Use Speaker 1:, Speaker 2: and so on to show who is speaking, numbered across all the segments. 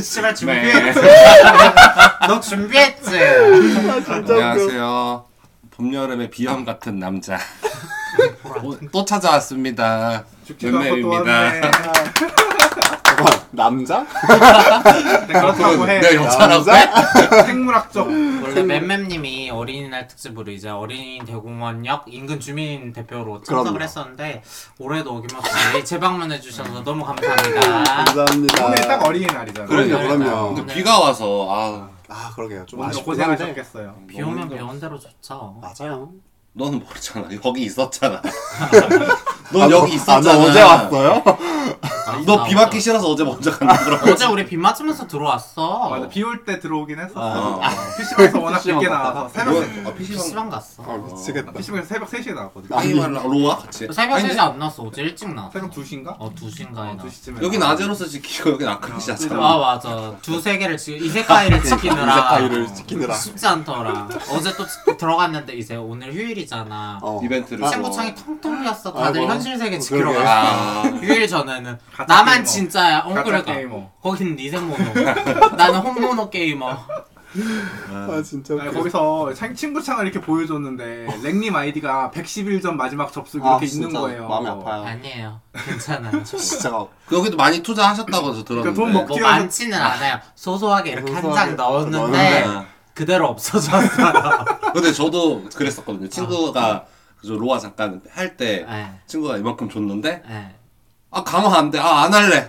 Speaker 1: 씨발
Speaker 2: 네.
Speaker 1: 준비했지. 너 준비했지.
Speaker 2: 안녕하세요. 봄 여름의 비염 같은 남자. 오, 또 찾아왔습니다.
Speaker 3: 죽지도 않고 또 왔네.
Speaker 2: 면맵입니다.
Speaker 4: 잠깐만, 남자?
Speaker 3: 네, 그렇다고 해.
Speaker 2: 내 여자라고 해?
Speaker 4: 아.
Speaker 3: 생물학적.
Speaker 1: 원래 맴맴님이 어린이날 특집으로 이제 어린이 대공원역 인근 주민 대표로 참석을
Speaker 4: 그럼요.
Speaker 1: 했었는데 올해도 어김없이 재방문해 주셔서 너무 감사합니다.
Speaker 4: 감사합니다.
Speaker 3: 오늘 딱 어린이날이잖아.
Speaker 4: 그럼요,
Speaker 1: 네.
Speaker 4: 그럼요.
Speaker 2: 근데 비가 와서 아
Speaker 4: 아, 그러게요. 좀
Speaker 3: 오늘
Speaker 4: 아쉽긴 한데.
Speaker 3: 고생하셨겠어요.
Speaker 1: 비 오면 배운 대로 좋죠.
Speaker 4: 맞아요.
Speaker 2: 너는 모르잖아. 여기 있었잖아. 넌
Speaker 4: 아, 너-
Speaker 2: 여기 있었잖아.
Speaker 4: 아, 너 어제 왔어요?
Speaker 1: 아,
Speaker 2: 너비 맞기
Speaker 1: 어제-
Speaker 2: 싫어서 어제 먼저 간다 그러고.
Speaker 1: 어제 우리 비 맞으면서 들어왔어.
Speaker 3: 맞아, 비 올 때 들어오긴 했었어.
Speaker 2: 아.
Speaker 3: PC방에서 워낙
Speaker 4: PC방
Speaker 3: 늦게
Speaker 4: 갔다가.
Speaker 3: 나와서 새벽
Speaker 2: 이거-
Speaker 3: 3시.
Speaker 2: 아, PC방
Speaker 1: PC방
Speaker 4: 아,
Speaker 1: 갔어.
Speaker 4: 미치겠다.
Speaker 3: PC방에서 새벽 3시에 나왔거든.
Speaker 4: 아.
Speaker 2: 게임하려 로와 같이.
Speaker 1: 그 새벽
Speaker 2: 아니,
Speaker 1: 3시 안 나왔어. 어제 일찍 나왔어.
Speaker 3: 새벽 2시인가?
Speaker 1: 어, 2시인가에 나왔어.
Speaker 3: 시쯤에.
Speaker 2: 여기 낮에로서 지키고 여기 아크리시잖아.
Speaker 1: 아 맞아 두세 개를 지 이세카이를 지키느라
Speaker 4: 이사카이를 지키느라.
Speaker 1: 쉽지 않더라 어제 또 지- 들어갔는데 이제 오늘 휴일이잖아
Speaker 4: 어.
Speaker 2: 이벤트를.
Speaker 1: 친구창이 텅텅 비었어 다들
Speaker 4: 아이고.
Speaker 1: 현실 세계 지키러
Speaker 4: 그러게.
Speaker 1: 가
Speaker 2: 아.
Speaker 1: 휴일 전에는
Speaker 3: 가짜
Speaker 1: 나만
Speaker 3: 게이머.
Speaker 1: 진짜야 엉그러
Speaker 3: 가짜
Speaker 1: 까
Speaker 3: 게이머.
Speaker 1: 거긴 니세모노 나는 홈모노 게이머
Speaker 4: 아, 진짜.
Speaker 3: 아니, 네, 거기서 창- 친구 창을 이렇게 보여줬는데 랭님 아이디가 111점 마지막 접속
Speaker 4: 아,
Speaker 3: 이렇게 있는
Speaker 4: 진짜
Speaker 3: 거예요.
Speaker 4: 마음이 아파요.
Speaker 1: 아니에요 괜찮아요
Speaker 4: 진짜.
Speaker 2: 그 여기도 많이 투자하셨다고 저 들었는데.
Speaker 3: 돈 먹-
Speaker 1: 뭐
Speaker 3: 뛰어서-
Speaker 1: 많지는 않아요 소소하게 이렇게 한
Speaker 4: 소소하게
Speaker 1: 장 넣었는데
Speaker 4: 넣었는데.
Speaker 2: 아.
Speaker 1: 그대로 없어졌어요
Speaker 2: 근데 저도 그랬었거든요. 친구가 그저 로아 잠깐 할 때
Speaker 1: 네.
Speaker 2: 친구가 이만큼 줬는데
Speaker 1: 예.
Speaker 2: 아 감화 안 돼. 아 안 할래.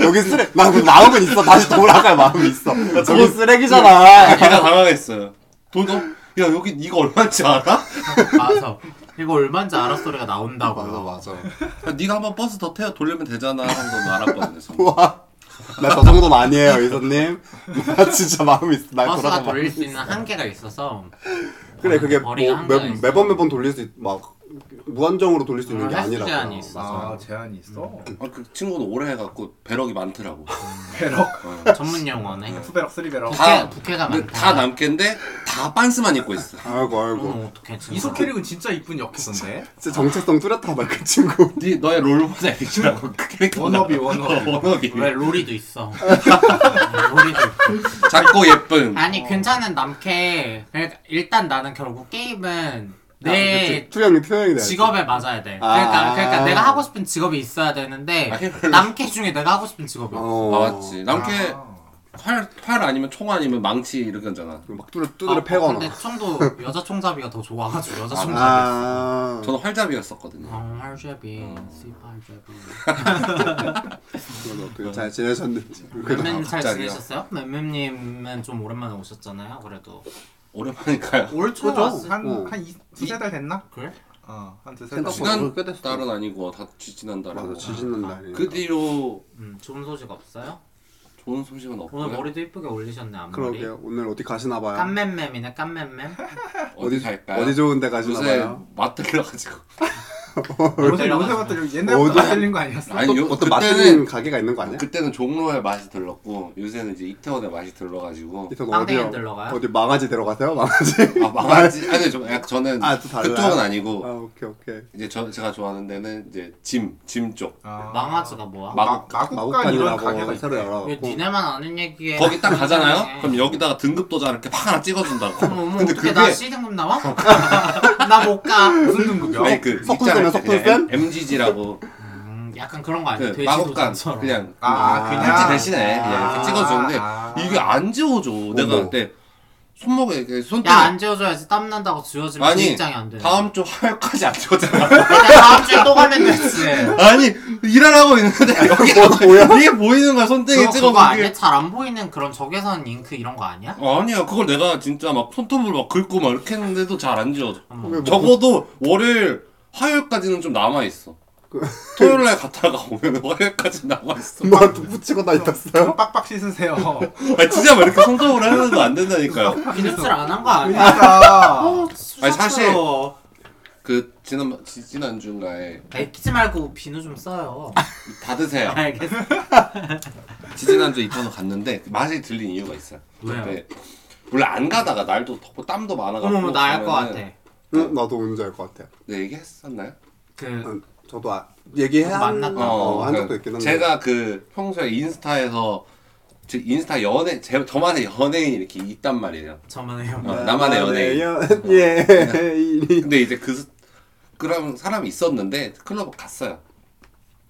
Speaker 4: 여기 쓰레, 나 그 마음은 있어. 다시 돌아갈 마음이 있어. 저기 쓰레기잖아.
Speaker 2: 걔가 당황했어요. 돈도 야 여기 이거 얼마인지 알아?
Speaker 1: 맞아 이거 얼마인지 알아 소리가 나온다고
Speaker 4: 맞아, 맞아.
Speaker 2: 야, 네가 한번 버스 더 태워 돌리면 되잖아. 하고 알았거든요. 저는.
Speaker 4: 와. 나 저 정도는 아니에요, 이사님. 나 진짜 마음이 있어. 날
Speaker 1: 버스가
Speaker 4: 돌아갈 마음이
Speaker 1: 돌릴 수
Speaker 4: 있어.
Speaker 1: 있는 한계가 있어서
Speaker 4: 그래, 그게 뭐
Speaker 1: 머리가
Speaker 4: 매,
Speaker 1: 한계가 있어.
Speaker 4: 매번 매번 돌릴 수, 있, 막, 무한정으로 돌릴 수 있는 게
Speaker 1: 할 수가
Speaker 4: 아니라.
Speaker 1: 아니 있어.
Speaker 3: 아, 제한이 있어?
Speaker 2: 아, 그 친구는 오래 해갖고 배럭이 많더라고.
Speaker 3: 배럭,
Speaker 1: 전문 용어네.
Speaker 3: 투배럭, 쓰리배럭.
Speaker 1: 부캐 부캐가
Speaker 2: 근데
Speaker 1: 많다.
Speaker 2: 다 남겠는데 다 빤스만 입고 있어.
Speaker 4: 아이고, 아이고.
Speaker 1: 어, 어떡해 진짜.
Speaker 3: 이소캐릭은 진짜 이쁜 역했던데.
Speaker 4: 진짜 정체성 뚜렷하다, 그 친구.
Speaker 2: 네 너의 롤모델이라고 그 캐릭터
Speaker 3: 워너비,
Speaker 2: 나와.
Speaker 3: 워너비.
Speaker 2: 어, 워너비.
Speaker 1: 왜 로리도 있어. 로리도 있고.
Speaker 2: 작고 예쁜.
Speaker 1: 아니 괜찮은 남캐. 그러니까 일단 나는 결국 게임은
Speaker 4: 그치?
Speaker 1: 내
Speaker 4: 투영이 투영이 돼.
Speaker 1: 직업에 맞아야 돼.
Speaker 4: 아.
Speaker 1: 그러니까 그러니까 내가 하고 싶은 직업이 있어야 되는데
Speaker 2: 아니, 별로.
Speaker 1: 남캐 중에 내가 하고 싶은 직업이 없어.
Speaker 2: 아
Speaker 4: 어.
Speaker 2: 맞지. 남캐
Speaker 3: 아.
Speaker 2: 활, 활 아니면 총 아니면 망치 이렇게 하잖아.
Speaker 4: 막 뚜드려, 뚜드려
Speaker 1: 아,
Speaker 4: 패거나.
Speaker 1: 근데 총도 여자 총잡이가 더 좋아가지고 여자 총잡이.
Speaker 4: 아.
Speaker 2: 저는 활잡이였었거든요.
Speaker 1: 어, 할제비, 씨발제비.
Speaker 4: 그래서 어떻게 잘 지내셨는지.
Speaker 1: 맴맴님 잘
Speaker 2: 갑자기요.
Speaker 1: 지내셨어요? 맴맴님은 좀 오랜만에 오셨잖아요. 그래도
Speaker 2: 오랜만이니까요.
Speaker 1: 올 초에
Speaker 3: 그죠?
Speaker 1: 왔어.
Speaker 3: 그렇죠. 한,
Speaker 4: 어.
Speaker 3: 한 이, 두세 달 됐나?
Speaker 1: 그래?
Speaker 3: 어, 한 두세 달.
Speaker 4: 생각보다
Speaker 3: 됐나?
Speaker 2: 지난
Speaker 4: 꽤 됐어.
Speaker 2: 달은 아니고 다 지- 지난 달이고.
Speaker 4: 맞아, 지지는 날이.
Speaker 2: 그 뒤로
Speaker 1: 음 좋은 소식 없어요?
Speaker 2: 좋은 소식은 없고요.
Speaker 1: 오늘 머리도 이쁘게 올리셨네 앞머리.
Speaker 4: 그러게요. 오늘 어디 가시나 봐요.
Speaker 1: 깐맴맴이네 깐맴맴.
Speaker 2: 어디 갈까요?
Speaker 4: 어디 좋은데 가시나
Speaker 2: 아, 요새
Speaker 4: 봐요.
Speaker 2: 맞들려가지고.
Speaker 3: 요새 요새
Speaker 1: 내려가서.
Speaker 3: 봤던 옛날부터
Speaker 4: 어디-
Speaker 3: 들린 거 아니었어?
Speaker 2: 아니 요
Speaker 4: 어떤
Speaker 2: 그때는
Speaker 4: 맛있는 가게가 있는 거 아니야?
Speaker 2: 그때는 종로에 맛이 들렀고 요새는 이제 이태원에 맛이 들러가지고
Speaker 4: 이선
Speaker 1: 빵댕이
Speaker 4: 어디요?
Speaker 1: 들러가요?
Speaker 4: 어디 망아지 데려가세요? 망아지.
Speaker 2: 아 망하지. 아니 저 약- 저는
Speaker 4: 아, 또 달라요?
Speaker 2: 그쪽은
Speaker 4: 아
Speaker 2: 아니고
Speaker 4: 오케이 오케이.
Speaker 2: 이제 저 제가 좋아하는 데는 이제 짐 짐 쪽.
Speaker 3: 아.
Speaker 1: 망아지가 뭐야?
Speaker 2: 마-
Speaker 3: 마- 마곡간 이런 그 가게가
Speaker 4: 마곡간이라고
Speaker 3: 있대.
Speaker 4: 새로
Speaker 1: 왜
Speaker 4: 열어갖고.
Speaker 1: 니네만 아는 얘기에
Speaker 2: 거기 딱 가잖아요.
Speaker 1: 네.
Speaker 2: 그럼 여기다가 등급 도장 이렇게 팍 하나 찍어준다고.
Speaker 1: 어머 어머 어떻게 음, 나 C등급 나와?
Speaker 2: 어.
Speaker 1: 나 못 가.
Speaker 3: 무슨 등급이야?
Speaker 2: 아니 그
Speaker 4: 석굴쌤이야,
Speaker 2: 입장할 때 그냥
Speaker 4: 석굴쌤?
Speaker 2: MGG라고
Speaker 1: 음, 약간 그런 거 아니야?
Speaker 2: 그
Speaker 1: 돼지
Speaker 2: 마법관
Speaker 1: 도전처럼.
Speaker 2: 그냥
Speaker 3: 아, 그냥
Speaker 2: 한지 대신에 그냥
Speaker 3: 아.
Speaker 2: 예, 이렇게 찍어주는데
Speaker 3: 아.
Speaker 2: 이게 안 지워져. 내가
Speaker 4: 어머.
Speaker 2: 그때 손목에 이렇게 손등
Speaker 1: 야안 지워줘야지 땀 난다고 지워지면
Speaker 2: 아니,
Speaker 1: 아니, 입장이 안 돼.
Speaker 2: 다음 주 화요일까지 안 지워잖아.
Speaker 1: 그냥 다음 주에 또 가면 되지.
Speaker 2: 아니 일하라고 있는데 여기
Speaker 4: 어, 뭐야?
Speaker 2: 이게 보이는 거야 손등에
Speaker 1: 그거
Speaker 2: 찍어
Speaker 1: 그거 아니야?
Speaker 2: 보기.
Speaker 1: 잘 안 보이는 그런 적외선 잉크 이런 거 아니야?
Speaker 2: 어, 아니야 그걸 내가 진짜 막 손톱을 막 긁고 막 이렇게 했는데도 잘 안 지워져.
Speaker 1: 어머.
Speaker 4: 왜 뭐-
Speaker 2: 적어도 월요일 화요일까지는 좀 남아 있어.
Speaker 1: 그
Speaker 2: 토요일 날 갔다가 오면 화요일까지 남아 있어.
Speaker 4: 뭐또 붙이고 다녔어요?
Speaker 3: 빡빡 씻으세요.
Speaker 2: 아 진짜 막 이렇게 손톱으로 하는 거안 된다니까요.
Speaker 1: 기능질 안 한 거 아니야?
Speaker 3: 진짜.
Speaker 2: 아니, 사실-
Speaker 1: 수작스러워.
Speaker 2: 그 지난 지- 지난 주인가에
Speaker 1: 베끼지 말고 비누 좀 써요.
Speaker 2: 아, 다 드세요.
Speaker 1: 알겠어.
Speaker 2: 지지난주 입혀서 갔는데 그 맛이 들린 이유가 있어요.
Speaker 1: 왜요?
Speaker 2: 그때 원래 안 가다가 날도 덥고 땀도 많아가지고.
Speaker 1: 어머머 나알것
Speaker 2: 가면은-
Speaker 1: 같아.
Speaker 4: 응 나도 뭔지 알것 같아.
Speaker 2: 네 얘기했었나요?
Speaker 1: 그
Speaker 4: 응, 저도 아, 얘기한
Speaker 1: 만났다.
Speaker 4: 어, 한
Speaker 2: 그러니까
Speaker 4: 적도 있긴 한데
Speaker 2: 제가 그 평소에 인스타에서 즉 인스타 연애 제, 저만의 연예인 이렇게 있단 말이에요.
Speaker 1: 저만 해요.
Speaker 4: 아,
Speaker 2: 어, 나만의
Speaker 4: 네.
Speaker 2: 연예인.
Speaker 4: 예.
Speaker 2: 근데 이제 그 그런 사람이 있었는데 클럽 갔어요.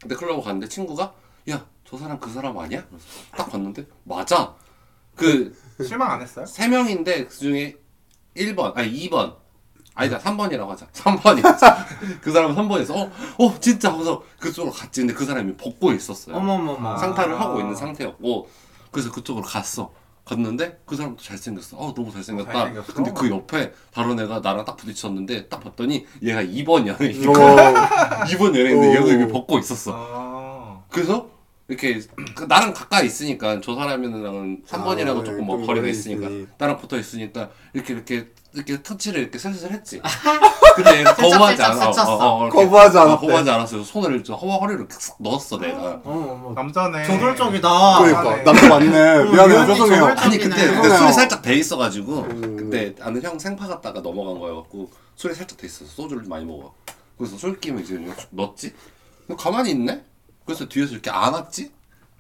Speaker 2: 근데 클럽 갔는데 친구가 야 저 사람 그 사람 아니야? 그래서 딱 봤는데 맞아. 그 세
Speaker 3: 실망 안 했어요?
Speaker 2: 명인데 그 중에 1번 아니 2번 아니다 3번이라고 하자. 3번이었어. 그 사람은 3번이었어. 어, 어 진짜 하면서 그쪽으로 갔지. 근데 그 사람이 벗고 있었어요.
Speaker 1: 어머머머.
Speaker 3: 상-
Speaker 2: 상타를
Speaker 3: 아.
Speaker 2: 하고 있는 상태였고 그래서 그쪽으로 갔어 갔는데 그 사람도 잘생겼어 어 너무 잘생겼다
Speaker 3: 잘생겼어?
Speaker 2: 근데 그 옆에 다른 애가 나랑 딱 부딪혔는데 딱 봤더니 얘가 2번 연예인
Speaker 4: 뭐, 오,
Speaker 2: 2번 연예인인데
Speaker 4: 오.
Speaker 2: 얘가 이렇게 벗고 있었어
Speaker 3: 어.
Speaker 2: 그래서 이렇게 그 나랑 가까이 있으니까 저 사람이랑은 3번이라고
Speaker 4: 아,
Speaker 2: 조금
Speaker 4: 좀
Speaker 2: 뭐 거리가
Speaker 4: 멀리
Speaker 2: 있으니까
Speaker 4: 있으니.
Speaker 2: 나랑 붙어 있으니까 이렇게 이렇게 이렇게 터치를 이렇게 슬슬 했지 근데 얘가
Speaker 1: 슬쩍,
Speaker 2: 거부하지
Speaker 1: 슬쩍
Speaker 2: 않아
Speaker 1: 스쳤어.
Speaker 2: 이렇게.
Speaker 4: 아, 거부하지
Speaker 2: 어,
Speaker 4: 않았대.
Speaker 2: 거부하지 않았어 그래서 손을 저 허- 허리로 이렇게 싹 넣었어 내가
Speaker 1: 어머머.
Speaker 3: 남자네.
Speaker 1: 저돌적이다.
Speaker 4: 그러니까
Speaker 3: 네.
Speaker 4: 남자 맞네. 미안해요.
Speaker 1: 미안해,
Speaker 4: 죄송해요.
Speaker 1: 정말
Speaker 2: 아니 그때
Speaker 1: 깜짝이네.
Speaker 2: 그때 술이
Speaker 4: 그러네요.
Speaker 2: 살짝 배 있어가지고
Speaker 4: 음.
Speaker 2: 그때 아는 형 생파 갔다가 넘어간 거여갖고 술이 살짝 돼 있어서 소주를 많이 먹어 그래서 술김에 이제 쭉 넣었지 근데 가만히 있네 그래서 뒤에서 이렇게 안았지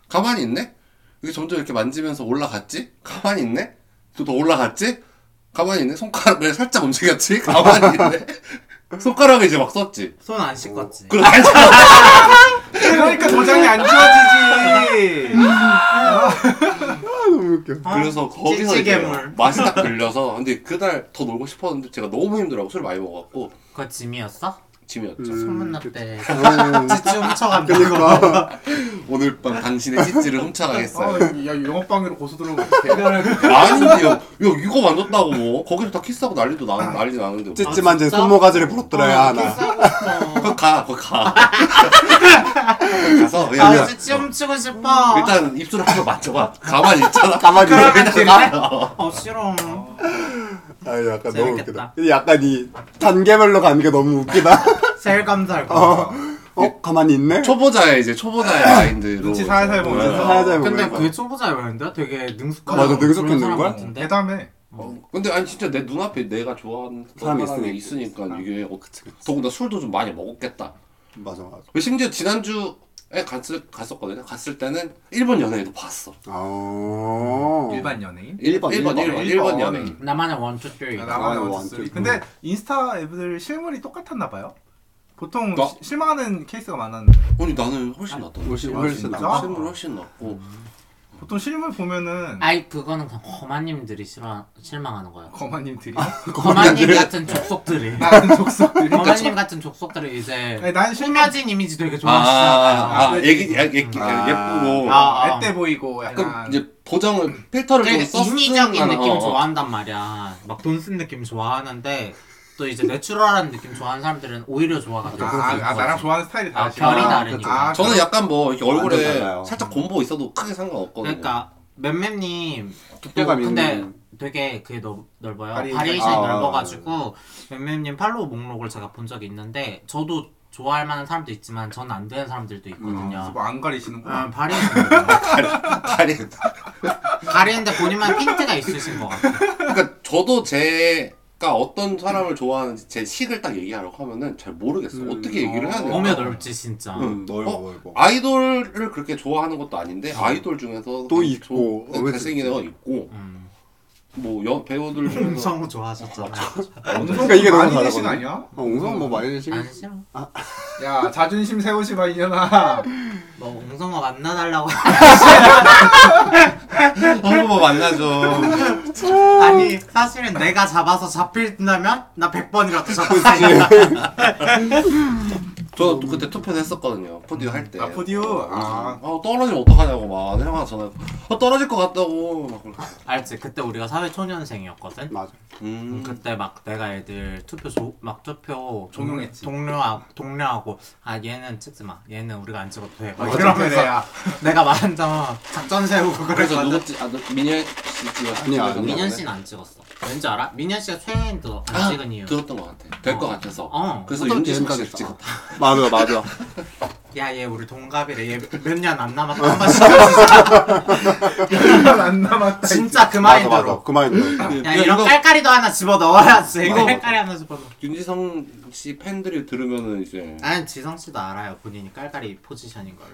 Speaker 2: 가만히 있네 이게 점점 이렇게 만지면서 올라갔지 가만히 있네 또 더 올라갔지 가만히 있네 손가락을 살짝 움직였지 가만히 있네 손가락을 이제 막 썼지
Speaker 1: 손 안 씻었지.
Speaker 2: 그래서 살짝
Speaker 3: 그러니까 도장이 안 지워지지.
Speaker 4: 너무 웃겨.
Speaker 2: 그래서 거기서 이제
Speaker 1: 어? 찌찌개물.
Speaker 2: 맛이 딱 들려서 근데 그날 더 놀고 싶었는데 제가 너무 힘들어하고 술 많이 먹어갖고
Speaker 1: 그거 짐이었어?
Speaker 2: 짐이었죠
Speaker 1: 소문났대. 아,
Speaker 4: 음,
Speaker 1: 찌찌 훔쳐간다.
Speaker 4: 그러니까
Speaker 2: 오늘 밤 당신의 찌찌를
Speaker 3: 어,
Speaker 2: 훔쳐가겠어요.
Speaker 3: 야 영업방해로 고소 들어오면 어떡해.
Speaker 2: 아닌데요. 야 이거 만졌다고 뭐 거기서 다 키스하고 난리도 나 난리 나는데. 뭐.
Speaker 4: 찌찌만 제
Speaker 1: 진짜?
Speaker 4: 손모가지를 부러뜨려야 하나.
Speaker 1: 하나.
Speaker 2: 거기 아, 가, 거기 가. 가서 그냥
Speaker 1: 아, 찌찌 훔치고 싶어.
Speaker 2: 일단 입술을 한번 맞춰봐. 가만히 있잖아.
Speaker 4: 가만히 있어.
Speaker 2: 그러면 가.
Speaker 1: 어, 싫어.
Speaker 4: 아유 약간 너무
Speaker 1: 재밌겠다.
Speaker 4: 웃기다. 근데 약간 이 단계별로 가는 게 너무 웃기다.
Speaker 1: 제일 감사할
Speaker 4: 아.
Speaker 1: 거.
Speaker 4: 어 가만히 있네.
Speaker 2: 초보자의 이제 초보자의 마인드로. 네.
Speaker 3: 눈치 살살
Speaker 2: 이제
Speaker 3: 보면서.
Speaker 2: 보여요.
Speaker 4: 살살
Speaker 1: 근데
Speaker 4: 보면서.
Speaker 1: 그게 초보자였는데 되게 능숙한
Speaker 4: 맞아, 능숙했는
Speaker 1: 그런 사람
Speaker 4: 거야?
Speaker 1: 같은데?
Speaker 3: 대담해.
Speaker 2: 어, 근데 아니 진짜 내 눈앞에 내가 좋아하는
Speaker 4: 사람이
Speaker 2: 사람이, 있으니까,
Speaker 3: 아,
Speaker 2: 이게 어, 더군다나 술도 좀 많이 먹었겠다. 그
Speaker 4: 맞아 맞아.
Speaker 2: 심지어 지난주에 갔을, 갔었거든요. 갔을 때는 일본 연예인도 봤어.
Speaker 4: 아.
Speaker 3: 연예인?
Speaker 2: 일본
Speaker 4: 일본,
Speaker 2: 일본 일본
Speaker 3: 일본.
Speaker 2: 일본 연예인.
Speaker 1: 나만의 원투 쓰리.
Speaker 3: 야, 나만의
Speaker 4: 아,
Speaker 3: 원투스.
Speaker 4: 원투스.
Speaker 3: 근데 인스타 앱들 실물이 똑같았나 봐요. 보통
Speaker 4: 뭐?
Speaker 2: 나-
Speaker 3: 시- 실망하는 케이스가 많았는데
Speaker 2: 아니 나는 훨씬 낫다.
Speaker 4: 훨씬- 훨씬
Speaker 2: 낫
Speaker 3: 낫다.
Speaker 2: 실물 훨씬 낫고.
Speaker 3: 보통 실물 보면은
Speaker 1: 아이 그거는 그냥 거마님들이 실망 실망하는 거야.
Speaker 3: 거마님들이
Speaker 4: 아.
Speaker 1: 거마님 같은 족속들이.
Speaker 3: 나는 족속들이.
Speaker 1: 거마님 같은 족속들이 이제
Speaker 3: 아니, 난 실망.
Speaker 1: 꾸며진 이미지 되게
Speaker 2: 아, 아,
Speaker 1: 좋아하시잖아요.
Speaker 2: 아, 애기, 애기, 애기
Speaker 4: 아.
Speaker 2: 예쁘고.
Speaker 1: 아.
Speaker 3: 앳돼 보이고
Speaker 2: 그럼
Speaker 3: 약간
Speaker 2: 이제 보정을 필터를
Speaker 1: 되게
Speaker 2: 좀 어, 썼.
Speaker 1: 인위적인 느낌 좋아한단 말이야. 막 돈 쓴 느낌 좋아하는데 또 이제 내추럴한 느낌 좋아하는 사람들은 오히려
Speaker 3: 아,
Speaker 1: 좋아가지고.
Speaker 3: 아, 아, 나랑 좋아하는 스타일이
Speaker 1: 아,
Speaker 3: 다르지.
Speaker 1: 결이
Speaker 4: 아,
Speaker 1: 다르니까.
Speaker 3: 아,
Speaker 2: 저는 약간 뭐 이렇게 얼굴에
Speaker 4: 완전 달라요.
Speaker 2: 살짝 곰보 있어도 크게 상관없거든요.
Speaker 1: 그러니까 맴맴님
Speaker 4: 두께감
Speaker 1: 또 근데
Speaker 4: 있는.
Speaker 1: 되게 그게 넓, 넓어요
Speaker 3: 바리-
Speaker 1: 바리에이션이
Speaker 4: 아,
Speaker 1: 넓어가지고 맴맴님 팔로우 목록을 제가 본 적이 있는데 저도 좋아할 만한 사람도 있지만 전 안 되는 사람들도
Speaker 3: 그래서
Speaker 1: 있거든요
Speaker 3: 뭐 안 가리시는구나.
Speaker 1: 아, 바리에이션
Speaker 2: 다리.
Speaker 1: 바리인데 본인만 핀트가 있으신 것 같아요
Speaker 2: 그러니까 저도 제가 어떤 사람을 좋아하는지 제 식을 딱 얘기하려고 하면은 잘 모르겠어.
Speaker 4: 음.
Speaker 2: 어떻게 얘기를 해야
Speaker 1: 몸에
Speaker 2: 돼요?
Speaker 1: 넓지 진짜
Speaker 4: 음, 넓어
Speaker 2: 어?
Speaker 4: 넓어.
Speaker 2: 아이돌을 그렇게 좋아하는 것도 아닌데 아이돌 중에서
Speaker 4: 또 있고,
Speaker 2: 좀
Speaker 4: 어, 그치,
Speaker 2: 잘생긴 애가 있고
Speaker 1: 음.
Speaker 2: 뭐 여, 배우들 중에서
Speaker 1: 성우 좋아하셨잖아
Speaker 4: 그러니까 이게 너무
Speaker 3: 많이 계신
Speaker 4: 다르거든요.
Speaker 3: 아니야?
Speaker 4: 어, 웅성 뭐 많이 신경
Speaker 1: 안 싫어
Speaker 3: 야 자존심 세우지 마 이년아.
Speaker 1: 너뭐 웅성아 만나달라고
Speaker 2: 한번 뭐 만나죠.
Speaker 1: 아니 사실은 내가 잡아서 잡힌다면 나 100번이라도 잡았으니까
Speaker 2: 저도 그때 투표도 했었거든요. 포디오 할 때.
Speaker 3: 아, 포디오? 아.
Speaker 2: 어, 떨어지면 어떡하냐고 막 형아 전화. 어 떨어질 것 같다고 막 그러고.
Speaker 1: 알지 그때 우리가 사회초년생이었거든
Speaker 4: 맞아.
Speaker 2: 음.
Speaker 1: 그때 막 내가 애들 투표 조, 막 투표
Speaker 3: 종용했지.
Speaker 1: 음, 동료하고 동료하고 아 얘는 찍지 마 얘는 우리가 안 찍어도 돼 막
Speaker 3: 그러면
Speaker 1: 이러면서
Speaker 3: 내야.
Speaker 1: 내가 완전 작전 세우고
Speaker 2: 그래서
Speaker 1: 그랬거든
Speaker 2: 누구 찍? 아, 너 민현 씨 찍었어.
Speaker 4: 아니야, 아니야.
Speaker 1: 민현 씨는 안 찍었어 왠지 알아? 민현 씨가 최애인도 안
Speaker 2: 아,
Speaker 1: 찍은 이유
Speaker 2: 들었던 것 같아. 될 것
Speaker 1: 어.
Speaker 2: 같아서.
Speaker 1: 어.
Speaker 2: 그래서
Speaker 4: 어떤
Speaker 2: 윤지성
Speaker 4: 계획까지
Speaker 2: 씨를 찍었다.
Speaker 4: 맞아 맞아.
Speaker 1: 그 야 얘 우리 동갑이래 얘 몇 년 안 남았다 한 번씩 해주자.
Speaker 3: 안 남았다.
Speaker 1: 진짜 그
Speaker 4: 맞아 맞아.
Speaker 1: 마인드로
Speaker 4: 그 마인드로.
Speaker 1: 야 이런 깔깔이도 하나 집어넣어야지
Speaker 2: 이거-
Speaker 1: 깔깔이 하나 집어넣어
Speaker 2: 윤지성 혹시 팬들이 들으면은 이제
Speaker 1: 아니 지성 씨도 알아요 본인이 깔깔이 포지션인 걸.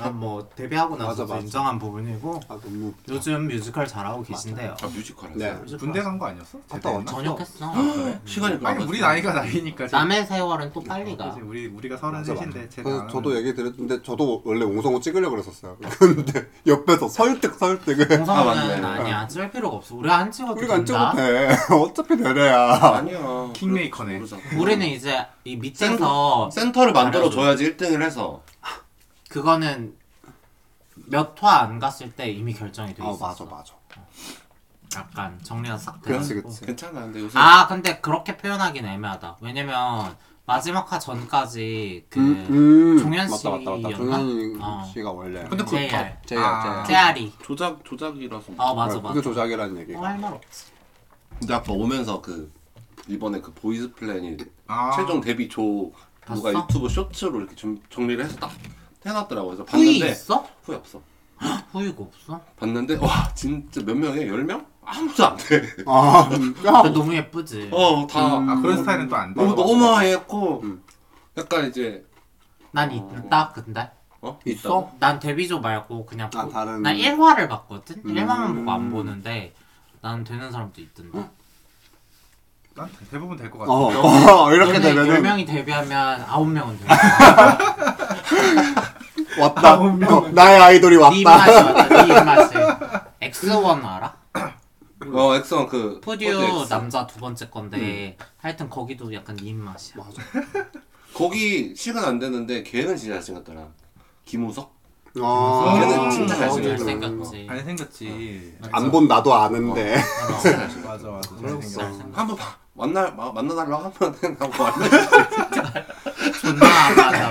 Speaker 1: 아, 뭐 데뷔하고 나서
Speaker 4: 맞아, 맞아.
Speaker 1: 인정한 부분이고
Speaker 4: 아 너무
Speaker 1: 요즘 뮤지컬 잘하고 계신데요.
Speaker 2: 아 뮤지컬 했어요?
Speaker 4: 네.
Speaker 1: 뮤지컬
Speaker 3: 군대 간 거 아니었어?
Speaker 4: 갔다
Speaker 3: 제대했나?
Speaker 4: 왔죠.
Speaker 1: 전역했어.
Speaker 2: 시간이
Speaker 3: 네. 아니 우리 나이가 나이니까 지금.
Speaker 1: 남의 세월은 또 빨리
Speaker 4: 아,
Speaker 1: 가.
Speaker 3: 그치, 우리 우리가 서른
Speaker 4: 맞아,
Speaker 3: 셋인데 제가
Speaker 4: 그래서 저도 얘기 드렸는데 저도 원래 옹성호 찍으려고 그랬었어요. 근데 옆에서 설득 설득을
Speaker 2: 아,
Speaker 1: 공성은
Speaker 2: 맞네.
Speaker 1: 아, 니야쓸 필요가 없어. 우리 안 찍어도
Speaker 4: 우리가 안
Speaker 1: 된다.
Speaker 4: 찍어도 돼. 어차피 되래야.
Speaker 2: 아니야
Speaker 3: 킹메이커네.
Speaker 1: 우리는 이제 이 밑에서
Speaker 2: 센터를 만들어 줘야지 1등을 해서
Speaker 1: 그거는 몇 화 안 갔을 때 이미 결정이 돼
Speaker 4: 아
Speaker 1: 있었어.
Speaker 4: 맞아 맞아.
Speaker 1: 약간 정리가 싹 돼.
Speaker 4: 그렇지 그렇지.
Speaker 2: 괜찮아 근데
Speaker 4: 음.
Speaker 2: 요새
Speaker 1: 아 근데 그렇게 표현하긴 애매하다. 왜냐면 마지막 화 전까지 그
Speaker 4: 음,
Speaker 1: 종현
Speaker 4: 맞다 맞다 맞다.
Speaker 1: 씨였나?
Speaker 4: 종현
Speaker 1: 어.
Speaker 4: 씨가 원래
Speaker 3: 근데 그
Speaker 1: JR.
Speaker 4: 제야 제야.
Speaker 3: 아.
Speaker 1: 제아리.
Speaker 2: 조작 조작이라서
Speaker 1: 어 맞아 맞아.
Speaker 4: 그게 조작이라는 얘기.
Speaker 1: 어, 할말 없지.
Speaker 2: 근데 아까 오면서 그 이번에 그 보이스 플래닛
Speaker 3: 아.
Speaker 2: 최종 데뷔 조 누가
Speaker 1: 봤어?
Speaker 2: 유튜브 쇼츠로 이렇게 좀 정리를 해서 딱 해놨더라고 그래서
Speaker 1: 후이
Speaker 2: 봤는데
Speaker 1: 있어?
Speaker 2: 후회 없어
Speaker 1: 후이가 없어?
Speaker 2: 봤는데 와 진짜 몇 명에 10명? 아무도 안돼어다 어,
Speaker 4: 아,
Speaker 1: 근데 너무 예쁘지.
Speaker 4: 어. 음.
Speaker 3: 아 그런 스타일은 또 안 돼.
Speaker 2: 너무 너무했고 약간 이제
Speaker 1: 난 있다 근데.
Speaker 2: 어?
Speaker 4: 있어?
Speaker 1: 난 데뷔조 말고 그냥
Speaker 4: 아,
Speaker 1: 보-
Speaker 4: 다른-
Speaker 1: 난 1화를 봤거든?
Speaker 4: 음.
Speaker 1: 일 1화만 보고 안 보는데 난 되는 사람도 있던데
Speaker 3: 난 대- 대부분 될 것 같아.
Speaker 4: 어, 어 이렇게
Speaker 1: 연예인
Speaker 4: 되면은
Speaker 1: 10명이 데뷔하면 9명은 돼
Speaker 4: 왔다.
Speaker 3: 아홉 명.
Speaker 4: 어, 나의 아이돌이
Speaker 1: 네
Speaker 4: 왔다.
Speaker 1: 입맛이 왔다 네 입맛이 X1 알아?
Speaker 4: 음.
Speaker 2: 어 엑소는 그
Speaker 1: 푸듀
Speaker 2: 엑소.
Speaker 1: 남자 두 번째 건데
Speaker 4: 음.
Speaker 1: 하여튼 거기도 약간 네 입맛이야
Speaker 2: 거기 시간 안 되는데 걔는 진짜 잘생겼더라 김우석
Speaker 4: 아,
Speaker 2: 걔는 진짜
Speaker 1: 어,
Speaker 2: 잘생겼어.
Speaker 1: 잘생겼지
Speaker 3: 잘 생겼지.
Speaker 4: 어. 안 본 나도 아는데.
Speaker 1: 맞아.
Speaker 3: 맞아 맞아. 잘
Speaker 1: 그럼
Speaker 3: 생겼어.
Speaker 1: 잘생겼어
Speaker 2: 한번 봐. 만나 마- 만나달라고 한번 하고 만나
Speaker 1: 존나 안 맞아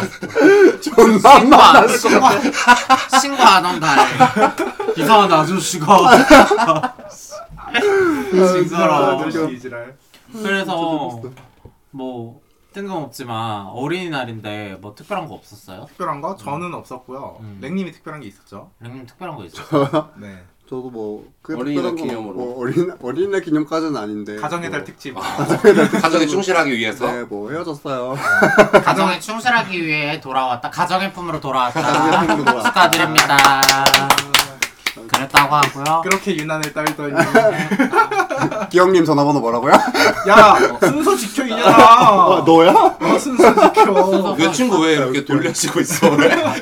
Speaker 4: 존나
Speaker 1: 신고 안,
Speaker 4: 많아.
Speaker 1: 신고 안- 신고 안 한다 이상한 아저씨가 징그러워.
Speaker 3: 아저씨 이지랄.
Speaker 1: 그래서 뭐 뜬금없지만 어린이날인데 뭐 특별한 거 없었어요?
Speaker 3: 특별한 거 저는 없었고요.
Speaker 1: 음.
Speaker 3: 랭님이 특별한 게 있었죠.
Speaker 1: 랭님 특별한 거 있어요?
Speaker 3: 네.
Speaker 4: 저도 뭐 그게
Speaker 2: 어린이날
Speaker 4: 특별한 건
Speaker 2: 기념으로.
Speaker 4: 뭐, 어린 어린이날 기념까지는 아닌데.
Speaker 3: 가정의
Speaker 4: 뭐,
Speaker 3: 달 특집.
Speaker 2: 가정에 충실하기 위해서
Speaker 4: 네, 뭐 헤어졌어요.
Speaker 1: 가정에 충실하기 위해 돌아왔다. 가정의 품으로 돌아왔다. 축하드립니다. 그랬다고 하고요.
Speaker 3: 그렇게 유난을 떨더니
Speaker 4: 기영님 전화번호 뭐라고요?
Speaker 3: 야 순서 지켜 이년아.
Speaker 4: 아, 너야?
Speaker 3: 어, 순서 지켜.
Speaker 2: 그 친구 왜 이렇게 돌려치고 있어 원래?
Speaker 4: 아니,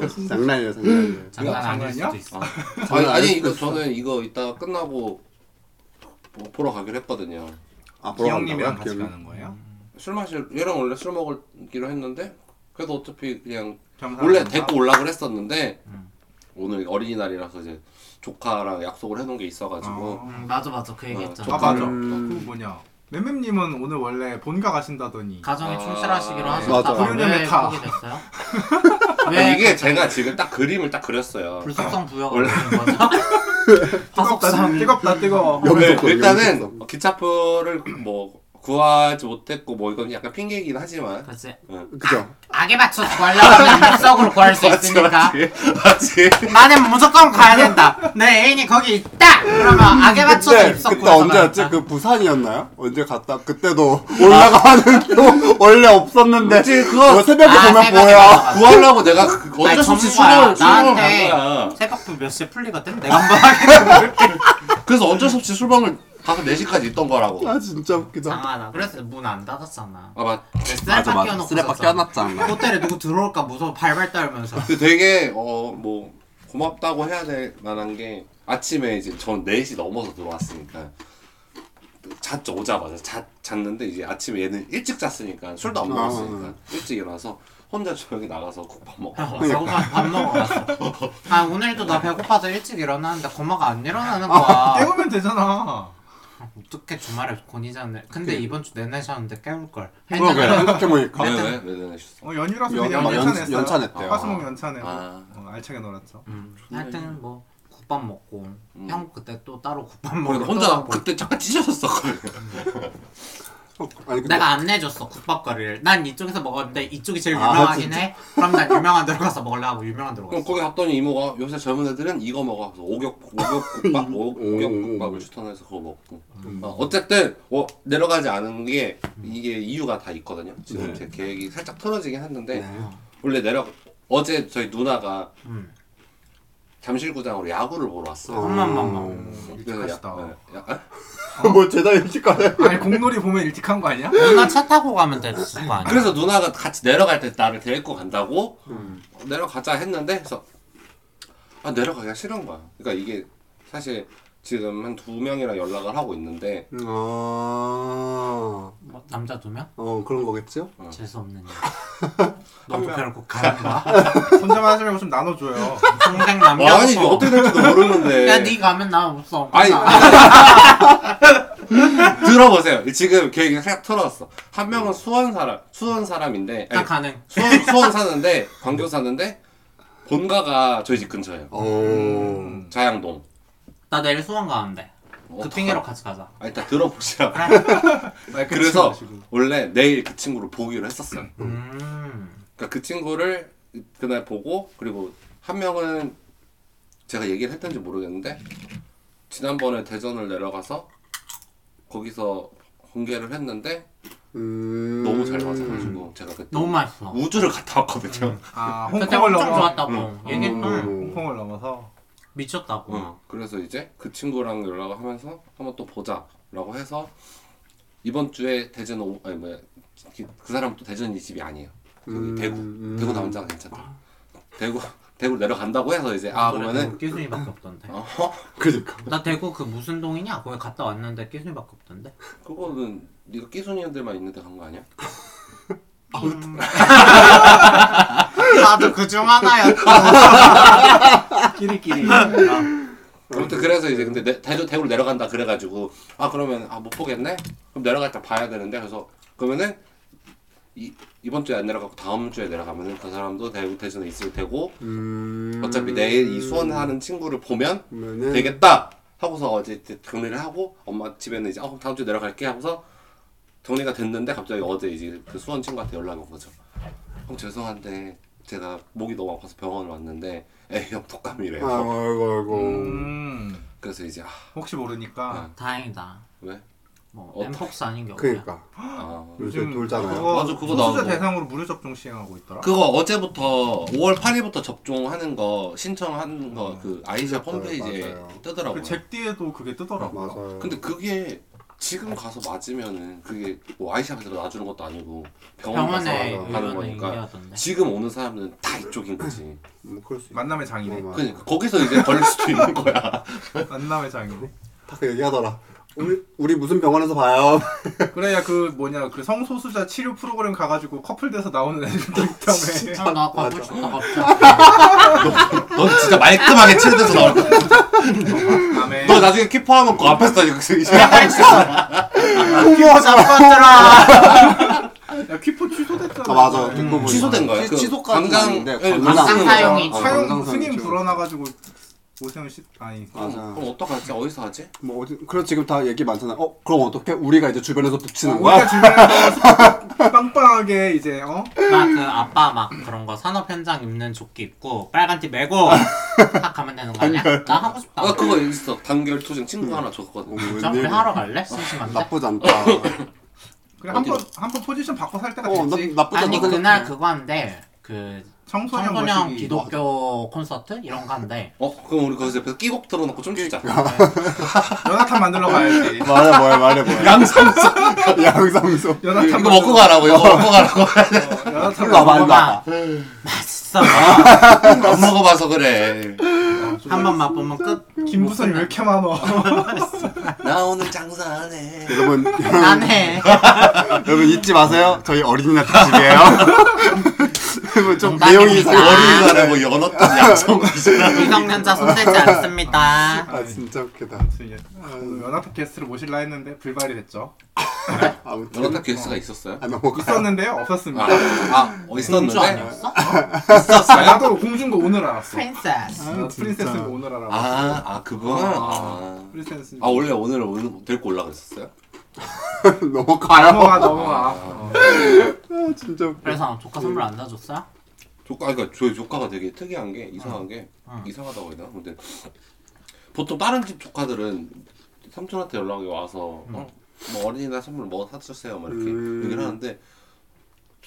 Speaker 4: 네, 장난이에요, 장난이에요.
Speaker 1: 장난 아닐
Speaker 3: 장난이야?
Speaker 1: 수도 있어.
Speaker 2: 아니, 아니 이거 저는 이거 이따 끝나고 뭐 보러 가기로 했거든요.
Speaker 4: 아, 보러
Speaker 3: 기영님이랑
Speaker 4: 간다고요?
Speaker 3: 같이
Speaker 4: 기영님.
Speaker 3: 가는 거예요?
Speaker 2: 술 마실 얘랑 원래 술 먹기로 했는데 그래도 어차피 그냥
Speaker 3: 겸사겸사?
Speaker 2: 음.
Speaker 3: 어.
Speaker 2: 원래 데리고 올라고 했었는데
Speaker 3: 음.
Speaker 2: 오늘 어린이날이라서 이제 조카랑 약속을 해놓은 게 있어가지고
Speaker 3: 아.
Speaker 1: 음, 맞아 맞아 그 얘기
Speaker 2: 어,
Speaker 1: 했잖아.
Speaker 3: 아 맞아.
Speaker 4: 음.
Speaker 3: 그 뭐냐. 맴맴님은 오늘 원래 본가 가신다더니
Speaker 1: 가정에
Speaker 2: 아,
Speaker 1: 충실하시기로
Speaker 4: 네, 맞아.
Speaker 1: 하셨다가 왜
Speaker 3: 불륜의 메타.
Speaker 1: 그게 됐어요?
Speaker 2: 아니,
Speaker 1: 왜
Speaker 2: 이게
Speaker 1: 이게
Speaker 2: 제가 지금 딱 그림을 딱 그렸어요.
Speaker 1: 불속성 부여가
Speaker 2: 원래-
Speaker 1: 되는 거죠?
Speaker 3: 뜨겁다
Speaker 1: 화속성
Speaker 3: 뜨겁다 뜨거워.
Speaker 4: 여기서
Speaker 2: 네,
Speaker 4: 또
Speaker 2: 일단은
Speaker 4: 여기서.
Speaker 2: 기차표를 뭐 구하지 못했고 뭐 이건 약간 핑계이긴 하지만
Speaker 1: 그렇지.
Speaker 4: 그죠?
Speaker 1: 악에 맞춰 구하려고 하면 물속으로 구할 수 있으니까
Speaker 2: 맞지 맞지
Speaker 1: 나는 무조건 가야 된다. 내 애인이 거기 있다. 그러면 악에 맞춰서
Speaker 4: 네, 그때
Speaker 1: 입석
Speaker 4: 그때 언제였지? 그 부산이었나요? 언제 갔다? 그때도 올라가는 길 원래 없었는데.
Speaker 2: 그치, 그거-
Speaker 4: 아. 뭐 새벽에
Speaker 1: 아,
Speaker 4: 보면
Speaker 1: 새벽에
Speaker 4: 뭐야?
Speaker 1: 맞아.
Speaker 2: 구하려고 내가 그- 어쩔
Speaker 1: 아니,
Speaker 2: 수 없이
Speaker 1: 전문가야.
Speaker 2: 수능을 수능을 간
Speaker 1: 나한테.
Speaker 4: 그
Speaker 1: 아,
Speaker 2: 거야.
Speaker 1: 새벽부 몇 시에 풀리거든? 내가 한번 하겠다.
Speaker 2: 그래서 어쩔 수 없이 술방을 가서 4시까지 있던 거라고.
Speaker 4: 아 진짜 웃기다.
Speaker 1: 장난아. 그래서 문 안 닫았잖아.
Speaker 2: 아, 맞.
Speaker 4: 맞아,
Speaker 1: 쓰레빠
Speaker 4: 맞아.
Speaker 1: 끼워놓고
Speaker 4: 쓰레빠
Speaker 1: 있었잖아.
Speaker 4: 껴놨잖아.
Speaker 1: 호텔에 누구 들어올까 무서워 발발 떨면서.
Speaker 2: 근데 되게, 어, 뭐, 고맙다고 해야 될 만한 게 아침에 이제 전 4시 넘어서 들어왔으니까. 잤죠, 오자마자. 자, 잤는데 이제 아침에 얘는 일찍 잤으니까 술도 안
Speaker 1: 아.
Speaker 2: 먹었으니까 일찍 일어나서 혼자 조용히 나가서 국밥 먹고.
Speaker 1: 형, 배고파서 아, 밥 먹으러 갔어. 아 오늘도 나 배고파서 일찍 일어났는데 고마가 안 일어나는 거야.
Speaker 3: 깨우면 되잖아.
Speaker 1: 어떻게 주말에 권이잖아. 근데 이번 주 내내 자는데 깨울 걸.
Speaker 4: 그러게 생각해보니까.
Speaker 2: 왜, 왜, 왜 내셨어?
Speaker 3: 어 연휴라서
Speaker 4: 연-
Speaker 3: 그냥
Speaker 4: 막 연-
Speaker 3: 연차냈어요.
Speaker 4: 연차냈대요.
Speaker 3: 화수목 연차내고
Speaker 2: 아.
Speaker 3: 어, 알차게 놀았죠.
Speaker 1: 음, 하여튼 뭐 국밥 먹고 형뭐 그때 또 따로 국밥
Speaker 2: 어,
Speaker 1: 먹고
Speaker 2: 혼자 그때 잠깐 찢어졌어.
Speaker 4: 아니 근데
Speaker 1: 내가 안내줬어 국밥거리를. 난 이쪽에서 먹었는데 이쪽이 제일
Speaker 4: 아,
Speaker 1: 유명하긴
Speaker 4: 진짜?
Speaker 1: 해. 그럼 난 유명한 데로 가서 먹으려고 유명한 데로
Speaker 2: 그럼
Speaker 1: 갔어.
Speaker 2: 거기 갔더니 이모가 요새 젊은 애들은 이거 먹어. 그래서 오격
Speaker 4: 음.
Speaker 2: 오격국밥 오격국밥을 추천해서 그거 먹고. 어, 어쨌든 어, 내려가지 않은 게 이게 이유가 다 있거든요. 지금
Speaker 4: 네.
Speaker 2: 제 계획이 살짝 틀어지긴 했는데
Speaker 4: 네.
Speaker 2: 원래 내려 어제 저희 누나가
Speaker 1: 음.
Speaker 2: 잠실구장으로 야구를 보러 왔어요.
Speaker 4: 어.
Speaker 1: 엄마엄마
Speaker 2: 그래서 야-
Speaker 3: 일찍하시다.
Speaker 2: 네, 야- 아?
Speaker 4: 뭐 제자 일찍 가네.
Speaker 3: 아니 공놀이 보면 일찍한 거 아니야?
Speaker 1: 누나 차 타고 가면 됐을 거 아니야.
Speaker 2: 그래서 누나가 같이 내려갈 때 나를 데리고 간다고
Speaker 4: 음.
Speaker 2: 어, 내려가자 했는데 그래서 아 내려가기가 싫은 거야. 그러니까 이게 사실 지금 한 두 명이랑 연락을 하고 있는데
Speaker 4: 아,
Speaker 1: 뭐, 남자 두 명?
Speaker 4: 어 그런 거겠죠?
Speaker 2: 어.
Speaker 1: 재수 없는 일. 너도 배놓고 가는 거야?
Speaker 3: 혼자만 하지 말고 좀 나눠줘요.
Speaker 1: 동생 남녀.
Speaker 2: 아, 아니 이게
Speaker 1: 없어.
Speaker 2: 어떻게 될지도 모르는데.
Speaker 1: 야, 네 가면 나 없어.
Speaker 2: 아니
Speaker 1: 나.
Speaker 2: 들어보세요. 지금 계획이 싹 틀어졌어. 한 명은 수원 사람, 수원 사람인데
Speaker 1: 나
Speaker 2: 아니,
Speaker 1: 음. 가능.
Speaker 2: 수원 수원 사는데 광교 사는데 본가가 저희 집 근처예요.
Speaker 4: 어.
Speaker 2: 자양동.
Speaker 1: 나 내일 수원 가는데. 음. 그
Speaker 2: 어,
Speaker 1: 핑계로 같이 가자.
Speaker 2: 아, 일단 들어보시라.
Speaker 3: 마이크
Speaker 2: 그래서
Speaker 3: 치고.
Speaker 2: 원래 내일 그 친구를 보기로 했었어요.
Speaker 1: 음.
Speaker 2: 그러니까 그 친구를 그날 보고 그리고 한 명은 제가 얘기를 했던지 모르겠는데 지난번에 대전을 내려가서 거기서 공개를 했는데
Speaker 4: 음.
Speaker 2: 너무 잘 맞아가지고 제가 그때
Speaker 1: 너무 맛있어.
Speaker 2: 우주를 갔다 왔거든요.
Speaker 3: 아
Speaker 1: 그때
Speaker 3: 홍콩을
Speaker 1: 엄청
Speaker 3: 넘어
Speaker 1: 좋았다고. 얘네
Speaker 4: 음.
Speaker 1: 응.
Speaker 3: 홍콩을 넘어서
Speaker 1: 미쳤다고.
Speaker 2: 어, 그래서 이제 그 친구랑 연락을 하면서 한번 또 보자라고 해서 이번 주에 대전 오 아니 뭐야 그- 그 사람 또 대전이 집이 아니에요. 저기
Speaker 4: 음,
Speaker 2: 그 대구
Speaker 4: 음.
Speaker 2: 대구 남자가 괜찮다. 대구 대구 내려간다고 해서 이제 아 그러면은
Speaker 1: 끼순이밖에 없던데.
Speaker 2: 어
Speaker 4: 그니까.
Speaker 1: 나 대구 그 무슨 동이냐? 거기 갔다 왔는데 끼순이밖에 없던데.
Speaker 2: 그거는 네가 끼순이들만 있는데 간 거 아니야?
Speaker 1: 나도 그 중 하나였다.
Speaker 3: 끼리끼리
Speaker 2: 아무튼 그래서 이제 근데 내, 대전 대구로 내려간다 그래가지고 아 그러면 아 못 보겠네 그럼 내려갈 때 봐야 되는데 그래서 그러면은 이 이번 주에 안 내려가고 다음 주에 내려가면은 그 사람도 대구 대전에 있을 테고
Speaker 4: 음.
Speaker 2: 어차피 내일 이 수원 하는 친구를 보면
Speaker 4: 그러면은
Speaker 2: 되겠다 하고서 어제 이제 정리를 하고 엄마 집에는 이제 어 그럼 다음 주에 내려갈게 하고서 정리가 됐는데 갑자기 어제 이제 그 수원 친구한테 연락이 온 거죠. 형 죄송한데 제가 목이 너무 아파서 병원을 왔는데 에이 형 독감이래요.
Speaker 4: 아이고 아이고.
Speaker 3: 음,
Speaker 2: 그래서 이제 아
Speaker 3: 혹시
Speaker 1: 네.
Speaker 3: 모르니까
Speaker 1: 다행이다.
Speaker 2: 왜?
Speaker 1: 뭐
Speaker 2: 어떡해.
Speaker 1: 엠폭스 아닌 게 없냐.
Speaker 4: 그니까.
Speaker 2: 아
Speaker 4: 요새 돌잖아요.
Speaker 2: 맞아, 그거
Speaker 3: 소수자
Speaker 2: 나오고.
Speaker 3: 대상으로 무료 접종 시행하고 있더라.
Speaker 2: 그거 어제부터 5월 8일부터 접종하는 거 신청하는 거 그 아이시아
Speaker 4: 맞아요,
Speaker 2: 홈페이지에
Speaker 4: 맞아요.
Speaker 2: 뜨더라고요.
Speaker 3: 그 잭디에도 그게 뜨더라고. 요
Speaker 4: 맞아요.
Speaker 2: 근데 그게 지금 가서 맞으면은 그게 뭐 아이샵에서 놔주는 것도 아니고 병원
Speaker 1: 병원에
Speaker 2: 가서 하는
Speaker 1: 의료는
Speaker 2: 거니까
Speaker 1: 의미하던데.
Speaker 2: 지금 오는 사람들은 다 이쪽인 거지.
Speaker 4: 뭐 그럴 수 있.
Speaker 3: 만남의 장이네.
Speaker 4: 어,
Speaker 2: 그러니까 거기서 이제 걸릴 수도 있는 거야.
Speaker 3: 만남의 장이네.
Speaker 4: 딱그 얘기하더라. 우리
Speaker 2: 음.
Speaker 4: 우리 무슨 병원에서 봐요.
Speaker 3: 그래야 그 뭐냐 그 성소수자 치료 프로그램 가가지고 커플 돼서 나오는 애들도 있다며.
Speaker 1: 아, 나 가고
Speaker 4: 맞아.
Speaker 1: 싶다 갑자기.
Speaker 2: 넌 진짜 말끔하게 치료돼서 나올 거야.
Speaker 3: 다음에
Speaker 2: 너 나중에 키퍼하면 그 앞에서 이제 아, 그
Speaker 4: 부모
Speaker 3: 야 퀴포 취소됐잖아.
Speaker 4: 아 맞아.
Speaker 3: 음.
Speaker 4: 듣고 보니까.
Speaker 2: 취소된 거야. 그
Speaker 4: 취소까지는
Speaker 2: 관광-
Speaker 4: 아닌데
Speaker 2: 예,
Speaker 1: 관광 사용이
Speaker 4: 어,
Speaker 3: 사용
Speaker 4: 관광
Speaker 3: 승인
Speaker 4: 사용이죠.
Speaker 3: 불어나가지고 오세훈 씨 아니
Speaker 4: 맞아.
Speaker 2: 그럼 어떡하지? 어디서 하지?
Speaker 4: 뭐 어디 그럼 지금 다 얘기 많잖아. 어 그럼 어떻게 우리가 이제 주변에서 붙이는 거야?
Speaker 3: 우리가 주변에서 빵빵하게 이제 어
Speaker 1: 나그 아빠 막 그런 거 산업 현장 입는 조끼 입고 빨간 티 메고 딱 가면 되는 거 아니야? 나 하고 싶다.
Speaker 2: 나 그거 있어. 단결 투쟁 친구 하나 줬거든.
Speaker 1: 진짜 우리 하러 갈래? 심심한데.
Speaker 4: 어, 나쁘지 않다.
Speaker 3: 그래 한번 한 번 포지션 바꿔 살 때가
Speaker 4: 어 나,
Speaker 3: 됐지.
Speaker 4: 나쁘지
Speaker 1: 아니
Speaker 4: 않다.
Speaker 1: 그날 그거 한대. 그
Speaker 3: 청소년,
Speaker 1: 청소년
Speaker 3: 모시기.
Speaker 1: 기독교 콘서트 이런 거 한대.
Speaker 2: 어? 그럼 우리 거기서 옆에서 끼곡 틀어놓고 춤추자.
Speaker 3: 연하탄 만들러 가야지.
Speaker 4: 말해 뭐해 말해 뭐해.
Speaker 2: 양상수.
Speaker 4: 양상수.
Speaker 3: 연하탄
Speaker 2: 이거 먹고 가라고. 이거 먹고 가라고.
Speaker 3: 아, 만들어- 연하탄
Speaker 4: 일로 와봐 일로 와봐.
Speaker 1: 맛있어.
Speaker 2: 안 먹어봐서 그래.
Speaker 1: 한 번 맛보면 끝.
Speaker 3: 음. 김부선이 왜 이렇게 많어?
Speaker 2: 나 오늘 장사 안 해.
Speaker 4: 여러분
Speaker 1: 난 해.
Speaker 4: 여러분 잊지 마세요. 저희 어린이날 특집이에요. 여러분 좀 내용이
Speaker 1: 농담입니다.
Speaker 4: 이상해.
Speaker 2: 월요일날에 뭐 연어탕 양성이잖아.
Speaker 1: 미성년자 손대지 않습니다.
Speaker 4: 아 진짜 웃기다.
Speaker 3: 연하탄 게스트를 모실라 했는데 불발이 됐죠.
Speaker 4: 아무튼
Speaker 2: 연어탕 게스가 있었어요?
Speaker 4: 아 넘어가.
Speaker 3: 있었는데요?
Speaker 2: 아,
Speaker 3: 없었습니다.
Speaker 2: 아 어,
Speaker 1: 공주
Speaker 2: 있었는데?
Speaker 1: 아니었어?
Speaker 3: 아, 나도 공중거 오늘
Speaker 1: 아,
Speaker 3: 알았어.
Speaker 1: 프린세스.
Speaker 3: 나 프린세스
Speaker 4: 진짜.
Speaker 3: 오늘 알았어.
Speaker 2: 아, 아 그거? 아,
Speaker 3: 프린세스.
Speaker 4: 아,
Speaker 2: 아 원래 오늘 오늘 데리고 올라갔었어요?
Speaker 4: 넘어가요.
Speaker 3: 넘어가 넘어가. 어.
Speaker 4: 아, 진짜 웃겨.
Speaker 1: 그래서 조카 선물 안 사줬어요?
Speaker 2: 조카, 그러니까 저희 조카가 되게 특이한 게
Speaker 4: 어.
Speaker 2: 이상한 게
Speaker 1: 응.
Speaker 2: 이상하다고 해야 되나? 근데 보통 다른 집 조카들은 삼촌한테 연락이 와서 어? 뭐 어린이날 선물 뭐 사주세요 막 이렇게
Speaker 4: 음.
Speaker 2: 얘기를 하는데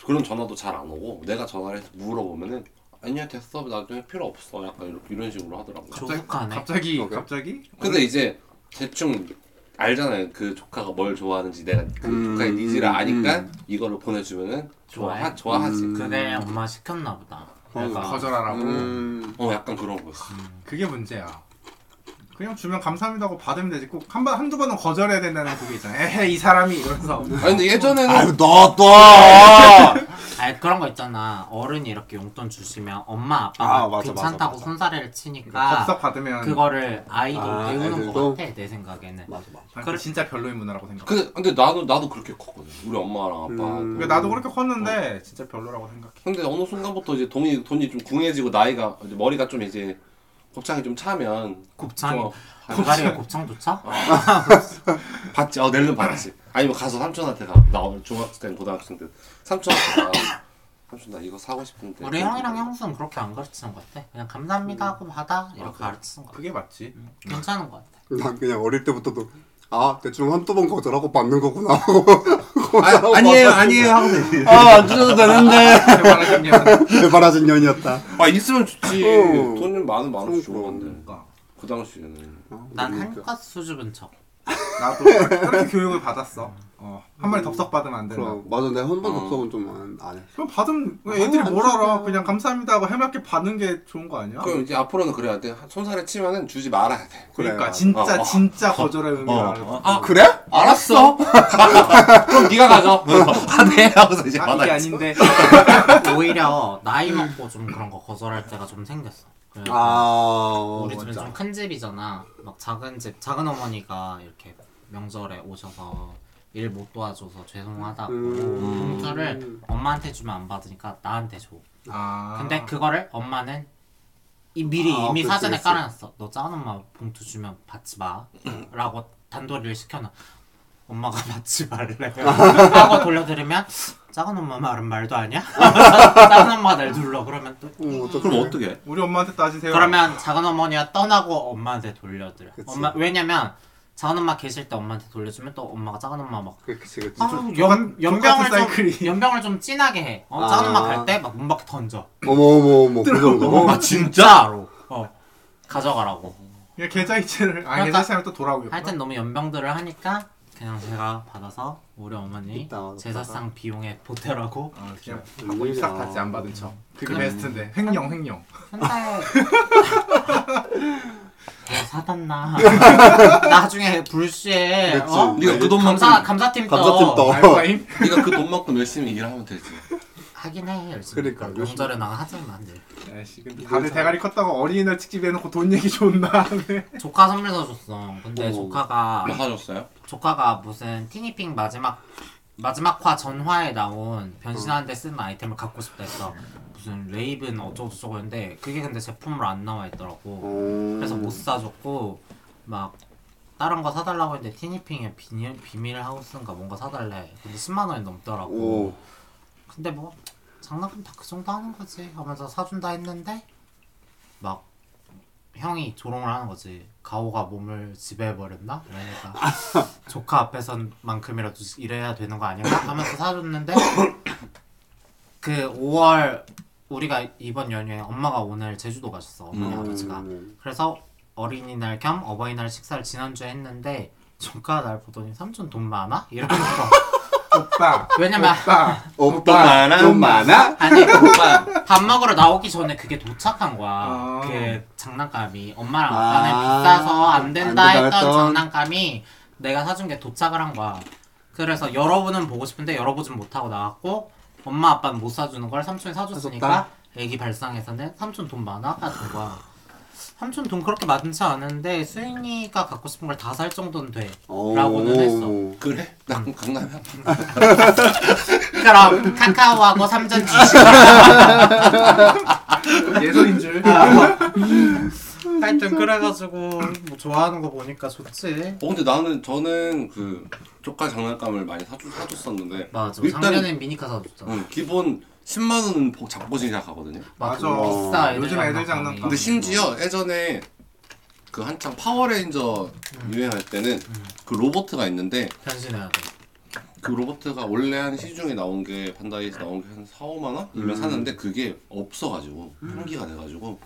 Speaker 2: 그런 전화도 잘 안 오고 내가 전화를 해서 물어보면은 아니야 됐어 나중에 필요 없어 약간 이렇게 이런 식으로 하더라고. 요
Speaker 3: 갑자기
Speaker 1: 조숙하네.
Speaker 3: 갑자기
Speaker 4: 오케이.
Speaker 3: 갑자기
Speaker 2: 근데 이제 대충 알잖아요 그 조카가 뭘 좋아하는지 내가 그
Speaker 4: 음.
Speaker 2: 조카의 니즈를 아니까
Speaker 4: 음.
Speaker 2: 이거를 보내주면은 좋아하
Speaker 1: 좋아해?
Speaker 2: 좋아하지.
Speaker 4: 음.
Speaker 1: 그대 엄마 시켰나 보다.
Speaker 3: 어,
Speaker 4: 아.
Speaker 3: 거절하라고.
Speaker 4: 음.
Speaker 2: 어 약간 그런 거였어.
Speaker 3: 그게 문제야. 그냥 주면 감사합니다고 받으면 되지. 꼭 한 번 한두 번은 거절해야 된다는 그게 있잖아. 에헤 이 사람이 이러면서.
Speaker 2: 아니 근데 예전에는
Speaker 4: 아유 너 또.
Speaker 1: 아니 그런 거 있잖아. 어른이 이렇게 용돈 주시면 엄마
Speaker 4: 아,
Speaker 1: 아빠가
Speaker 4: 맞아,
Speaker 1: 괜찮다고
Speaker 4: 맞아, 맞아.
Speaker 1: 손사래를
Speaker 3: 법석
Speaker 1: 치니까
Speaker 3: 받으면
Speaker 1: 그거를 아이도
Speaker 4: 아,
Speaker 1: 배우는
Speaker 4: 애들도?
Speaker 1: 것 같아 내 생각에는.
Speaker 4: 맞아 맞아.
Speaker 3: 아,
Speaker 1: 그래.
Speaker 3: 진짜 별로인 문화라고 생각.
Speaker 2: 그, 근데 근데 나도 나도 그렇게 컸거든. 우리 엄마랑 아빠.
Speaker 4: 음.
Speaker 3: 그러니까 나도 그렇게 컸는데
Speaker 2: 어.
Speaker 3: 진짜 별로라고 생각해.
Speaker 2: 근데 어느 순간부터 이제 돈이 돈이 좀 궁해지고 나이가 이제 머리가 좀 이제 곱창이 좀 차면
Speaker 1: 곱창이
Speaker 2: 좀
Speaker 1: 고가리에 곱창 좋죠?
Speaker 2: 받지. 어 낼름 받지. 아니면 가서 삼촌한테 가. 나 오늘 중학생 고등학생 때 삼촌한테 가. 삼촌 나 이거 사고 싶은데.
Speaker 1: 우리 형이랑 형수는 그렇게 안 가르치는 것 같아. 그냥 감사합니다 하고 받아 이렇게 가르치는 것 같아.
Speaker 3: 그게 맞지.
Speaker 2: 음.
Speaker 1: 괜찮은 것 같아.
Speaker 4: 난 그냥 어릴 때부터도 아 대충 한두 번 거절하고 받는 거구나 하고 거절하고 받았어.
Speaker 2: 아니에요 하고 내.
Speaker 4: 아안 주셔도 되는데
Speaker 3: 말하자면
Speaker 4: 대바라진 년이었다
Speaker 2: 아 있으면 좋지.
Speaker 4: 어.
Speaker 2: 돈이 많은 많은 주는
Speaker 4: 그럼.
Speaker 2: 건데. 그 당시에는
Speaker 4: 어,
Speaker 1: 난
Speaker 4: 그러니까.
Speaker 1: 한껏 수줍은 척.
Speaker 3: 나도 그렇게 교육을 받았어. 어, 한
Speaker 2: 음.
Speaker 3: 마리 덥석 받으면 안 된다.
Speaker 4: 그럼 맞아 내가 한번
Speaker 2: 어.
Speaker 4: 접속은 좀안 해.
Speaker 3: 그럼 받으면
Speaker 4: 아,
Speaker 3: 애들이
Speaker 4: 안
Speaker 3: 뭘 알아?
Speaker 4: 주잖아.
Speaker 3: 그냥 감사합니다 하고 해맑게 받는 게 좋은 거 아니야?
Speaker 2: 그러니까. 그럼 이제 앞으로는 그래야 돼. 손살에 치면은 주지 말아야 돼.
Speaker 3: 그러니까
Speaker 4: 그래.
Speaker 3: 진짜
Speaker 2: 어, 어.
Speaker 3: 진짜 거절의 의미를
Speaker 2: 어,
Speaker 3: 알아.
Speaker 2: 아,
Speaker 4: 그래?
Speaker 2: 알았어. 그럼 네가 가져. 아, 네. 하고서 이제
Speaker 3: 아, 이게
Speaker 2: 받아야지.
Speaker 3: 아닌데.
Speaker 1: 오히려 나이 먹고 좀 그런 거 거절할 때가 좀 생겼어. 그래서
Speaker 4: 아 어,
Speaker 1: 우리 집은
Speaker 4: 맞아.
Speaker 1: 좀 큰 집이잖아. 막 작은 집 작은 어머니가 이렇게 명절에 오셔서 일 못 도와줘서 죄송하다고
Speaker 4: 음.
Speaker 1: 봉투를 엄마한테 주면 안 받으니까 나한테 줘.
Speaker 3: 아.
Speaker 1: 근데 그거를 엄마는 이 미리
Speaker 4: 아,
Speaker 1: 이미
Speaker 4: 그치,
Speaker 1: 사전에
Speaker 4: 그치.
Speaker 1: 깔아놨어. 너 작은 엄마 봉투 주면 받지 마라고 단도리를 시켜놔. 엄마가 받지 말래 하고 돌려드리면 작은 엄마 말은 말도 아니야. 작은 엄마 날 눌러 그러면 또
Speaker 4: 어, 어떡해.
Speaker 2: 그럼 어떻게?
Speaker 3: 우리 엄마한테 따지세요.
Speaker 1: 그러면 작은 어머니가 떠나고 엄마한테 돌려드려.
Speaker 4: 그치.
Speaker 1: 엄마 왜냐면 작은 엄마 계실 때 엄마한테 돌려주면 또 엄마가 작은 엄마 막
Speaker 4: 그치 그치.
Speaker 1: 아, 연,
Speaker 3: 똑같-
Speaker 1: 연병을
Speaker 3: 똑같은
Speaker 1: 좀
Speaker 3: 사이클이.
Speaker 1: 연병을 좀 진하게 해. 어, 작은
Speaker 4: 아.
Speaker 1: 엄마 갈 때 막 문 밖에 던져.
Speaker 4: 어머 어머 어머 그 정도.
Speaker 1: 아 진짜로. 어 가져가라고.
Speaker 3: 그냥 계좌 이체를 아
Speaker 1: 그러니까-
Speaker 3: 계좌 이체하면 또 돌아오겠구나.
Speaker 1: 하여튼 너무 연병들을 하니까 그냥 제가 받아서 우리 어머니
Speaker 4: 이따 와서
Speaker 1: 제사상 비용에 보태라고.
Speaker 3: 아, 그냥
Speaker 4: 음,
Speaker 3: 받고 입싹 받지 안 받은 척. 그게 베스트인데 횡령 횡령.
Speaker 1: 근데 뭐 사뒀나? 나중에 불시에
Speaker 4: 그치.
Speaker 1: 어?
Speaker 2: 네가 그 돈만큼
Speaker 1: 감사 감사팀 떠.
Speaker 4: 감사팀 떠.
Speaker 3: 알바임?
Speaker 2: 네가 그 돈만큼 열심히 일을 하면 되지.
Speaker 1: 하긴 해 열심히.
Speaker 4: 그러니까,
Speaker 1: 명절에 나 하지만 늘.
Speaker 3: 아이씨 근데 다들 대가리 컸다고 어린이날 특집 해놓고 돈 얘기 좋나 하네.
Speaker 1: 조카 선물 사줬어. 근데
Speaker 4: 오.
Speaker 1: 조카가
Speaker 2: 뭐 사줬어요?
Speaker 1: 조카가 무슨 티니핑 마지막 마지막 화 전화에 나온 변신하는데 쓰는 아이템을 갖고 싶다 했어. 무슨 레이븐 어쩌고 저쩌고 했는데 그게 근데 제품으로 안 나와 있더라고. 그래서 못 사줬고 막 다른 거 사달라고 했는데 티니핑의 비닐 비밀 하우스인가 뭔가 사달래. 근데 10만 원이 넘더라고.
Speaker 4: 오.
Speaker 1: 근데 뭐 장난감 다 그 정도 하는 거지 하면서 사준다 했는데 막 형이 조롱을 하는 거지 가오가 몸을 지배해버렸나? 그러니까 조카 앞에서만큼이라도 이래야 되는 거 아닌가? 하면서 사줬는데 그 5월 우리가 이번 연휴에 엄마가 오늘 제주도 가셨어 어머니 아버지가
Speaker 4: 음.
Speaker 1: 그래서 어린이날 겸 어버이날 식사를 지난주에 했는데 조카 날 보더니 삼촌 돈 많아? 이러면서
Speaker 3: 오빠.
Speaker 1: 왜냐면
Speaker 3: 오빠.
Speaker 4: 오빠
Speaker 2: 많아?
Speaker 4: 돈 많아?
Speaker 1: 아니 오빠 밥 먹으러 나오기 전에 그게 도착한 거야
Speaker 3: 아.
Speaker 1: 그 장난감이 엄마랑
Speaker 4: 아.
Speaker 1: 아빠는 비싸서 안 된다
Speaker 4: 안 된다
Speaker 1: 했던,
Speaker 4: 했던.
Speaker 1: 장난감이 내가 사준 게 도착을 한 거야 그래서 열어보는 보고 싶은데 열어보진 못하고 나왔고 엄마 아빠는 못 사주는 걸 삼촌이 사줬으니까
Speaker 4: 사줬다.
Speaker 1: 애기 발상에서는 삼촌 돈 많아? 같은 거야 삼촌 돈 그렇게 많지 않은데 수인이가 갖고 싶은 걸 다 살 정도는 돼 라고는 아, 했어
Speaker 2: 그래? 나 그럼 강남에 한 번.
Speaker 1: 그럼 카카오하고 삼전 지식
Speaker 3: 예술인 줄.
Speaker 1: 할 어쨌든 그래가지고 뭐 좋아하는 거 보니까 좋지.
Speaker 2: 어 근데 나는 저는 그 쪽갈 장난감을 많이 사주, 사줬었는데
Speaker 1: 맞아.
Speaker 2: 일단-
Speaker 1: 작년엔 미니카 사줬잖아.
Speaker 2: 응, 기본 10만 원은 복- 잡고지 시작하거든요.
Speaker 1: 맞아.
Speaker 3: 맞아.
Speaker 1: 비싸.
Speaker 3: 요즘 애들 장난감.
Speaker 2: 근데 심지어 예전에 그 한창 파워레인저 유행할 때는 그 로버트가 있는데
Speaker 1: 변신해야 돼.
Speaker 2: 그 로버트가 원래 한 시중에 나온 게 판다이에서 나온 게 한 4, 5만 원이면
Speaker 4: 음.
Speaker 2: 샀는데 그게 없어가지고 품기가 돼가지고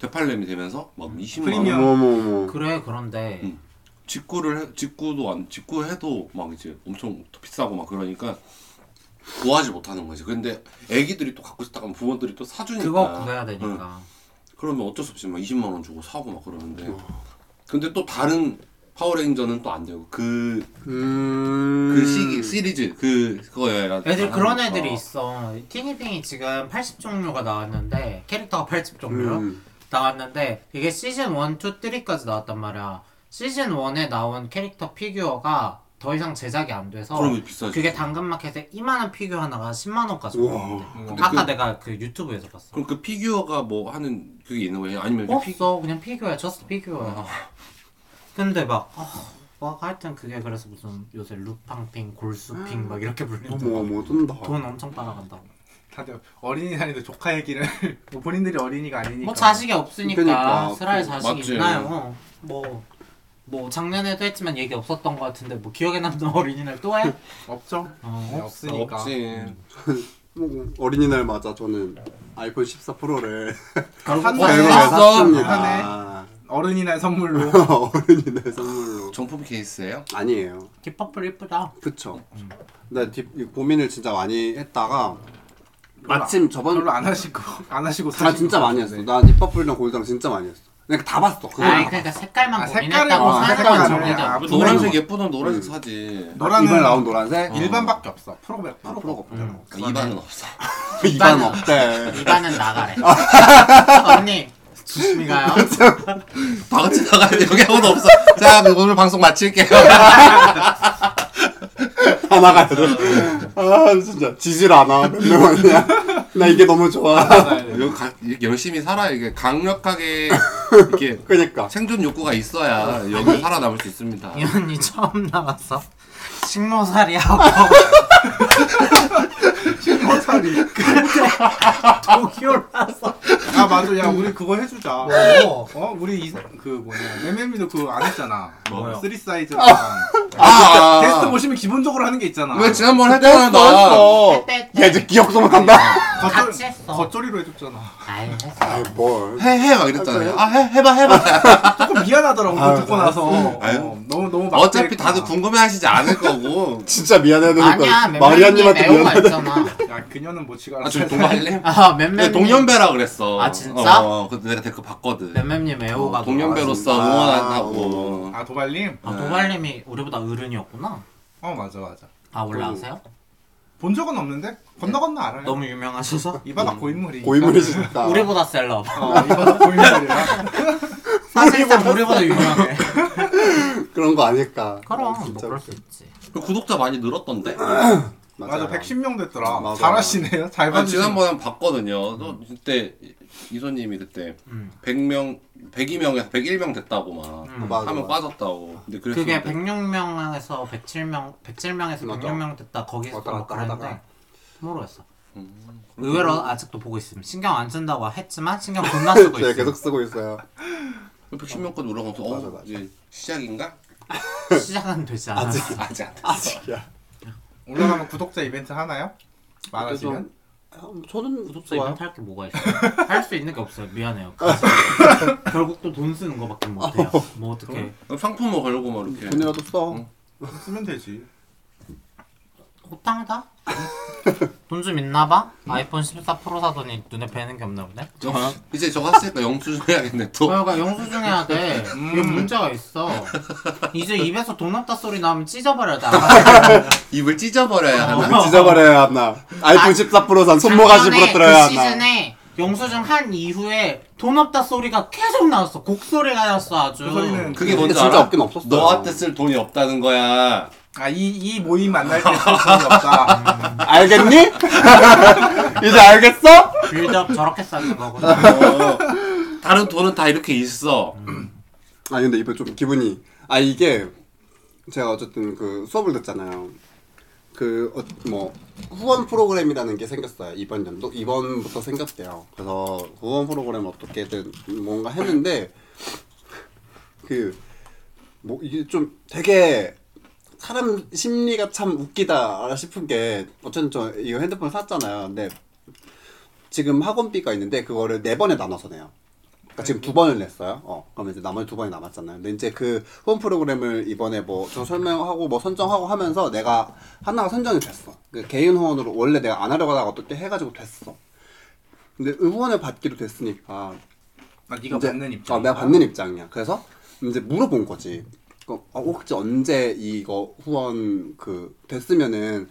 Speaker 2: 되팔렘이 되면서 막 20만 원
Speaker 3: 프리미엄.
Speaker 4: 어머 어머 어머.
Speaker 1: 그래 그런데
Speaker 2: 음. 직구를 해, 직구도 안 직구해도 막 이제 엄청 더 비싸고 막 그러니까 구하지 못하는 거지. 근데 애기들이 또 갖고 싶다 하면 부모들이 또 사주니까
Speaker 1: 그거 구해야 되니까.
Speaker 2: 그러면 어쩔 수 없이 막 20만 원 주고 사고 막 그러는데 근데 또 다른 파워레인저는 또 안 되고 그그 그
Speaker 4: 음.
Speaker 2: 시기 시리즈 그 그거야.
Speaker 1: 애들
Speaker 2: 그러니까.
Speaker 1: 그런 애들이 있어. 티니핑이 지금 80 종류가 나왔는데 캐릭터가 80 종류
Speaker 4: 음.
Speaker 1: 나왔는데 이게 시즌 1, 2, 3까지 나왔단 말이야. 시즌 1에 나온 캐릭터 피규어가 더 이상 제작이 안 돼서
Speaker 2: 그러면 비싸지.
Speaker 1: 그게 당근마켓에 이만한 피규어 하나가 10만 원까지
Speaker 4: 우와.
Speaker 1: 올랐는데
Speaker 2: 근데
Speaker 1: 아까
Speaker 2: 그-
Speaker 1: 내가 그 유튜브에서 봤어.
Speaker 2: 그럼 그 피규어가 뭐 하는 그게 있는 거예요? 아니면 이렇게 피-
Speaker 1: 없어 그냥 피규어야 저스트 피규어야 근데 막 어, 막 하여튼 그게 그래서 무슨 요새 루팡핑 골수핑 막 이렇게
Speaker 4: 어머
Speaker 1: 불리는
Speaker 4: 어머 뜬다.
Speaker 1: 돈 엄청 빨아간다고
Speaker 3: 다들 어린이날인데 조카 얘기를 뭐 본인들이 어린이가 아니니까
Speaker 1: 뭐 자식이 없으니까
Speaker 4: 그러니까.
Speaker 1: 슬할
Speaker 2: 그,
Speaker 1: 자식이
Speaker 2: 맞지.
Speaker 1: 있나요 뭐뭐 작년에도 했지만 얘기 없었던 것 같은데 뭐 기억에 남는 어린이날 또 해?
Speaker 3: 없죠?
Speaker 1: 어,
Speaker 3: 네,
Speaker 2: 아,
Speaker 3: 없으니까
Speaker 2: 없지.
Speaker 4: 뭐, 어머, 어린이날 맞아 저는 아이폰 14 프로를
Speaker 1: 결국
Speaker 3: 한
Speaker 4: 결국에
Speaker 3: 달
Speaker 1: 샀어?
Speaker 4: 샀습니다.
Speaker 3: 어른이날 선물로
Speaker 4: 어린이날 선물로.
Speaker 2: 정품 케이스예요?
Speaker 4: 아니에요.
Speaker 1: 깃퍼플 이쁘다
Speaker 4: 그쵸.
Speaker 1: 음.
Speaker 4: 근데 뒷- 이 고민을 진짜 많이 했다가 마침 저번
Speaker 3: 별로 안 하시고 안 하시고 네.
Speaker 4: 나
Speaker 3: 사신
Speaker 4: 진짜
Speaker 3: 것
Speaker 4: 많이 했어.
Speaker 3: 같은데.
Speaker 4: 난 힙합풀이랑 골드랑 진짜 많이 했어. 그냥 다 봤어. 그거
Speaker 1: 아니
Speaker 4: 다
Speaker 1: 그러니까 색깔만
Speaker 3: 아, 색깔을
Speaker 1: 고민했다고
Speaker 4: 아,
Speaker 1: 사는
Speaker 4: 색깔을 정해야
Speaker 1: 건 정리도
Speaker 3: 아,
Speaker 1: 안
Speaker 2: 그
Speaker 1: 돼.
Speaker 2: 노란색 예쁘면 노란색 사지.
Speaker 4: 봤어.
Speaker 3: 노란은
Speaker 4: 이번에 나온 노란색.
Speaker 3: 일반밖에 없어 프로가 프로
Speaker 4: 프로가 없잖아.
Speaker 2: 아, 이반은 없어.
Speaker 4: 이반 없대.
Speaker 1: 이반은 나가래 언니 조심히 가요
Speaker 2: 다 같이 나가야 돼. 여기 아무도 없어. 자, 그럼 오늘 방송 마칠게요.
Speaker 4: 다 나가야 돼. 아 진짜 지질 않아. 맨날 그냥 나 이게 너무 좋아.
Speaker 2: 이거 가- 이렇게 열심히 살아. 이게 강력하게 이렇게
Speaker 4: 그러니까.
Speaker 2: 생존 욕구가 있어야 여기 살아남을 수 있습니다.
Speaker 1: 이 언니 처음 나와서 식모살이 하고
Speaker 3: 식모살이
Speaker 1: 도쿄를 와서
Speaker 3: 아 맞아 야 우리 그거 해주자
Speaker 1: 뭐?
Speaker 3: 어 우리 이, 그 뭐냐 MM이도 그거 안 했잖아
Speaker 1: 뭐요?
Speaker 3: 쓰리 사이즈랑
Speaker 2: 아, 아,
Speaker 3: 게스트 보시면 기본적으로 하는 게 있잖아
Speaker 2: 왜 지난번 했잖아 나.
Speaker 4: 했어.
Speaker 1: 했대,
Speaker 4: 얘
Speaker 1: 했대.
Speaker 4: 이제 기억 소문한다.
Speaker 1: 같이 했어.
Speaker 3: 겉절이로 해줬잖아
Speaker 1: 아이
Speaker 4: 아 뭘.
Speaker 2: 해해막 이랬잖아요. 아 해 해봐 해봐.
Speaker 3: 조금 미안하더라고 그거 듣고 나서 어,
Speaker 2: 아유.
Speaker 3: 너무 너무 막
Speaker 2: 어차피
Speaker 3: 때렸구나.
Speaker 2: 다들 궁금해하시지 않을 거고.
Speaker 4: 진짜 미안해하니까
Speaker 1: 아니야 맴맴님
Speaker 4: 그러니까 마리아님한테
Speaker 1: 애호가
Speaker 4: 미안하다.
Speaker 1: 있잖아
Speaker 3: 야 그녀는 뭐 지가
Speaker 2: 아 저기 동아일래?
Speaker 1: 아
Speaker 2: 근데
Speaker 1: 맴맴님
Speaker 2: 네, 동년배라 그랬어.
Speaker 1: 아, 진짜?
Speaker 2: 어, 어, 그때 내가 댓글 봤거든.
Speaker 1: 맴맴님 애호가
Speaker 2: 어, 동년배로서
Speaker 4: 아,
Speaker 2: 응원한다고.
Speaker 3: 아 도발님?
Speaker 1: 아 도발님이 우리보다 어른이었구나
Speaker 3: 어 맞아 맞아
Speaker 1: 아 원래
Speaker 4: 음.
Speaker 1: 아세요?
Speaker 3: 본 적은 없는데 건너 건너 알아요
Speaker 1: 너무 유명하셔서
Speaker 3: 이 바닥 고인물이니까
Speaker 4: 고인물이 진짜.
Speaker 1: 우리보다 뭐 셀럽
Speaker 3: 어, 이 바닥 고인물이라
Speaker 1: 사실상 우리보다 유명해
Speaker 4: 뭐 그런 거 아닐까.
Speaker 1: 그럼 뭐
Speaker 4: 진짜.
Speaker 1: 그럴 수 있지
Speaker 2: 구독자 많이 늘었던데?
Speaker 3: 맞아 110명 됐더라
Speaker 4: 맞아.
Speaker 3: 잘하시네요 잘
Speaker 2: 아,
Speaker 3: 봐주시네
Speaker 2: 지난번에 음. 한번 봤거든요. 또 그때 이- 이소님이 그때
Speaker 1: 음.
Speaker 2: 100명, 102명에서 101명 됐다고 막
Speaker 1: 음.
Speaker 4: 맞아,
Speaker 2: 하면
Speaker 4: 맞아.
Speaker 2: 빠졌다고. 근데 그랬을
Speaker 1: 그게
Speaker 2: 때
Speaker 1: 106명에서 107명 107명에서
Speaker 4: 맞아.
Speaker 1: 106명 됐다 거기서
Speaker 4: 왔다
Speaker 1: 막
Speaker 4: 갔다
Speaker 1: 그랬는데
Speaker 4: 하다가.
Speaker 1: 모르겠어 의외로 아직도 보고 있음 신경 안 쓴다고 했지만 신경 겁나 쓰고
Speaker 4: 제가
Speaker 1: 있어
Speaker 4: 네, 계속 쓰고 있어요.
Speaker 2: 110명까지 올라가면서 어,
Speaker 4: 맞아, 맞아.
Speaker 2: 이제 시작인가?
Speaker 1: 시작은 되지 않았어
Speaker 2: 아직 안 됐어.
Speaker 4: 아직이야.
Speaker 3: 올라가면 구독자 이벤트 하나요? 많아지면?
Speaker 4: 저는
Speaker 1: 구독자 이벤트 할게 뭐가 있어 할 수 있는 게 없어요 미안해요 그래서 결국 또 돈 쓰는 거밖에 못해요 뭐 어떻게
Speaker 2: 상품 뭐 걸고 막 이렇게.
Speaker 4: 돈이라도 써.
Speaker 2: 응.
Speaker 3: 쓰면 되지
Speaker 1: 호탕이다 돈 좀 있나 봐
Speaker 4: 음.
Speaker 1: 아이폰 14 프로 사더니 눈에 뵈는 게 없나 보네
Speaker 4: 어. 아.
Speaker 2: 영- 이제 저거 했으니까 영수증 해야겠네 또.
Speaker 1: 그러니까 영수증해야 돼
Speaker 4: 음.
Speaker 1: 이게 문제가 있어 이제 입에서 돈 없다 소리 나오면 찢어버려야 돼
Speaker 2: 입을 찢어버려야 하나.
Speaker 4: 아. 찢어버려야 하나. 아이폰 14 프로 산 손모가지
Speaker 1: 작년에
Speaker 4: 부러뜨려야
Speaker 1: 그
Speaker 4: 하나.
Speaker 1: 시즌에 영수증 한 이후에 돈 없다 소리가 계속 나왔어. 곡소리가 났어 아주.
Speaker 3: 그 소리는
Speaker 2: 그게
Speaker 4: 근데
Speaker 2: 뭔지
Speaker 4: 진짜
Speaker 2: 알아?
Speaker 4: 없긴 없었어요.
Speaker 2: 너한테 쓸 돈이 없다는 거야.
Speaker 3: 아이 이 모임 만날 때 쓸 돈이 없다
Speaker 4: 알겠니? 이제 알겠어?
Speaker 1: 빌드업 저렇게 쌓는 거구나.
Speaker 2: 어, 다른 돈은 다 이렇게 있어.
Speaker 4: 아니 근데 이번 좀 기분이 아 이게 제가 어쨌든 그 수업을 듣잖아요. 그 뭐 후원 프로그램이라는 게 생겼어요 이번 년도 이번부터 생겼대요. 그래서 후원 프로그램 어떻게든 뭔가 했는데 그 뭐 이게 좀 되게 사람 심리가 참 웃기다 싶은 게 어쨌든 저 이거 핸드폰 샀잖아요. 근데 지금 학원비가 있는데 그거를 네 번에 나눠서 내요. 그러니까 지금 두 번을 냈어요. 어, 그러면 이제 나머지 두 번이 남았잖아요. 근데 이제 그 후원 프로그램을 이번에 뭐 저 설명하고 뭐 선정하고 하면서 내가 하나가 선정이 됐어. 그 개인 후원으로 원래 내가 안 하려고 하다가 어떻게 해가지고 됐어. 근데 후원을 받기로 됐으니까
Speaker 3: 아, 네가
Speaker 4: 이제-
Speaker 3: 받는 입장.
Speaker 4: 어, 내가 받는 입장이야. 그래서 이제 물어본 거지. 그, 어, 혹시 언제 이거 후원 그 됐으면은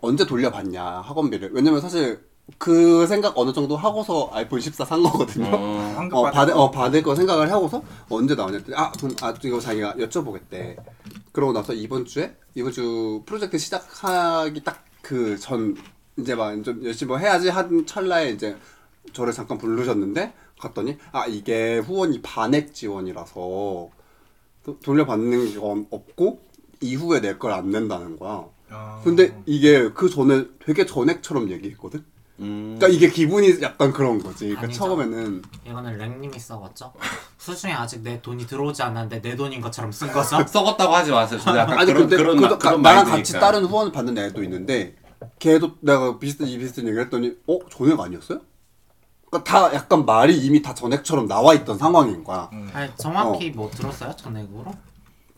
Speaker 4: 언제 돌려받냐 학원비를. 왜냐면 사실 그 생각 어느 정도 하고서 아이폰 14 산 거거든요.
Speaker 2: 어.
Speaker 3: 환급
Speaker 4: 어, 받을,
Speaker 3: 받을
Speaker 4: 어, 받을 거 생각을 하고서 언제 나오냐 했더니 아, 그럼 아, 이거 자기가 여쭤보겠대. 그러고 나서 이번 주에 이번 주 프로젝트 시작하기 딱 그 전 이제 막 좀 열심히 뭐 해야지 한 찰나에 이제 저를 잠깐 부르셨는데 갔더니 아 이게 후원이 반액 지원이라서 도- 돌려받는 건 없고 이후에 낼 걸 안 낸다는 거야.
Speaker 3: 어.
Speaker 4: 근데 이게 그 전에 되게 전액처럼 얘기했거든.
Speaker 2: 음.
Speaker 4: 그러니까 이게 기분이 약간 그런 거지. 그러니까
Speaker 1: 아니죠.
Speaker 4: 처음에는
Speaker 1: 이거는 랭님이 써봤죠? 수중에 아직 내 돈이 들어오지 않았는데 내 돈인 것처럼 쓴 거죠?
Speaker 2: 썩었다고 하지 마세요. 저도 약간
Speaker 4: 아니
Speaker 2: 그런
Speaker 4: 근데
Speaker 2: 그런
Speaker 4: 그저
Speaker 2: 그
Speaker 4: 가-
Speaker 2: 그런
Speaker 4: 나랑
Speaker 2: 마인드니까.
Speaker 4: 같이 다른 후원을 받는 애도 있는데 걔도 내가 비슷한 이 비슷한 얘기를 했더니 어 전액 아니었어요? 그러니까 다 약간 말이 이미 다 전액처럼 나와 있던 상황인 거야.
Speaker 2: 음.
Speaker 1: 아니 정확히 뭐 들었어요? 전액으로?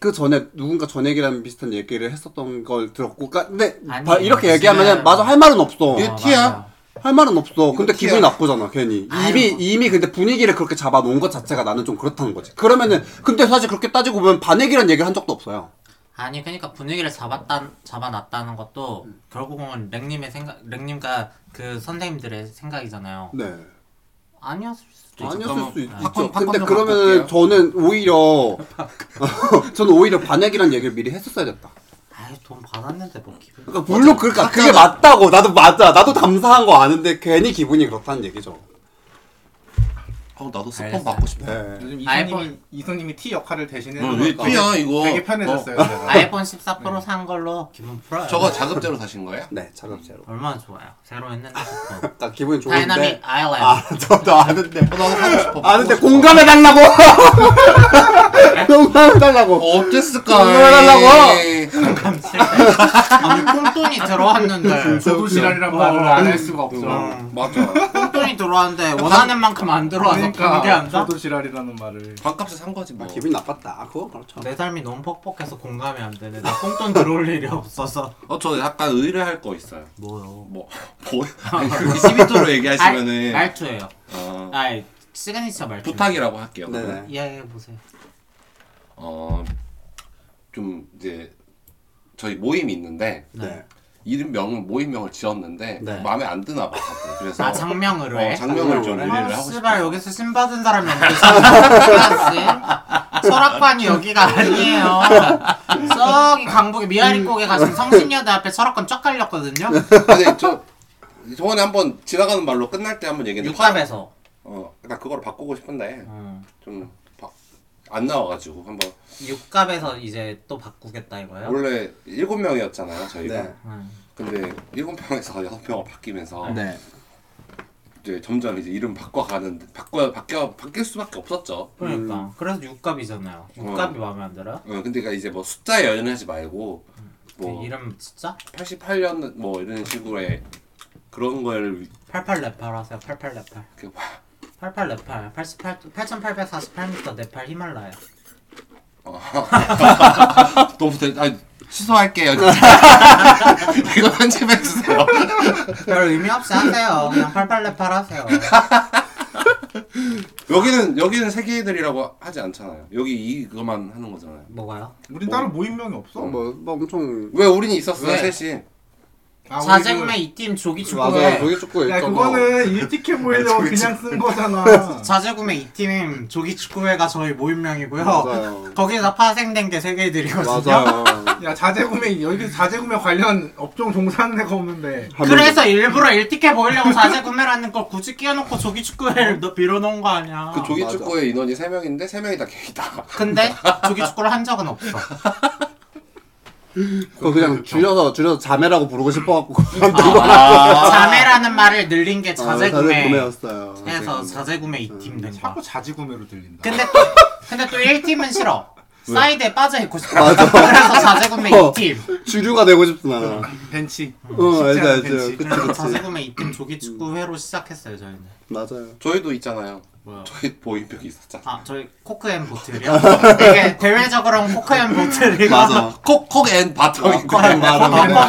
Speaker 4: 그 전에 누군가 전액이라는 비슷한 얘기를 했었던 걸 들었고, 그러니까 근데
Speaker 1: 아니,
Speaker 4: 바- 이렇게
Speaker 1: 무슨-
Speaker 4: 얘기하면은 맞아 할 말은 없어.
Speaker 2: 이게 티야?
Speaker 1: 맞아요.
Speaker 4: 할 말은 없어. 근데
Speaker 2: 티야.
Speaker 4: 기분이 나쁘잖아, 괜히. 이미
Speaker 1: 아유.
Speaker 4: 이미 근데 분위기를 그렇게 잡아놓은 것 자체가 나는 좀 그렇다는 거지. 그러면은 근데 사실 그렇게 따지고 보면 반액이라는 얘기를 한 적도 없어요.
Speaker 1: 아니 그러니까 분위기를 잡았다 잡아놨다는 것도
Speaker 4: 음.
Speaker 1: 결국은 랭님의 생각 랭님과 그 선생님들의 생각이잖아요.
Speaker 4: 네.
Speaker 1: 아니었을 수도 있죠.
Speaker 4: 아니었을 수 있죠.
Speaker 2: 팝콘, 팝콘
Speaker 4: 근데
Speaker 2: 좀
Speaker 4: 그러면
Speaker 2: 바꿀게요.
Speaker 4: 저는 오히려 저는 오히려 반액이라는 얘기를 미리 했었어야 됐다.
Speaker 1: 아유 돈 받았는데 뭐 기분.
Speaker 4: 그러니까 물론 그러니까 그게 맞다고 나도 맞아. 나도 감사한 거 아는데 괜히 기분이 그렇다는 얘기죠.
Speaker 2: 어, 나도 스폰
Speaker 1: 알겠어요.
Speaker 2: 받고 싶다.
Speaker 4: 네.
Speaker 3: 요즘 이소님이
Speaker 1: 아이폰. 뭐-
Speaker 3: 이소님이 T 역할을 대신해.
Speaker 2: 어, 왜 뛰야 이거?
Speaker 3: 그러니까 되게 편해졌어요.
Speaker 2: 어.
Speaker 3: 제가.
Speaker 1: 아이폰 14
Speaker 4: 음.
Speaker 1: 프로 산 걸로 기분 풀어요.
Speaker 2: 저거 자급제로 사신 거예요?
Speaker 4: 네, 자급제로.
Speaker 1: 얼마나 좋아요. 새로 했는데 좋고.
Speaker 4: 나 기분이 좋은데
Speaker 1: 다이나믹 아일랜드.
Speaker 4: 아 저도 아는데
Speaker 2: 어, 나도 사고 싶어.
Speaker 4: 아는데
Speaker 2: 받고 싶어.
Speaker 4: 공감해 달라고 공감해 달라고
Speaker 2: 어, 어땠을까?
Speaker 4: 공감해달라고?
Speaker 1: 아니 꽁돈이 들어왔는데.
Speaker 3: 저도 지랄이란 말을 안 할 수가 없죠.
Speaker 2: 어.
Speaker 1: 음,
Speaker 2: 맞아.
Speaker 1: 꽁돈이 들어왔는데 원하는 만큼 안 들어와서 그게
Speaker 3: 그러니까
Speaker 1: 안 나.
Speaker 3: 저도 지랄이라는 말을.
Speaker 2: 반값에 산 거지 뭐.
Speaker 4: 아, 기분이 나빴다. 아, 그건 그렇죠.
Speaker 3: 네.
Speaker 1: 내 삶이 너무 퍽퍽해서 공감이 안 되네. 나 꽁돈 들어올 일이 없어서.
Speaker 2: 어, 저 약간 의뢰할 거 있어요.
Speaker 1: 뭐요?
Speaker 2: 뭐, 뭐, 아니, 그렇게 12도로 얘기하시면은,
Speaker 1: 아, 말투예요.
Speaker 2: 어,
Speaker 1: 아이 시그니처 말투.
Speaker 2: 부탁이라고 할게요.
Speaker 4: 네네.
Speaker 1: 이야기해 보세요.
Speaker 2: 어, 좀 이제, 저희 모임이 있는데,
Speaker 4: 네.
Speaker 2: 이름명, 모임명을 지었는데,
Speaker 1: 네.
Speaker 2: 마음에 안 드나 봐. 다들. 그래서,
Speaker 1: 아 장명으로 해.
Speaker 2: 어, 장명을 좀
Speaker 4: 장명으로
Speaker 2: 의뢰를
Speaker 1: 아,
Speaker 2: 하고 싶어.
Speaker 1: 씨발 여기서 신 받은 사람이 어디지? 철학관이 여기가 아니에요. 저기 강북의 미아리곡에 가시면 성신여대 앞에 철학관 쫙 깔렸거든요.
Speaker 2: 근데 저, 저번에 한번 지나가는 말로 끝날 때 한번 얘기했는데,
Speaker 1: 육답에서.
Speaker 2: 어, 나 그걸 바꾸고 싶은데
Speaker 1: 음.
Speaker 2: 좀 안 나와가지고 한번
Speaker 1: 육갑에서 이제 또 바꾸겠다 이거예요.
Speaker 2: 원래 일곱 명이었잖아요 저희가
Speaker 4: 네.
Speaker 1: 음.
Speaker 2: 근데 일곱 명에서 여섯 명으로 바뀌면서
Speaker 4: 네.
Speaker 2: 이제 점점 이제 이름 바꿔가는 바꿔 바뀌어 바뀔 수밖에 없었죠.
Speaker 1: 그러니까 그래서 육갑이잖아요. 육갑이 마음에 안 들어요?
Speaker 2: 어, 근데 그러니까 이제 뭐 숫자에 연연하지 말고
Speaker 1: 그
Speaker 2: 뭐
Speaker 1: 이름 진짜?
Speaker 2: 88년 뭐 이런 식으로의 그런 걸 위-
Speaker 1: 88네팔 하세요. 88네팔.
Speaker 2: 이렇게 막
Speaker 1: 88네팔. 88 8,848m 네팔 히말라야.
Speaker 2: 너무 대, 아 취소할게요. 이거 편집해 주세요.
Speaker 1: 별 의미 없이 하세요. 그냥 88네팔 하세요.
Speaker 2: 여기는 여기는 세계들이라고 하지 않잖아요. 여기 이거만 하는 거잖아요.
Speaker 1: 뭐가요?
Speaker 3: 우린 따로 모임명이 없어.
Speaker 4: 뭐, 뭐 엄청
Speaker 2: 왜 우린 있었어요
Speaker 1: 왜?
Speaker 2: 셋이?
Speaker 3: 아, 우리
Speaker 1: 자쟁매 이팀 조기
Speaker 4: 맞아.
Speaker 1: 축구에
Speaker 4: 저기 축구에
Speaker 3: 야
Speaker 4: 있던
Speaker 3: 그거는 일찍해 보이려고
Speaker 2: 저기
Speaker 3: 그냥 쓴 거잖아.
Speaker 1: 자제구매 이팀 조기 축구회가 저희 모임명이고요.
Speaker 4: 맞아요.
Speaker 1: 거기서 파생된 게 세 개들이거든요.
Speaker 4: 맞아요.
Speaker 3: 야 자재 구매 여기서 자재 구매 관련 업종 종사하는 애가 없는데
Speaker 4: 한
Speaker 1: 그래서 일부러 일찍해 보이려고 자세 구매라는 걸 굳이 끼워놓고 조기 축구회를 넣- 빌어놓은 거 아니야.
Speaker 2: 그 조기
Speaker 4: 맞아.
Speaker 2: 축구의 인원이 3명인데 3명이 다 게이다.
Speaker 1: 근데 조기 축구를 한 적은 없어.
Speaker 4: 그거 그냥 줄여서 줄여서 자매라고 부르고 싶어갖고 그런 거
Speaker 1: 아, 자매라는 말을 늘린 게 자재 구매.
Speaker 4: 구매였어요.
Speaker 1: 그래서 자재 구매 2팀 된 거야.
Speaker 3: 자꾸 자재 구매로 들린다.
Speaker 1: 근데 또 근데 또 1팀은 싫어. 사이드에 빠져 있고 싶어. 그래서 자재 구매
Speaker 4: 어.
Speaker 1: 2팀.
Speaker 4: 주류가 되고 싶구나.
Speaker 3: 벤치.
Speaker 4: 어,
Speaker 3: 쉽지
Speaker 4: 알지
Speaker 3: 않은
Speaker 4: 알지.
Speaker 3: 벤치. 아,
Speaker 4: 그치 그치.
Speaker 1: 자세 구매 2팀 조기 축구회로 시작했어요 저희는.
Speaker 4: 맞아요.
Speaker 2: 저희도 있잖아요.
Speaker 1: 뭐야?
Speaker 2: 저희 보인벽이 있었잖아.
Speaker 1: 아 저희 코크앤 보틀이요. 이게 대외적으로는 어, 코크앤 보틀이고
Speaker 2: 어, 콕콕 앤 바텀이
Speaker 1: 코크앤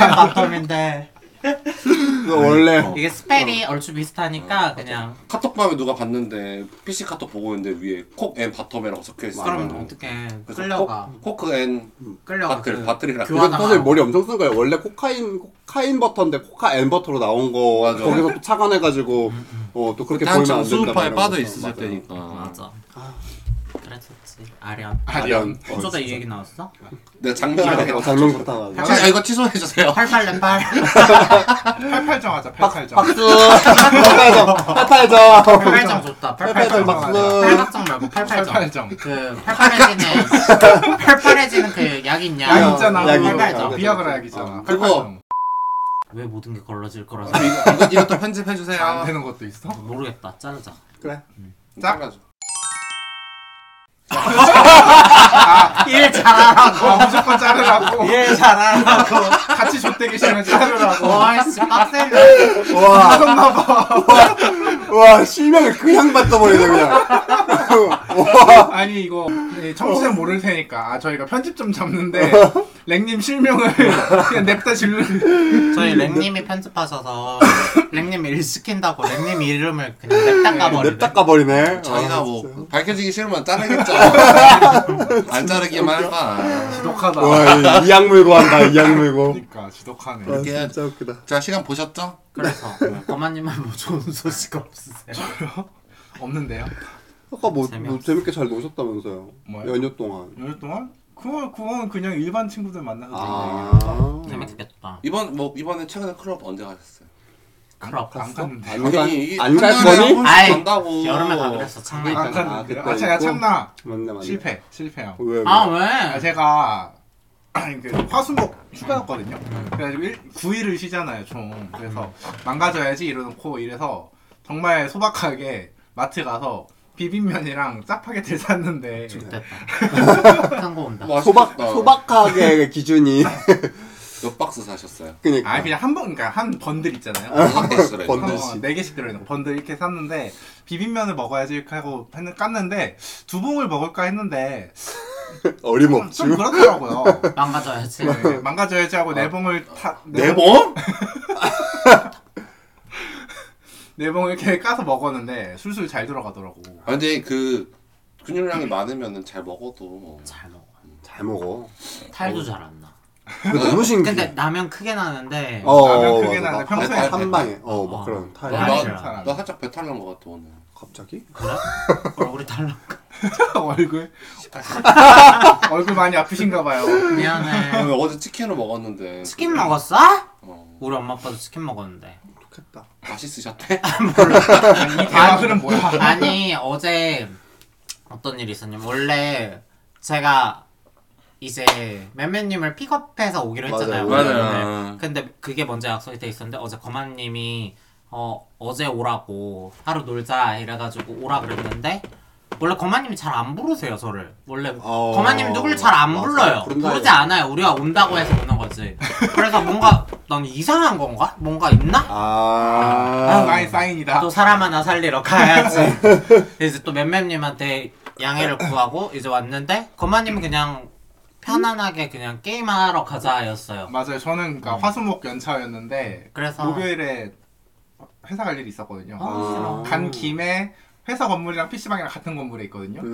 Speaker 1: 바텀인데
Speaker 4: 그래서 원래
Speaker 1: 이게 스펠이 얼추 비슷하니까 그냥
Speaker 2: 카톡방에 누가 봤는데 PC 카톡 보고 있는데 위에 콕 앤 바텀이라고 적혀 있어.
Speaker 1: 그럼 어떻게
Speaker 2: 그래서
Speaker 1: 끌려가
Speaker 2: 콕- 코크 앤
Speaker 1: 끌려가 그
Speaker 2: 바틀, 바틀이라.
Speaker 4: 이건
Speaker 1: 교환하나
Speaker 4: 사실 머리 엄청 쓴 거예요. 원래 코카인 코카인 버터인데 코카 엔 버터로 나온 거
Speaker 2: 맞아.
Speaker 4: 거기서 착안해가지고 어, 또 그렇게 보이면 안 된다.
Speaker 2: 수우파에
Speaker 4: 이런
Speaker 2: 빠져
Speaker 4: 거죠.
Speaker 2: 있었을
Speaker 4: 맞아요.
Speaker 2: 때니까.
Speaker 1: 맞아 그랬었지 아련
Speaker 4: 아련.
Speaker 1: 어쩌다 이 얘기 나왔어?
Speaker 2: 내가 장면을
Speaker 4: 어,
Speaker 2: 해가지고.
Speaker 4: 장면 그렇다고. 하죠.
Speaker 2: 아, 이거 취소해 주세요.
Speaker 1: 팔팔 램팔
Speaker 3: 아, 팔팔정 하자. 팔팔정.
Speaker 4: 박수. 팔팔정. 팔팔정.
Speaker 1: 팔팔정 좋다
Speaker 4: 팔팔정
Speaker 1: 팔팔정
Speaker 4: 박수.
Speaker 1: 팔각정 말고 팔팔정
Speaker 3: 팔팔정.
Speaker 1: 그 팔팔해지는 팔팔해지는 그 약이
Speaker 3: 약
Speaker 1: 있냐
Speaker 3: 있잖아.
Speaker 4: 약
Speaker 3: 그거.
Speaker 1: 팔팔정
Speaker 3: 비아그라 약 있잖아.
Speaker 4: 어.
Speaker 3: 팔팔정.
Speaker 1: 왜 모든 게 걸러질 거라서
Speaker 2: 이거, 이거, 이것도 편집해
Speaker 3: 안
Speaker 2: 주세요.
Speaker 3: 되는 것도 있어?
Speaker 1: 모르겠다 자르자
Speaker 4: 그래.
Speaker 2: 짝.
Speaker 1: 일 잘하라고
Speaker 3: 아, 무조건 자르라고.
Speaker 1: 일 잘하라고
Speaker 3: 같이 좆대기 싫으면 자르라고.
Speaker 1: 와씨 빡세네
Speaker 4: 와. 와 실명을 그냥 받쳐버리네 그냥.
Speaker 3: 아니 이거 예, 청취자 모를 테니까 아, 저희가 편집 좀 잡는데 랭님 실명을 그냥 냅다 질르.
Speaker 1: 저희 랭님이 편집하셔서 랭님 일 시킨다고 랭님 이름을 그냥 냅다 까버리네
Speaker 4: 냅다 까버리네.
Speaker 2: 자기가
Speaker 4: 아,
Speaker 2: 뭐
Speaker 4: 진짜.
Speaker 2: 밝혀지기 싫으면 자르겠죠. 안 자르기만 해봐.
Speaker 3: 지독하다.
Speaker 4: 와, 이 약물고 한다. 이 약물고.
Speaker 3: 그러니까 지독하네.
Speaker 4: 아,
Speaker 2: 이렇게
Speaker 4: 진짜 웃기다.
Speaker 2: 자 시간 보셨죠?
Speaker 1: 그래서 거마님은 뭐 좋은 소식 없으세요?
Speaker 3: 없는데요.
Speaker 4: 아까 뭐, 뭐
Speaker 1: 재미없어.
Speaker 4: 재밌게 잘 노셨다면서요.
Speaker 3: 뭐요?
Speaker 4: 연휴 동안.
Speaker 3: 연휴 동안? 그건 그건 그냥 일반 친구들 만나서
Speaker 4: 아.
Speaker 3: 놀다 얘기하는
Speaker 1: 음. 재밌겠다
Speaker 2: 이번 뭐 이번에 최근에 클럽 언제 가셨어요?
Speaker 1: 클럽
Speaker 3: 거안 갔는데.
Speaker 4: 안 가-
Speaker 2: 이게
Speaker 4: 아, 안갈
Speaker 2: 작년에
Speaker 4: 거니?
Speaker 2: 한 번씩
Speaker 1: 아이
Speaker 2: 간다고.
Speaker 1: 여름에 가 그랬어
Speaker 3: 안
Speaker 1: 창문
Speaker 4: 그때
Speaker 3: 갔는데요?
Speaker 4: 있고. 예. 음.
Speaker 3: 아 제가 참나
Speaker 4: 맞네 맞네.
Speaker 3: 실패 실패요.
Speaker 4: 왜? 왜?
Speaker 1: 아
Speaker 3: 아,
Speaker 1: 왜?
Speaker 3: 제가 그 화수목 휴가였거든요.
Speaker 4: 음.
Speaker 3: 그래가지고 9일을 쉬잖아요, 총. 그래서 망가져야지 이러놓고 이래서 정말 소박하게 마트 가서 비빔면이랑 짜파게티를 샀는데
Speaker 4: 네.
Speaker 1: 좋겠다 한거 온다
Speaker 2: 맛있겠다.
Speaker 3: 아,
Speaker 4: 소박 소박하게 기준이
Speaker 2: 몇 박스 사셨어요?
Speaker 4: 그니까.
Speaker 3: 아 그냥 한 번, 그러니까 한 번들 있잖아요.
Speaker 2: 한 박스래.
Speaker 4: 번- 번들씩.
Speaker 3: 한번네 개씩 들어있는 거 번들 이렇게 샀는데 비빔면을 먹어야지 이렇게 하고 했는- 깠는데 두 봉을 먹을까 했는데 그 좀,
Speaker 4: 어림없지.
Speaker 3: 좀 그렇더라고요.
Speaker 1: 망가져야지
Speaker 3: 네, 망가져야지
Speaker 1: 아.
Speaker 3: 하고 네 봉을 타
Speaker 2: 네 번?
Speaker 3: 네 봉을 이렇게 까서 먹었는데 술술 잘 들어가더라고.
Speaker 2: 아, 근데 그 근육량이 많으면은 잘 먹어도
Speaker 1: 잘 먹어
Speaker 4: 잘 먹어.
Speaker 1: 탈도 잘 안나
Speaker 4: 근데 너무 신기해.
Speaker 1: 근데 나면 크게 나는데
Speaker 4: 어,
Speaker 3: 라면 크게
Speaker 4: 맞아.
Speaker 3: 나는데
Speaker 4: 막
Speaker 3: 평소에 아.
Speaker 4: 한-
Speaker 2: 잘
Speaker 4: 한 방에 어
Speaker 1: 어.
Speaker 4: 막 그런 타일.
Speaker 1: 와.
Speaker 2: 나,
Speaker 1: 잘
Speaker 3: 안
Speaker 2: 나 살짝 배탈 난 것 같아 오늘
Speaker 4: 갑자기?
Speaker 1: 그래? 얼굴이 달라
Speaker 3: 얼굴 얼굴 많이 아프신가 봐요.
Speaker 2: 아,
Speaker 1: 미안해
Speaker 2: 어제 치킨을 먹었는데
Speaker 1: 치킨 먹었어?
Speaker 2: 어,
Speaker 1: 우리 엄마 아빠도 치킨 먹었는데
Speaker 4: 좋겠다.
Speaker 2: 맛있으셨대?
Speaker 3: 이 대화들은 뭐야?
Speaker 1: 아, 아니 어제 어떤 일이 있었냐면 원래 제가 이제 맴매님을 픽업해서 오기로
Speaker 4: 맞아요.
Speaker 1: 했잖아요. 네.
Speaker 4: 맞아요.
Speaker 1: 오늘. 근데 그게 먼저 약속이 돼 있었는데 어제 거만님이 어 어제 오라고 하루 놀자 이래가지고 오라 그랬는데 원래 거만님이 잘 안 부르세요 저를 원래
Speaker 4: 어,
Speaker 1: 거만님 누굴 잘 안
Speaker 4: 맞아.
Speaker 1: 불러요
Speaker 4: 부른다
Speaker 1: 부르지
Speaker 4: 해요.
Speaker 1: 않아요 우리가 온다고 해서 오는 거지 그래서 뭔가 난 이상한 건가 뭔가 있나
Speaker 4: 아.
Speaker 3: 나의 사인이다.
Speaker 1: 또 사람 하나 살리러 가야지. 이제 또 맴맴님한테 양해를 구하고 이제 왔는데 건마님은 그냥 편안하게 그냥 게임하러 가자였어요.
Speaker 3: 맞아요. 저는 그러니까 화수목 연차였는데
Speaker 1: 음. 그래서
Speaker 3: 목요일에 회사 갈 일이 있었거든요.
Speaker 1: 아.
Speaker 3: 간 김에 회사 건물이랑 PC방이랑 같은 건물에 있거든요.
Speaker 1: 그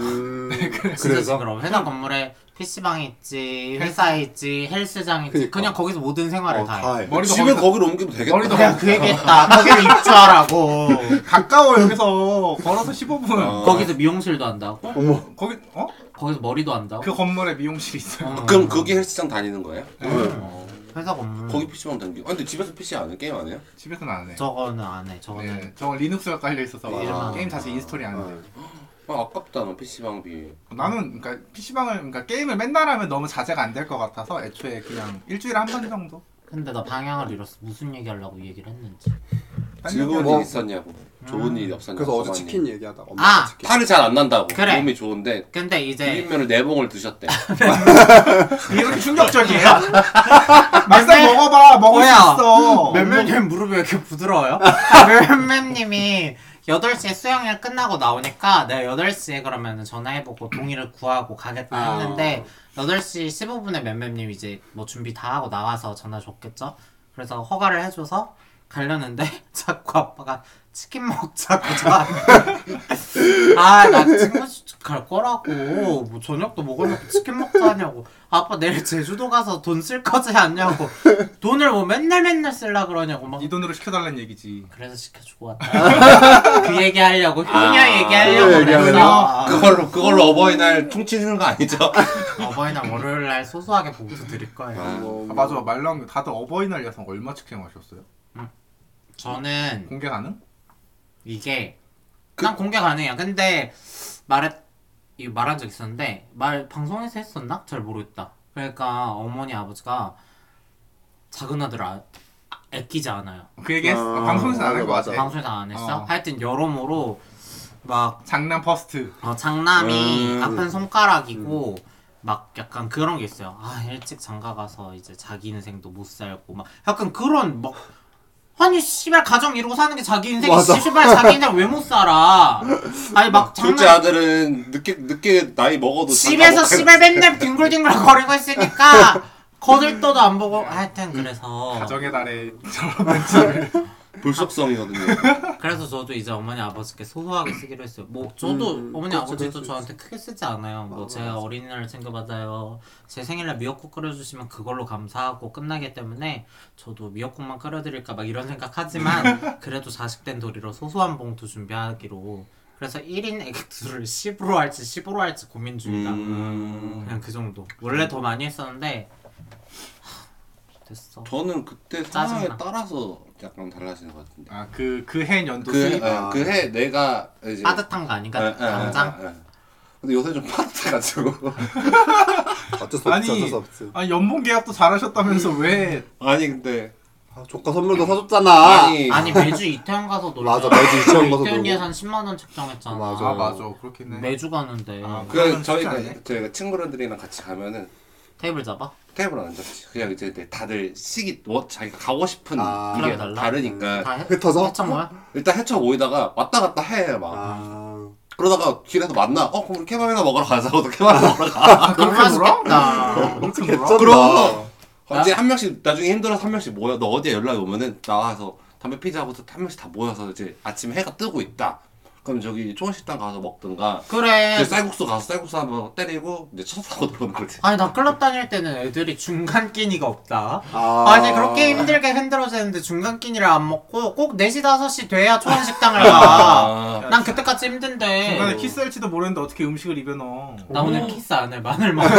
Speaker 4: 음,
Speaker 1: 그래서
Speaker 4: 그래서
Speaker 1: 그럼 회사 건물에 PC방에 있지, 회사에 있지, 헬스장 있지,
Speaker 4: 그러니까.
Speaker 1: 그냥 거기서 모든 생활을
Speaker 4: 어,
Speaker 1: 다 해.
Speaker 4: 다 해.
Speaker 3: 머리도
Speaker 2: 집에
Speaker 3: 거기서-
Speaker 2: 거기로 옮기면 되겠다.
Speaker 3: 머리도
Speaker 1: 그냥 그 얘기했다. 거기를 입주하라고.
Speaker 3: 가까워 여기서 걸어서 15분.
Speaker 2: 어.
Speaker 1: 거기서 미용실도 한다고?
Speaker 4: 어머
Speaker 3: 거기 어?
Speaker 1: 거기서 머리도 한다고?
Speaker 3: 그 건물에 미용실 있어요.
Speaker 1: 어.
Speaker 2: 그럼 거기 헬스장 다니는 거예요?
Speaker 1: 회사 건물.
Speaker 2: 거기 PC방 다니는 거. 아, 근데 집에서 PC 안 해? 게임 안 해요?
Speaker 3: 집에서는 안 해.
Speaker 1: 저거는 아, 안 해. 저거는
Speaker 3: 네, 저건 리눅스가 깔려 있어서
Speaker 2: 아.
Speaker 3: 게임 자체 인스톨이 안
Speaker 4: 어.
Speaker 3: 돼.
Speaker 2: 아, 아깝다, 나 PC방비.
Speaker 3: 나는 그러니까 PC방을 그러니까 게임을 맨날 하면 너무 자제가 안 될 것 같아서 애초에 그냥 일주일에 한 번 정도.
Speaker 1: 근데 나 방향을 잃었어. 무슨 얘기 하려고 이 얘기를 했는지.
Speaker 2: 즐거운
Speaker 4: 뭐-
Speaker 2: 일 있었냐고. 좋은 일이 없었냐고.
Speaker 4: 그래서 어제
Speaker 3: 음.
Speaker 2: 가만히.
Speaker 4: 치킨 얘기하다 엄마
Speaker 1: 아!
Speaker 4: 치킨
Speaker 2: 탈이 잘 안 난다고.
Speaker 1: 그래.
Speaker 2: 몸이 좋은데
Speaker 1: 근데 이제
Speaker 2: 비빔면을 네 봉을 드셨대.
Speaker 4: 아,
Speaker 3: 이렇게 충격적이에요? 막상 먹어봐 먹을
Speaker 1: 뭐야?
Speaker 3: 수 있어.
Speaker 1: 맴맴님 무릎이 왜 이렇게 부드러워요? 맴맴님이 8시에 수영을 끝나고 나오니까 내가 8시에 그러면 전화해보고 동의를 구하고 가겠다
Speaker 4: 아.
Speaker 1: 했는데 8시 15분에 맴맴님 이제 뭐 준비 다 하고 나와서 전화 줬겠죠? 그래서 허가를 해줘서 가려는데 자꾸 아빠가 치킨 먹자고 아나 친구 집 갈 거라고 뭐 저녁도 먹으려고 치킨 먹자냐고 아빠 내일 제주도 가서 돈 쓸 거지 않냐고 돈을 뭐 맨날 맨날 쓸라 그러냐고 막
Speaker 3: 어. 이 돈으로 시켜달라는 얘기지.
Speaker 1: 그래서 시켜주고 왔다. 그 얘기하려고 효녀
Speaker 2: 아,
Speaker 1: 얘기하려고
Speaker 4: 그 얘기하려고.
Speaker 1: 그래서
Speaker 2: 그걸로 그걸로 어버이날 퉁치는 거 아니죠?
Speaker 1: 어버이날 월요일날 소소하게 보고서 드릴 거예요.
Speaker 4: 뭐,
Speaker 3: 아, 맞아 말 나온 게 다들 어버이날 예상 얼마 측정하셨어요?
Speaker 1: 저는
Speaker 3: 공개 가능?
Speaker 1: 이게
Speaker 4: 그
Speaker 1: 난 공개 가능해요. 근데 말했 이 말한 적 있었는데 말 방송에서 했었나? 잘 모르겠다. 그러니까 어머니 아버지가 작은 아들 아, 아- 아끼지 않아요.
Speaker 3: 그 얘기 했...
Speaker 4: 아,
Speaker 3: 방송에서 안 할 것
Speaker 4: 맞아.
Speaker 3: 같아.
Speaker 1: 방송에서 안 했어.
Speaker 3: 어.
Speaker 1: 하여튼 여러모로 막
Speaker 3: 장난 퍼스트.
Speaker 1: 어, 장남이
Speaker 4: 음.
Speaker 1: 아픈 손가락이고 막 약간 그런 게 있어요. 아 일찍 장가 가서 이제 자기 인생도 못 살고 막 약간 그런 막 아니 씨발 가정 이루고 사는 게 자기 인생이
Speaker 4: 맞아.
Speaker 1: 씨발 자기 인생 왜 못 살아? 아니 막
Speaker 2: 둘째
Speaker 1: 장난
Speaker 2: 아들은 늦게 늦게 나이 먹어도
Speaker 1: 집에서
Speaker 2: 잠깐
Speaker 1: 씨발 맨날 뒹굴뒹굴 거리고 있으니까 거들떠도 안 보고 하여튼 그래서
Speaker 3: 가정의 달에 저런 멘트를.
Speaker 2: 먹- 불속성이거든요.
Speaker 1: 그래서 저도 이제 어머니 아버지께 소소하게 쓰기로 했어요. 뭐 저도
Speaker 4: 음,
Speaker 1: 어머니
Speaker 4: 그렇죠,
Speaker 1: 아버지도
Speaker 4: 그럴 수
Speaker 1: 저한테 크게 쓰지 않아요. 뭐 제가 어린이날 챙겨받아요. 제 생일날 미역국 끓여주시면 그걸로 감사하고 끝나기 때문에 저도 미역국만 끓여드릴까 막 이런 생각하지만 그래도 자식된 도리로 소소한 봉투 준비하기로 그래서 1인 액트를 10으로 할지 15로 할지 고민 중이다.
Speaker 2: 음.
Speaker 1: 그냥 그 정도. 원래 더 많이 했었는데 하, 됐어.
Speaker 2: 저는 그때
Speaker 1: 짜증나.
Speaker 2: 상황에 따라서 약간 달라지는 것 같은데.
Speaker 3: 아그그해 연도 수입.
Speaker 2: 그해 그 해 내가 이제
Speaker 1: 빠듯한 거 아닌가?
Speaker 2: 예, 예,
Speaker 1: 당장
Speaker 2: 예, 예. 근데 요새 좀 빠듯해가지고
Speaker 4: 어쩔 수 없지 어쩔
Speaker 3: 아니
Speaker 4: 수 없지
Speaker 3: 아 연봉 계약도 잘하셨다면서 왜
Speaker 2: 아니 근데
Speaker 4: 아, 조카 선물도 사줬잖아
Speaker 2: 아니
Speaker 1: 아니 매주 이태원 가서 놀자.
Speaker 4: 맞아, 매주 이태원 가서
Speaker 1: 이태원
Speaker 4: 놀고.
Speaker 1: 예산 10만 원 책정했잖아.
Speaker 4: 맞아.
Speaker 3: 아 맞아 그렇긴 해.
Speaker 1: 매주 가는데
Speaker 3: 아,
Speaker 2: 그
Speaker 3: 그거는
Speaker 2: 저희가
Speaker 3: 쉽지 않네.
Speaker 2: 저희가 친구들이랑 같이 가면은
Speaker 1: 테이블 잡아?
Speaker 2: 테이블 안 잡지. 그냥 이제 내- 다들 시기 뭐 자기가 가고 싶은
Speaker 4: 아,
Speaker 2: 이게
Speaker 1: 달라? 음.
Speaker 2: 다르니까
Speaker 1: 다 해?
Speaker 4: 흩어서?
Speaker 1: 해찬 거야?
Speaker 2: 일단 헤쳐 모이다가 왔다 갔다 해 막.
Speaker 4: 아
Speaker 2: 그러다가 길에서 만나. 어 그럼 우리 케밥이나 먹으러 가자고도 케밥 먹으러 가.
Speaker 1: 아, 너무
Speaker 3: 그렇게 놀아?
Speaker 1: 맛있겠다.
Speaker 3: 그렇게 놀아?
Speaker 4: 쩐다.
Speaker 2: 그럼! 아, 이제 한 명씩 나중에 힘들어서 한 명씩 모여. 너 어디에 연락이 오면은 나와서 담배 피자하고서 한 명씩 다 모여서 이제 아침에 해가 뜨고 있다. 그럼 저기 초원식당 가서 먹든가.
Speaker 1: 그래.
Speaker 2: 이제 쌀국수 가서 쌀국수 한번 때리고 이제 첫 사고 들어오는 거지.
Speaker 1: 아니 나 클럽 다닐 때는 애들이 중간 끼니가 없다.
Speaker 4: 아.
Speaker 1: 아니 그렇게 힘들게 흔들어지는데 중간 끼니를 안 먹고 꼭 4시 5시 돼야 초원식당을 가.
Speaker 2: 아,
Speaker 1: 난 그때까지 힘든데.
Speaker 3: 중간에 키스할지도 모르는데 어떻게 음식을 입에 넣어?
Speaker 1: 나 오늘 키스 안 해. 마늘 먹어.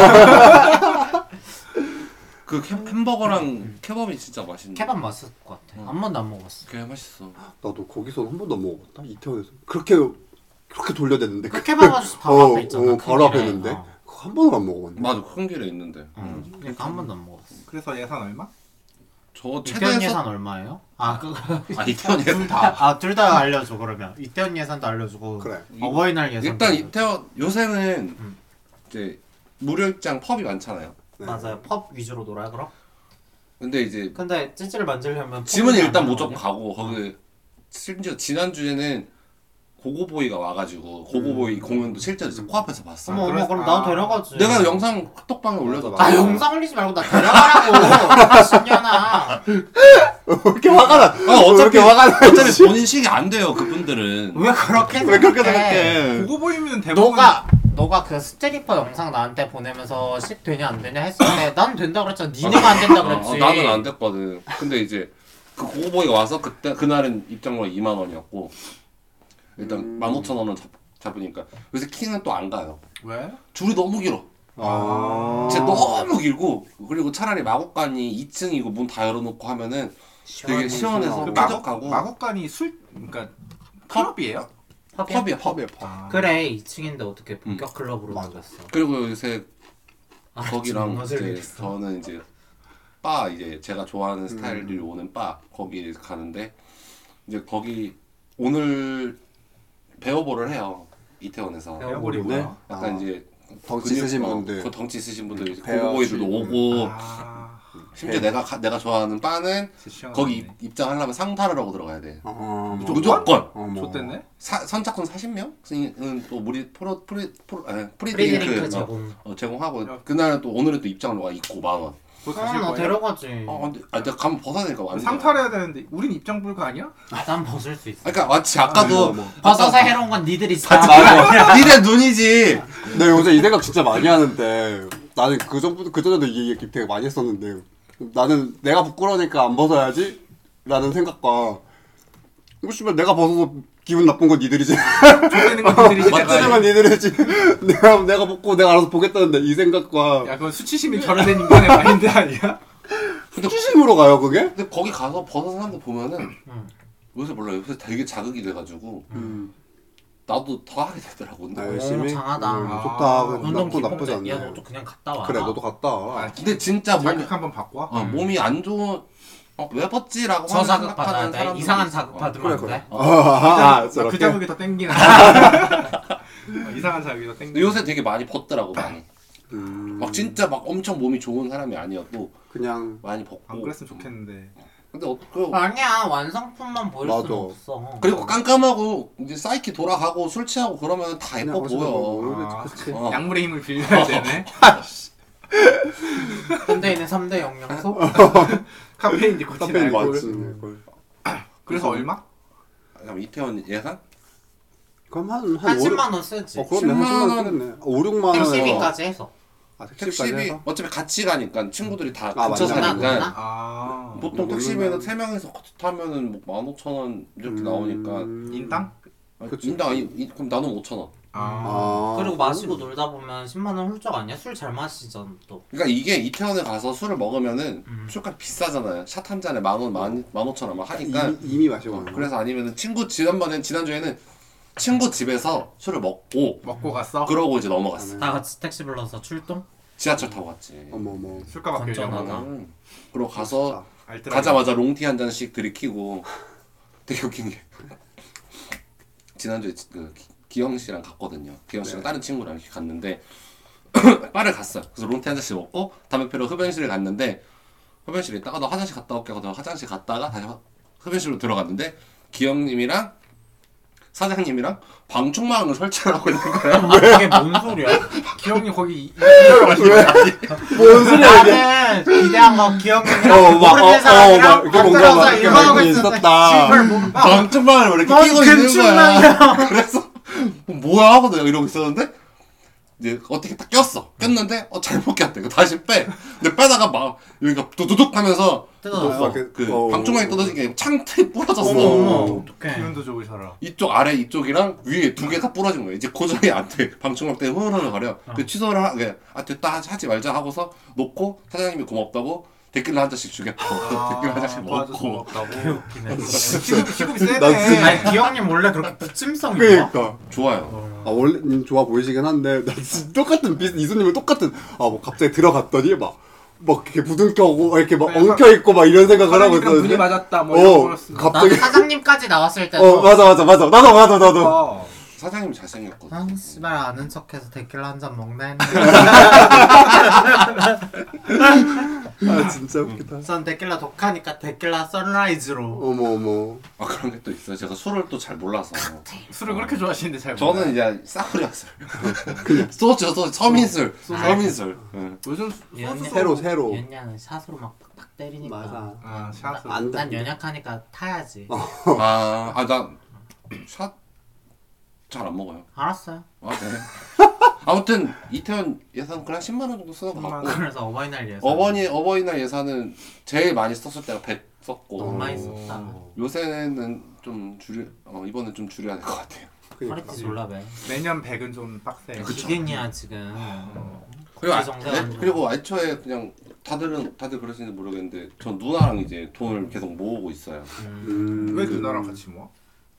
Speaker 2: 그 케- 햄버거랑 케밥이 진짜 맛있네.
Speaker 1: 케밥 맛있을 것 같아. 한 번도 안 먹어봤어.
Speaker 2: 그래 맛있어.
Speaker 4: 나도 거기서 한 번도 안 먹어봤다 이태원에서 그렇게 그렇게 돌려댔는데
Speaker 1: 그 케밥 아저씨 바로 앞에 있잖아.
Speaker 4: 어,
Speaker 1: 큰
Speaker 4: 바로 앞에
Speaker 1: 길에.
Speaker 4: 있는데
Speaker 1: 어.
Speaker 4: 그거 한 번도 안 먹어봤네
Speaker 2: 맞아 큰 길에 있는데. 음.
Speaker 1: 그러니까 한 번도 안 먹었어.
Speaker 3: 그래서 예산 얼마?
Speaker 2: 저
Speaker 1: 그 이태원
Speaker 2: 최대에서
Speaker 1: 예산 얼마예요? 아, 그,
Speaker 2: 아 이태원 예산.
Speaker 1: 아둘 다 알려줘 그러면 이태원 예산도 알려주고
Speaker 4: 그래.
Speaker 1: 어버이날 예산
Speaker 2: 일단 이태원 요새는
Speaker 1: 음.
Speaker 2: 이제 무료 입장 펍이 많잖아요.
Speaker 4: 네.
Speaker 1: 맞아요 펍 위주로 놀아요 그럼?
Speaker 2: 근데 이제
Speaker 1: 근데 찌질을 만지려면
Speaker 2: 짐은
Speaker 1: 펍이
Speaker 2: 일단
Speaker 1: 안 음.
Speaker 2: 무조건
Speaker 1: 나오거든요.
Speaker 2: 가고 거기 심지어 지난 주에는 고고보이가 와가지고 고고보이 공연도 실제로 이제 코앞에서 봤어.
Speaker 1: 음. 어머 음. 어머
Speaker 3: 그래서-
Speaker 1: 그럼 나도
Speaker 3: 아.
Speaker 1: 데려가지
Speaker 2: 내가 영상 카톡방에 올려줬다.
Speaker 1: 아 영상 올리지 말고 나 데려가라고 아, 신년아
Speaker 4: 왜 이렇게 화가 나?
Speaker 2: 아,
Speaker 4: 왜
Speaker 2: 어차피
Speaker 4: 이렇게 화가 나?
Speaker 2: 어차피 본인 식이 안 돼요 그분들은.
Speaker 1: 왜 그렇게
Speaker 4: 왜 그렇게
Speaker 1: 생각해?
Speaker 4: 생각해?
Speaker 3: 보고 보이면 대부분
Speaker 1: 너가 너가 그 스트리퍼 영상 나한테 보내면서 식 되냐 안 되냐 했을 때 난 된다 그랬잖아. 니네가 안 된다 그랬지.
Speaker 2: 어, 어, 나는 안 됐거든. 근데 이제 그 고보이가 와서 그때 그날은 입장료가 2만 원이었고 일단 15,000원은 잡, 으니까 그래서 킹은 또 안 가요.
Speaker 3: 왜?
Speaker 2: 줄이 너무 길어.
Speaker 4: 아,
Speaker 2: 진짜 너무 길고 그리고 차라리 마곡관이 2층이고 문 다 열어놓고 하면은 되게 시원해서
Speaker 3: 그
Speaker 1: 막...
Speaker 2: 막-
Speaker 3: 마곡
Speaker 2: 쾌적하고.
Speaker 3: 마곡관이 술 그러니까 클럽이에요?
Speaker 2: 펍이야 펍.
Speaker 4: 펍이야 펍.
Speaker 3: 아.
Speaker 1: 그래 2층인데 어떻게
Speaker 2: 음.
Speaker 1: 본격 클럽으로
Speaker 4: 맞아.
Speaker 1: 들어갔어?
Speaker 2: 그리고 요새
Speaker 1: 아,
Speaker 2: 거기랑
Speaker 1: 무슨
Speaker 2: 이제
Speaker 1: 일이 있어?
Speaker 2: 저는 이제 바 이제 제가 좋아하는 스타일들이 오는 바 거기 가는데 이제 거기 오늘 배워보를 해요 이태원에서
Speaker 1: 배워-
Speaker 3: 에어볼이 뭐야?
Speaker 4: 아.
Speaker 2: 약간 이제
Speaker 4: 덩치
Speaker 2: 근육-
Speaker 4: 쓰신
Speaker 2: 어,
Speaker 4: 분들.
Speaker 2: 그 덩치 쓰신 분들 이제
Speaker 4: 배워
Speaker 2: 고고보이들도
Speaker 4: 주시고. 네.
Speaker 2: 오고
Speaker 3: 아,
Speaker 2: 심지어 내가 가, 내가 좋아하는 바는
Speaker 3: 진짜 시원하네.
Speaker 2: 거기 입- 입장하려면 상타를 하고 들어가야 돼
Speaker 4: 어,
Speaker 2: 무조건
Speaker 4: 어머.
Speaker 3: 좋댔네?
Speaker 2: 사, 선착순 40명은 그러니까 또 우리 프로 프리 프로 아니,
Speaker 1: 프리드링크
Speaker 4: 그
Speaker 2: 프리드링크 어,
Speaker 1: 제공.
Speaker 2: 어, 제공하고
Speaker 3: 야.
Speaker 2: 그날은 또 오늘은 또 입장료가 있고 만 원.
Speaker 3: 그거 가실
Speaker 1: 아나
Speaker 3: 뭐 거예요?
Speaker 1: 데려가지.
Speaker 2: 아 근데 아 내가 가면 벗어야 되니까 완전.
Speaker 3: 상탈해야 되는데 우린 입장 불가 아니야?
Speaker 1: 난 벗을 수 있어.
Speaker 2: 그러니까 마치 아까도
Speaker 1: 뭐. 벗어서 해로운 건네 니들이잖아. 뭐.
Speaker 4: 맞아.
Speaker 2: 니네 눈이지.
Speaker 4: 네 요새 이 생각 진짜 많이 하는데 나는 그 전부터 그 전에도 이 얘기 되게 많이 했었는데 나는 내가 부끄러우니까 안 벗어야지 라는 생각과 이거 씨발 내가 벗어서 기분 나쁜 건 니들이지
Speaker 3: 좋대는 건 니들이
Speaker 4: 맞지만 니들이지 내가 내가 벗고 내가 알아서 보겠다는데 이 생각과
Speaker 3: 야 그건 수치심이 결여된 인간의 마인드 아니야?
Speaker 4: 수치심으로 가요 그게?
Speaker 2: 근데 거기 가서 벗은 사람들 보면은
Speaker 3: 음.
Speaker 2: 요새 몰라 요새 되게 자극이 돼가지고 나도 더 하게 되더라고. 근데,
Speaker 3: 네.
Speaker 4: 아, 열심히
Speaker 1: 장하다.
Speaker 4: 음,
Speaker 3: 아,
Speaker 4: 좋다
Speaker 1: 운동
Speaker 4: 나쁘 나쁘지
Speaker 1: 기본데
Speaker 4: 않네
Speaker 1: 야 너도 그냥 갔다 와. 어?
Speaker 4: 그래 너도 갔다 와
Speaker 3: 아,
Speaker 2: 근데 진짜 몸이
Speaker 3: 자극 한번 받고 와
Speaker 2: 어, 몸이 안 좋은 어, 왜
Speaker 1: 음.
Speaker 2: 벗지라고 하는
Speaker 1: 저자극
Speaker 2: 생각하는
Speaker 1: 받아야 돼.
Speaker 2: 사람들이
Speaker 1: 이상한
Speaker 2: 있어.
Speaker 1: 자극
Speaker 2: 어.
Speaker 4: 그래
Speaker 1: 받으면 안
Speaker 4: 그래
Speaker 1: 돼.
Speaker 4: 아, 아, 아,
Speaker 3: 그
Speaker 4: 저렇게
Speaker 3: 자극이 더 땡기나 어, 이상한 자극이 더
Speaker 2: 근데
Speaker 3: 땡기나
Speaker 2: 요새 되게 많이 벗더라고 많이.
Speaker 4: 음,
Speaker 2: 막 진짜 막 엄청 몸이 좋은 사람이 아니어도
Speaker 4: 그냥
Speaker 2: 많이 벗고.
Speaker 3: 안 그랬으면 좋겠는데
Speaker 2: 근데 어, 그,
Speaker 1: 아니야 완성품만 보일
Speaker 4: 맞아.
Speaker 1: 수는 없어.
Speaker 2: 그리고 깜깜하고 이제 사이키 돌아가고 술 취하고 그러면 다 아, 예뻐
Speaker 4: 그냥 벗으면
Speaker 2: 보여.
Speaker 4: 모르겠지,
Speaker 3: 아,
Speaker 4: 그치.
Speaker 2: 어.
Speaker 3: 약물의 힘을 빌려야 되네
Speaker 1: 현대인의 3대
Speaker 4: 어,
Speaker 1: 영양소?
Speaker 3: 카페인 니코틴
Speaker 4: 카페인
Speaker 3: 알코올.
Speaker 4: 맞지 그걸.
Speaker 3: 그래서 얼마?
Speaker 2: 그럼 이태원 예산?
Speaker 4: 그럼 한한
Speaker 1: 한 10만 원 쓰지.
Speaker 4: 어, 그럼
Speaker 2: 10만
Speaker 4: 10만
Speaker 2: 원.
Speaker 4: 원 쓰겠네. 5, 6만 원.
Speaker 1: 택시비까지 해서.
Speaker 4: 아, 택시비까지
Speaker 2: 택시비
Speaker 4: 해서.
Speaker 2: 어차피 같이 가니까 친구들이 다
Speaker 4: 아,
Speaker 2: 근처
Speaker 4: 맞나,
Speaker 1: 맞나?
Speaker 2: 사니까
Speaker 3: 아
Speaker 2: 보통
Speaker 4: 음.
Speaker 2: 택시비는 세 명에서 같이 타면은 뭐 15,000원 이렇게 나오니까
Speaker 3: 인당?
Speaker 4: 음.
Speaker 2: 아니,
Speaker 4: 그치.
Speaker 2: 인당 이- 이- 그럼 나는 5,000원.
Speaker 3: 아
Speaker 4: 아.
Speaker 1: 그리고 마시고 놀다 보면 10만 원 훌쩍 아니야? 술 잘 마시잖아 또.
Speaker 2: 그러니까 이게 이태원에 가서 술을 먹으면은
Speaker 1: 음.
Speaker 2: 술값 비싸잖아요. 샷 한 잔에 만 원, 만, 만 오천 원막 하니까
Speaker 4: 그러니까 이미, 이미 마시고
Speaker 2: 어,
Speaker 4: 가는 거야.
Speaker 2: 그래서 아니면은 친구 지난번에 지난주에는 친구 집에서 술을 먹고
Speaker 3: 먹고 갔어?
Speaker 2: 그러고 이제 넘어갔어.
Speaker 4: 아,
Speaker 1: 다 같이 택시 불러서 출동?
Speaker 4: 네.
Speaker 2: 지하철 타고 갔지.
Speaker 4: 어머 어머.
Speaker 3: 술값 아끼려고
Speaker 1: 건전하다.
Speaker 2: 음. 그리고 가서
Speaker 3: 알뜰하게.
Speaker 2: 가자마자 롱티 한 잔씩 들이키고 되게 웃긴 게 지난주에 지- 그 기- 기영 씨랑 갔거든요. 기영 씨랑 다른 친구랑 이렇게 갔는데 바를 갔어요. 그래서 롱티 한 잔씩 먹고 담배 피러 흡연실에 갔는데 흡연실에 있다가 너 화장실 갔다 올게 하고 화장실 갔다가 다시 화- 흡연실로 들어갔는데 기영님이랑 사장님이랑 방충망을 설치를 하고 있는 거예요.
Speaker 1: 아, 그게 뭔 소리야?
Speaker 3: 기영이 거기 이- 일하러 가시는 거야?
Speaker 4: 뭔 소리야 이게?
Speaker 1: 나는 기대한 거 기억이
Speaker 4: 어, 막, 어,
Speaker 1: 모르는
Speaker 4: 어, 막,
Speaker 1: 사람이랑
Speaker 4: 이렇게 뭔가 막,
Speaker 1: 만들어서
Speaker 4: 이렇게
Speaker 1: 일하고
Speaker 4: 막
Speaker 1: 있었다.
Speaker 4: 있었다.
Speaker 2: 방충망을 왜 이렇게 끼고 있는 거야. 그래서 뭐야 하고 내가 이러고 있었는데 이제 어떻게 딱 꼈어. 꼈는데 어 잘못 꼈대. 이거 다시 빼. 근데 빼다가 막 여기가 도도독 하면서
Speaker 1: 뜯어졌어.
Speaker 2: 어, 그
Speaker 4: 어.
Speaker 2: 방충망이 뜯어진 게 아니고 창틀이 부러졌어.
Speaker 4: 어머, 어머.
Speaker 1: 어떡해.
Speaker 3: 네. 기운도 좋으셔라
Speaker 2: 이쪽 아래 이쪽이랑 위에 두 개 다 부러진 거예요. 이제 고정이 안 돼. 방충망 때문에 흐르르 가려. 그 취소를 하, 그냥, 아 됐다 하지- 하지 말자 하고서 놓고 사장님이 고맙다고 댓글로 한 잔씩 주겠고
Speaker 3: 아,
Speaker 2: 댓글 한 잔씩 그 먹고
Speaker 3: 먹고
Speaker 1: 웃기네.
Speaker 3: 시급, 시급이 세네
Speaker 4: 나 진짜-
Speaker 1: 아니 기영님 원래 그렇게 붙임성이야.
Speaker 4: 그러니까.
Speaker 2: 좋아요. 어.
Speaker 4: 아 원래 음, 좋아 보이시긴 한데 나 진짜 똑같은 비슷 이수님은 똑같은 아 뭐 갑자기 들어갔더니 막막 이렇게 부둥 켜고 이렇게 막
Speaker 3: 약간
Speaker 4: 엉켜 있고 막 이런 생각을 하고
Speaker 3: 사람이랑 눈이
Speaker 4: 있었는데
Speaker 3: 맞았다 뭐 이런
Speaker 4: 어
Speaker 3: 거였어
Speaker 1: 난
Speaker 4: 갑자기
Speaker 1: 사장님까지 나왔을
Speaker 4: 어
Speaker 1: 때도
Speaker 4: 맞아 맞아 맞아 나도 나도 나도
Speaker 3: 어.
Speaker 2: 사장님 잘생겼거든.
Speaker 1: 아 씨발 아는 척해서 데킬라 한 잔 먹나 했는데
Speaker 4: 아 진짜 웃기다.
Speaker 1: 선 데킬라 독하니까 데킬라 선라이즈로
Speaker 4: 어머 어머.
Speaker 2: 아 그런 게 또 있어요. 제가 술을 또 잘 몰라서.
Speaker 3: 술을 그렇게 좋아하시는데 잘
Speaker 2: 저는
Speaker 3: 몰라요.
Speaker 2: 이제 싸구려술. 그 소주, 소주, 아, 서민술, 서민술. 네. 응.
Speaker 3: 요즘
Speaker 1: 연야-
Speaker 3: 소주
Speaker 4: 아, 새로 새로.
Speaker 1: 연야는 샷으로 막 팍팍 때리니까
Speaker 4: 맞아.
Speaker 3: 아 샷을
Speaker 4: 안
Speaker 1: 난
Speaker 4: 돼. 어.
Speaker 1: 연약하니까 타야지
Speaker 2: 아, 아, 나샷잘안 먹어요.
Speaker 1: 알았어요
Speaker 2: 아, 네. 아무튼 이태원 예산 그냥 10만 원 정도 쓰는
Speaker 4: 어.
Speaker 2: 것 같고
Speaker 1: 그래서 어버이날 예산
Speaker 2: 어버니 어버이날 예산은 제일 많이 썼을 때가 100 썼고
Speaker 1: 너무 많이 썼다
Speaker 4: 어.
Speaker 2: 요새는 좀 줄여 어, 이번엔 좀 줄여야 될 것 같아요.
Speaker 4: 그러니까.
Speaker 1: 허리띠 졸라매
Speaker 3: 매년 100은 좀
Speaker 4: 네,
Speaker 3: 빡세요.
Speaker 1: 기근이야 지금
Speaker 4: 음.
Speaker 2: 그리고 아,
Speaker 1: 정당한
Speaker 2: 네? 그리고 애초에 그냥 다들은 다들 그러시는지 모르겠는데 전 누나랑 이제 돈을 계속 모으고 있어요.
Speaker 4: 음.
Speaker 3: 왜 누나랑 같이 모아?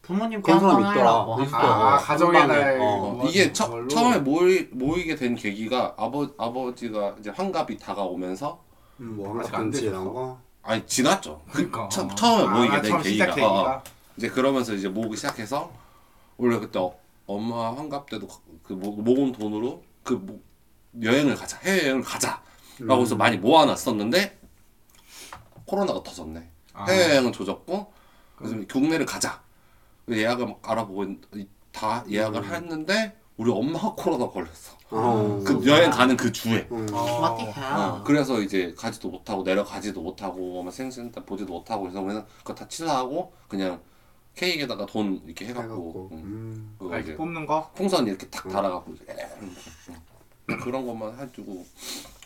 Speaker 1: 부모님께
Speaker 4: 그런 사람
Speaker 1: 한번
Speaker 4: 있더라.
Speaker 1: 하려고 뭐 한
Speaker 4: 있어.
Speaker 1: 번.
Speaker 3: 아, 가정의
Speaker 4: 한 방에.
Speaker 3: 날.
Speaker 4: 어.
Speaker 2: 어,
Speaker 3: 맞아,
Speaker 2: 이게 처,
Speaker 3: 그걸로.
Speaker 2: 처음에 모이, 모이게 된 계기가 아버 아버지가 이제 환갑이 다가오면서
Speaker 4: 음, 뭐
Speaker 3: 아직 안
Speaker 4: 한가든지 이런
Speaker 3: 되셨어.
Speaker 4: 거.
Speaker 2: 아니 지났죠.
Speaker 3: 그러니까
Speaker 2: 처- 처음에 모이게
Speaker 3: 아,
Speaker 2: 된
Speaker 3: 처음
Speaker 2: 계기가.
Speaker 3: 시작
Speaker 2: 어, 어. 이제 그러면서 이제 모으기 시작해서 원래 그때 어- 엄마 환갑 때도 그 모- 모은 돈으로 그 모- 여행을 가자 해외 여행을 가자라고 해서
Speaker 3: 음.
Speaker 2: 많이 모아놨었는데 코로나가 터졌네
Speaker 3: 아.
Speaker 2: 해외 여행은 조졌고 그래서 국내를 가자 그래서 예약을 막 알아보고 있- 다 예약을
Speaker 3: 음.
Speaker 2: 했는데 우리 엄마가 코로나 걸렸어
Speaker 4: 어.
Speaker 2: 그 여행 가는 그 주에
Speaker 4: 음.
Speaker 1: 아,
Speaker 3: 아.
Speaker 1: 어떻게 해요?
Speaker 2: 어, 그래서 이제 가지도 못하고 내려가지도 못하고 뭐 막 생신다 보지도 못하고 그래서 그냥 그거 다 취소하고 그냥 케이크에다가 돈 이렇게 해갖고
Speaker 4: 해갖고.
Speaker 2: 응.
Speaker 4: 음.
Speaker 2: 그거
Speaker 3: 아,
Speaker 2: 이제
Speaker 3: 이렇게 뽑는 거?
Speaker 2: 풍선 이렇게 탁 달아갖고 이제 응. 그런 것만 해주고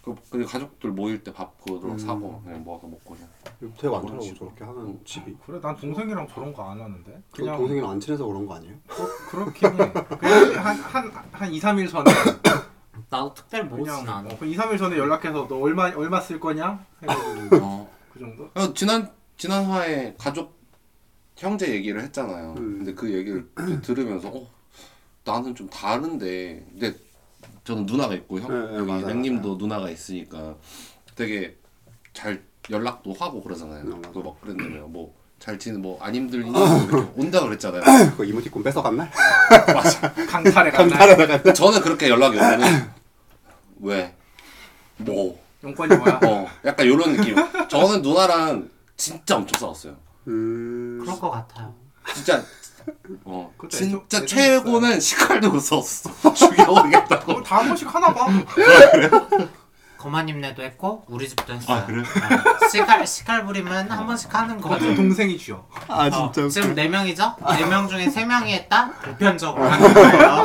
Speaker 2: 그 그리고 가족들 모일 때 밥
Speaker 4: 음.
Speaker 2: 그거 사고 그냥 모아서 먹고 그냥
Speaker 4: 되게 많더라고
Speaker 2: 그렇지.
Speaker 4: 저렇게 하는 집이.
Speaker 3: 그래 난 동생이랑 저런 거 안 하는데
Speaker 4: 그 동생이랑 안 친해서 그런 거 아니에요?
Speaker 3: 그- 그렇긴 해 그냥 한한 2, 3일 전에
Speaker 1: 나도 특별히 모르진
Speaker 3: 그냥
Speaker 1: 않아
Speaker 3: 뭐, 2, 3일 전에 연락해서 너 얼마 얼마 쓸 거냐? 해가지고
Speaker 2: 어.
Speaker 3: 그 정도?
Speaker 2: 아, 지난 지난 화에 가족 형제 얘기를 했잖아요.
Speaker 4: 음.
Speaker 2: 근데 그 얘기를 이제 들으면서 어, 나는 좀 다른데 근데 저는 누나가 있고 형
Speaker 4: 네, 네,
Speaker 2: 여기
Speaker 4: 맞아요,
Speaker 2: 형님도 누나가 있으니까 되게 잘 연락도 하고 그러잖아요.
Speaker 4: 음, 맞아.
Speaker 2: 또막 그랬는데요. 뭐 잘 지는 뭐 안 힘들니
Speaker 4: 아.
Speaker 2: 이렇게 온다 그랬잖아요.
Speaker 4: 그 이모티콘 뺏어간 날?
Speaker 2: 맞아.
Speaker 3: 강탈에
Speaker 4: 네.
Speaker 3: 갔나?
Speaker 2: 저는 그렇게 연락이 오면 왜? 뭐?
Speaker 3: 용건이 뭐야?
Speaker 2: 어, 약간 이런 느낌. 저는 누나랑 진짜 엄청 싸웠어요.
Speaker 4: 음.
Speaker 1: 그럴 것 같아요
Speaker 2: 진짜 어
Speaker 3: 그것도
Speaker 2: 진짜
Speaker 3: 애정-
Speaker 2: 최고는 시칼도 썼어 죽여버리겠다고
Speaker 3: 어, 다한 번씩 하나 봐.
Speaker 1: 거마님네도 했고 우리 집도 했어요
Speaker 2: 아, 그래요?
Speaker 1: 어. 시칼 시칼 부리면 한 번씩 하는 거
Speaker 3: 같은 동생이 쥐어.
Speaker 4: 아
Speaker 1: 어,
Speaker 4: 진짜
Speaker 1: 지금 네 명이죠? 네 명 중에 세 명이 했다? 보편적으로 하는 거예요.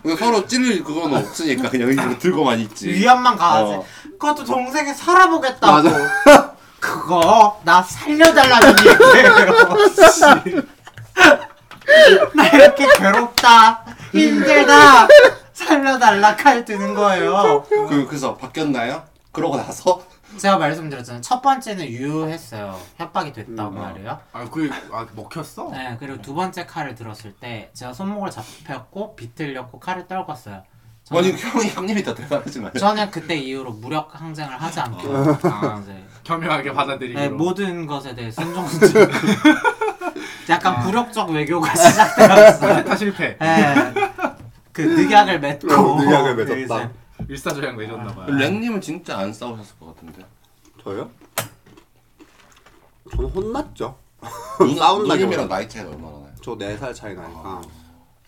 Speaker 2: 그냥 서로 찔릴 그건 없으니까 그냥 이렇게 들고만 있지
Speaker 1: 위안만 가하지.
Speaker 2: 어.
Speaker 1: 그것도 동생이 살아보겠다고. 그거 나 살려달라는 얘기예요. 나 이렇게 괴롭다, 힘들다, 살려달라 칼 드는 거예요.
Speaker 2: 그, 그래서 바뀌었나요? 그러고 나서
Speaker 1: 제가 말씀드렸잖아요. 첫 번째는 유효했어요. 협박이 됐다고
Speaker 2: 음.
Speaker 1: 말이에요.
Speaker 3: 아, 그게 아, 먹혔어?
Speaker 1: 네, 그리고 두 번째 칼을 들었을 때 제가 손목을 잡혔고 비틀렸고 칼을 떨궜어요.
Speaker 2: 아니 형이 형님이 더 대단하시나요?
Speaker 1: 저는 그때 이후로 무력 항쟁을 하지 않기로
Speaker 3: 아.
Speaker 1: 이제
Speaker 3: 겸허하게 받아들이기로.
Speaker 1: 네, 모든 것에 대해 순종순진
Speaker 4: 아.
Speaker 1: 약간 굴욕적 외교가 시작되었어요
Speaker 3: 다 실패.
Speaker 1: 네. 그 늑약을 맺고
Speaker 4: 그 늑약을 맺었다.
Speaker 1: 이제
Speaker 3: 일사조양 내줬나 봐요.
Speaker 2: 랭님은 진짜 안 싸우셨을 것 같은데
Speaker 4: 저요? 저는 혼났죠.
Speaker 2: 누-
Speaker 4: 싸운다기보다.
Speaker 2: 누님이랑 나이 차이가 얼마나 나요?
Speaker 4: 저 4살 차이 나니까.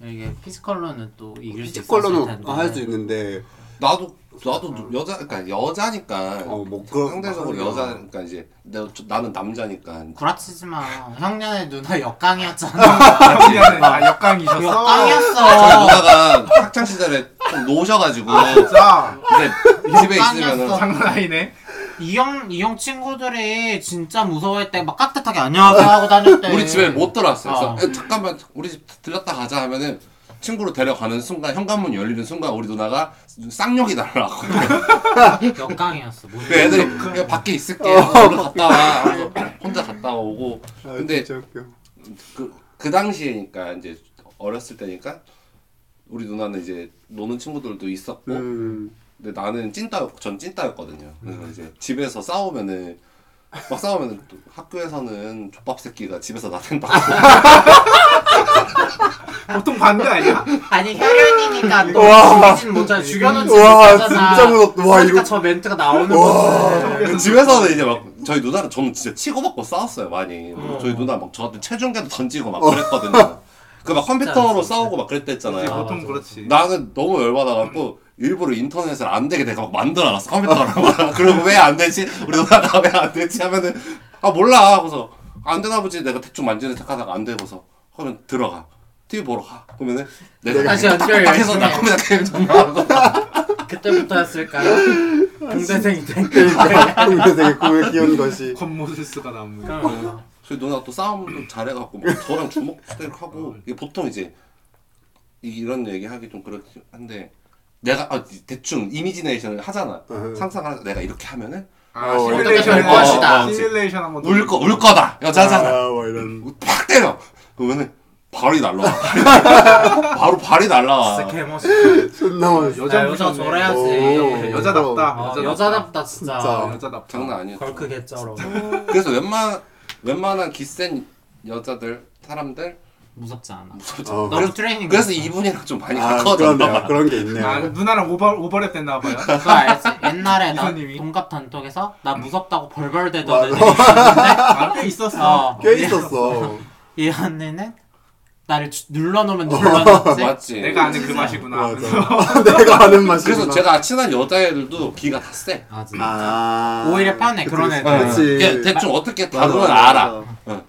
Speaker 1: 이게 피지컬로는 또 이길 수 있었을
Speaker 4: 피지컬로는
Speaker 1: 텐데
Speaker 4: 할 수 있는데
Speaker 2: 나도 나도 누- 여자 그러니까 여자니까
Speaker 4: 어, 뭐 그런-
Speaker 2: 상대적으로
Speaker 4: 맞아요.
Speaker 2: 여자니까 이제 내, 저, 나는 남자니까
Speaker 1: 구라치지 마 형년의 누나 역강이었잖아
Speaker 3: 형이라는 아, 역강이셨어.
Speaker 4: 아,
Speaker 2: 저희
Speaker 1: 역강이었어
Speaker 2: 누나가 학창 시절에 좀 노셔가지고
Speaker 3: 진짜
Speaker 2: 근데 집에 있으면은
Speaker 1: 깜짝이야.
Speaker 3: 장난 아니네.
Speaker 1: 이형 이형 친구들이 진짜 무서워할 때 막 깍듯하게 안녕하세요 하고 다녔대
Speaker 2: 우리 집에 뭐? 못 들어왔어요.
Speaker 1: 어.
Speaker 2: 그래서 에, 잠깐만 우리 집 들렀다 가자 하면은 친구를 데려가는 순간 현관문 열리는 순간 우리 누나가 쌍욕이 날라왔거든요.
Speaker 1: 역강이었어 뭐.
Speaker 2: 그 애들이 그냥 밖에 있을게. 얼른 갔다 와. 그래서 혼자 갔다 오고. 근데
Speaker 4: 아, 진짜 웃겨.
Speaker 2: 그, 그 당시에니까 이제 어렸을 때니까 우리 누나는 이제 노는 친구들도 있었고
Speaker 4: 음.
Speaker 2: 근데 나는 찐따였 전 찐따였거든요. 그래서 이제 집에서 싸우면은 막 싸우면 또 학교에서는 족밥 새끼가 집에서 나댄다.
Speaker 3: 보통 반대 아니야?
Speaker 1: 아니 혈연이니까 너 죽이진 못하잖아 죽여놓지
Speaker 4: 와,
Speaker 1: 못하잖아
Speaker 4: 진짜 무섭다. 와,
Speaker 1: 그러니까
Speaker 4: 이거-
Speaker 1: 저 멘트가 나오는 거지
Speaker 2: 집에서는 이제 막 저희 누나랑 저는 진짜 치고받고 싸웠어요 많이. 저희 누나 막 저한테 체중계도 던지고 막 그랬거든요. 그 막 컴퓨터로
Speaker 1: 어. 진짜. 어.
Speaker 2: 싸우고 막 그랬댔잖아요.
Speaker 3: 이제 보통
Speaker 1: 맞아.
Speaker 3: 그렇지.
Speaker 2: 나는 너무 열받아갖고 일부러 인터넷을 안 되게 내가 막 만들어놨어 컴퓨터로 막. 그리고 왜 안 되지 우리 누나가 왜 안 되지 하면은 아 몰라 하고서 안 되나 보지 내가 대충 만지는 척하다가 안 되고서 그러면 들어가 TV 보러 가 그러면은 내가
Speaker 1: 다시 연결 열심히
Speaker 2: 딱딱해서 나
Speaker 1: 해.
Speaker 2: 컴퓨터 게임 전화하고
Speaker 1: 그때부터였을까요? 동대생이 땡땡
Speaker 4: 근데 되게 음. 꿈에 귀여운 것이.
Speaker 3: 겉모습스가 나옵니다.
Speaker 1: 어,
Speaker 2: 저희 누나가 또 싸움도 잘해갖고 막 저랑 주먹 때를 하고 이게 보통 이제 이- 이런 얘기하기 좀 그렇긴 한데 내가 아, 대충 이미지네이션을 하잖아 상상을 하자 내가 이렇게 하면은
Speaker 3: 아,
Speaker 4: 어,
Speaker 3: 시뮬레이션
Speaker 1: 어떻게 될 것이다.
Speaker 3: 시뮬레이션 한번 더.
Speaker 2: 울거 울 거다 여자잖아
Speaker 4: 아, 뭐 이런.
Speaker 2: 팍 때려. 그러면은 발이 날라와. 바로 발이 날라와.
Speaker 1: 진짜 개멋있어
Speaker 4: 존나 멋있어.
Speaker 3: 여자
Speaker 1: 야, 아, 여자
Speaker 3: 무섭네.
Speaker 1: 저래야지
Speaker 4: 오.
Speaker 1: 여자,
Speaker 3: 여자답다.
Speaker 1: 아,
Speaker 3: 여자답다.
Speaker 1: 여자답다 진짜,
Speaker 4: 진짜.
Speaker 3: 여자답다.
Speaker 2: 장난 아니야.
Speaker 1: 걸크 개쩔어
Speaker 2: 그래서 웬만 웬만한 기센 여자들 사람들
Speaker 1: 무섭지 않아
Speaker 2: 무섭지.
Speaker 4: 어.
Speaker 1: 너무 트레이닝
Speaker 2: 그래서
Speaker 1: 됐어.
Speaker 2: 이분이랑 좀 많이
Speaker 4: 아,
Speaker 2: 가까워졌나
Speaker 4: 그러네요.
Speaker 2: 봐.
Speaker 4: 그런 게 있네요.
Speaker 3: 아, 누나랑 오버 오버랩 됐나 봐요.
Speaker 1: 그거 알지? 옛날에 나
Speaker 3: 이사님이.
Speaker 1: 동갑 단톡에서 나 무섭다고
Speaker 4: 맞아.
Speaker 1: 벌벌대던 애들이 있었는데
Speaker 3: 아, 꽤 있었어.
Speaker 1: 어,
Speaker 4: 꽤 있었어.
Speaker 1: 이 언니는 나를 주- 눌러놓으면 눌러놓지
Speaker 2: 맞지.
Speaker 3: 내가 아는 그 맛이구나.
Speaker 4: 맞아. 내가 아는 맛이.
Speaker 2: 그래서 제가 친한 여자애들도 기가 다 세.
Speaker 1: 아, 진짜.
Speaker 4: 아.
Speaker 1: 오히려 편해, 그런 애들.
Speaker 2: 어,
Speaker 4: 그렇지.
Speaker 2: 걔 대충 어떻게
Speaker 4: 맞아,
Speaker 2: 다루면
Speaker 4: 맞아,
Speaker 2: 알아.
Speaker 4: 맞아.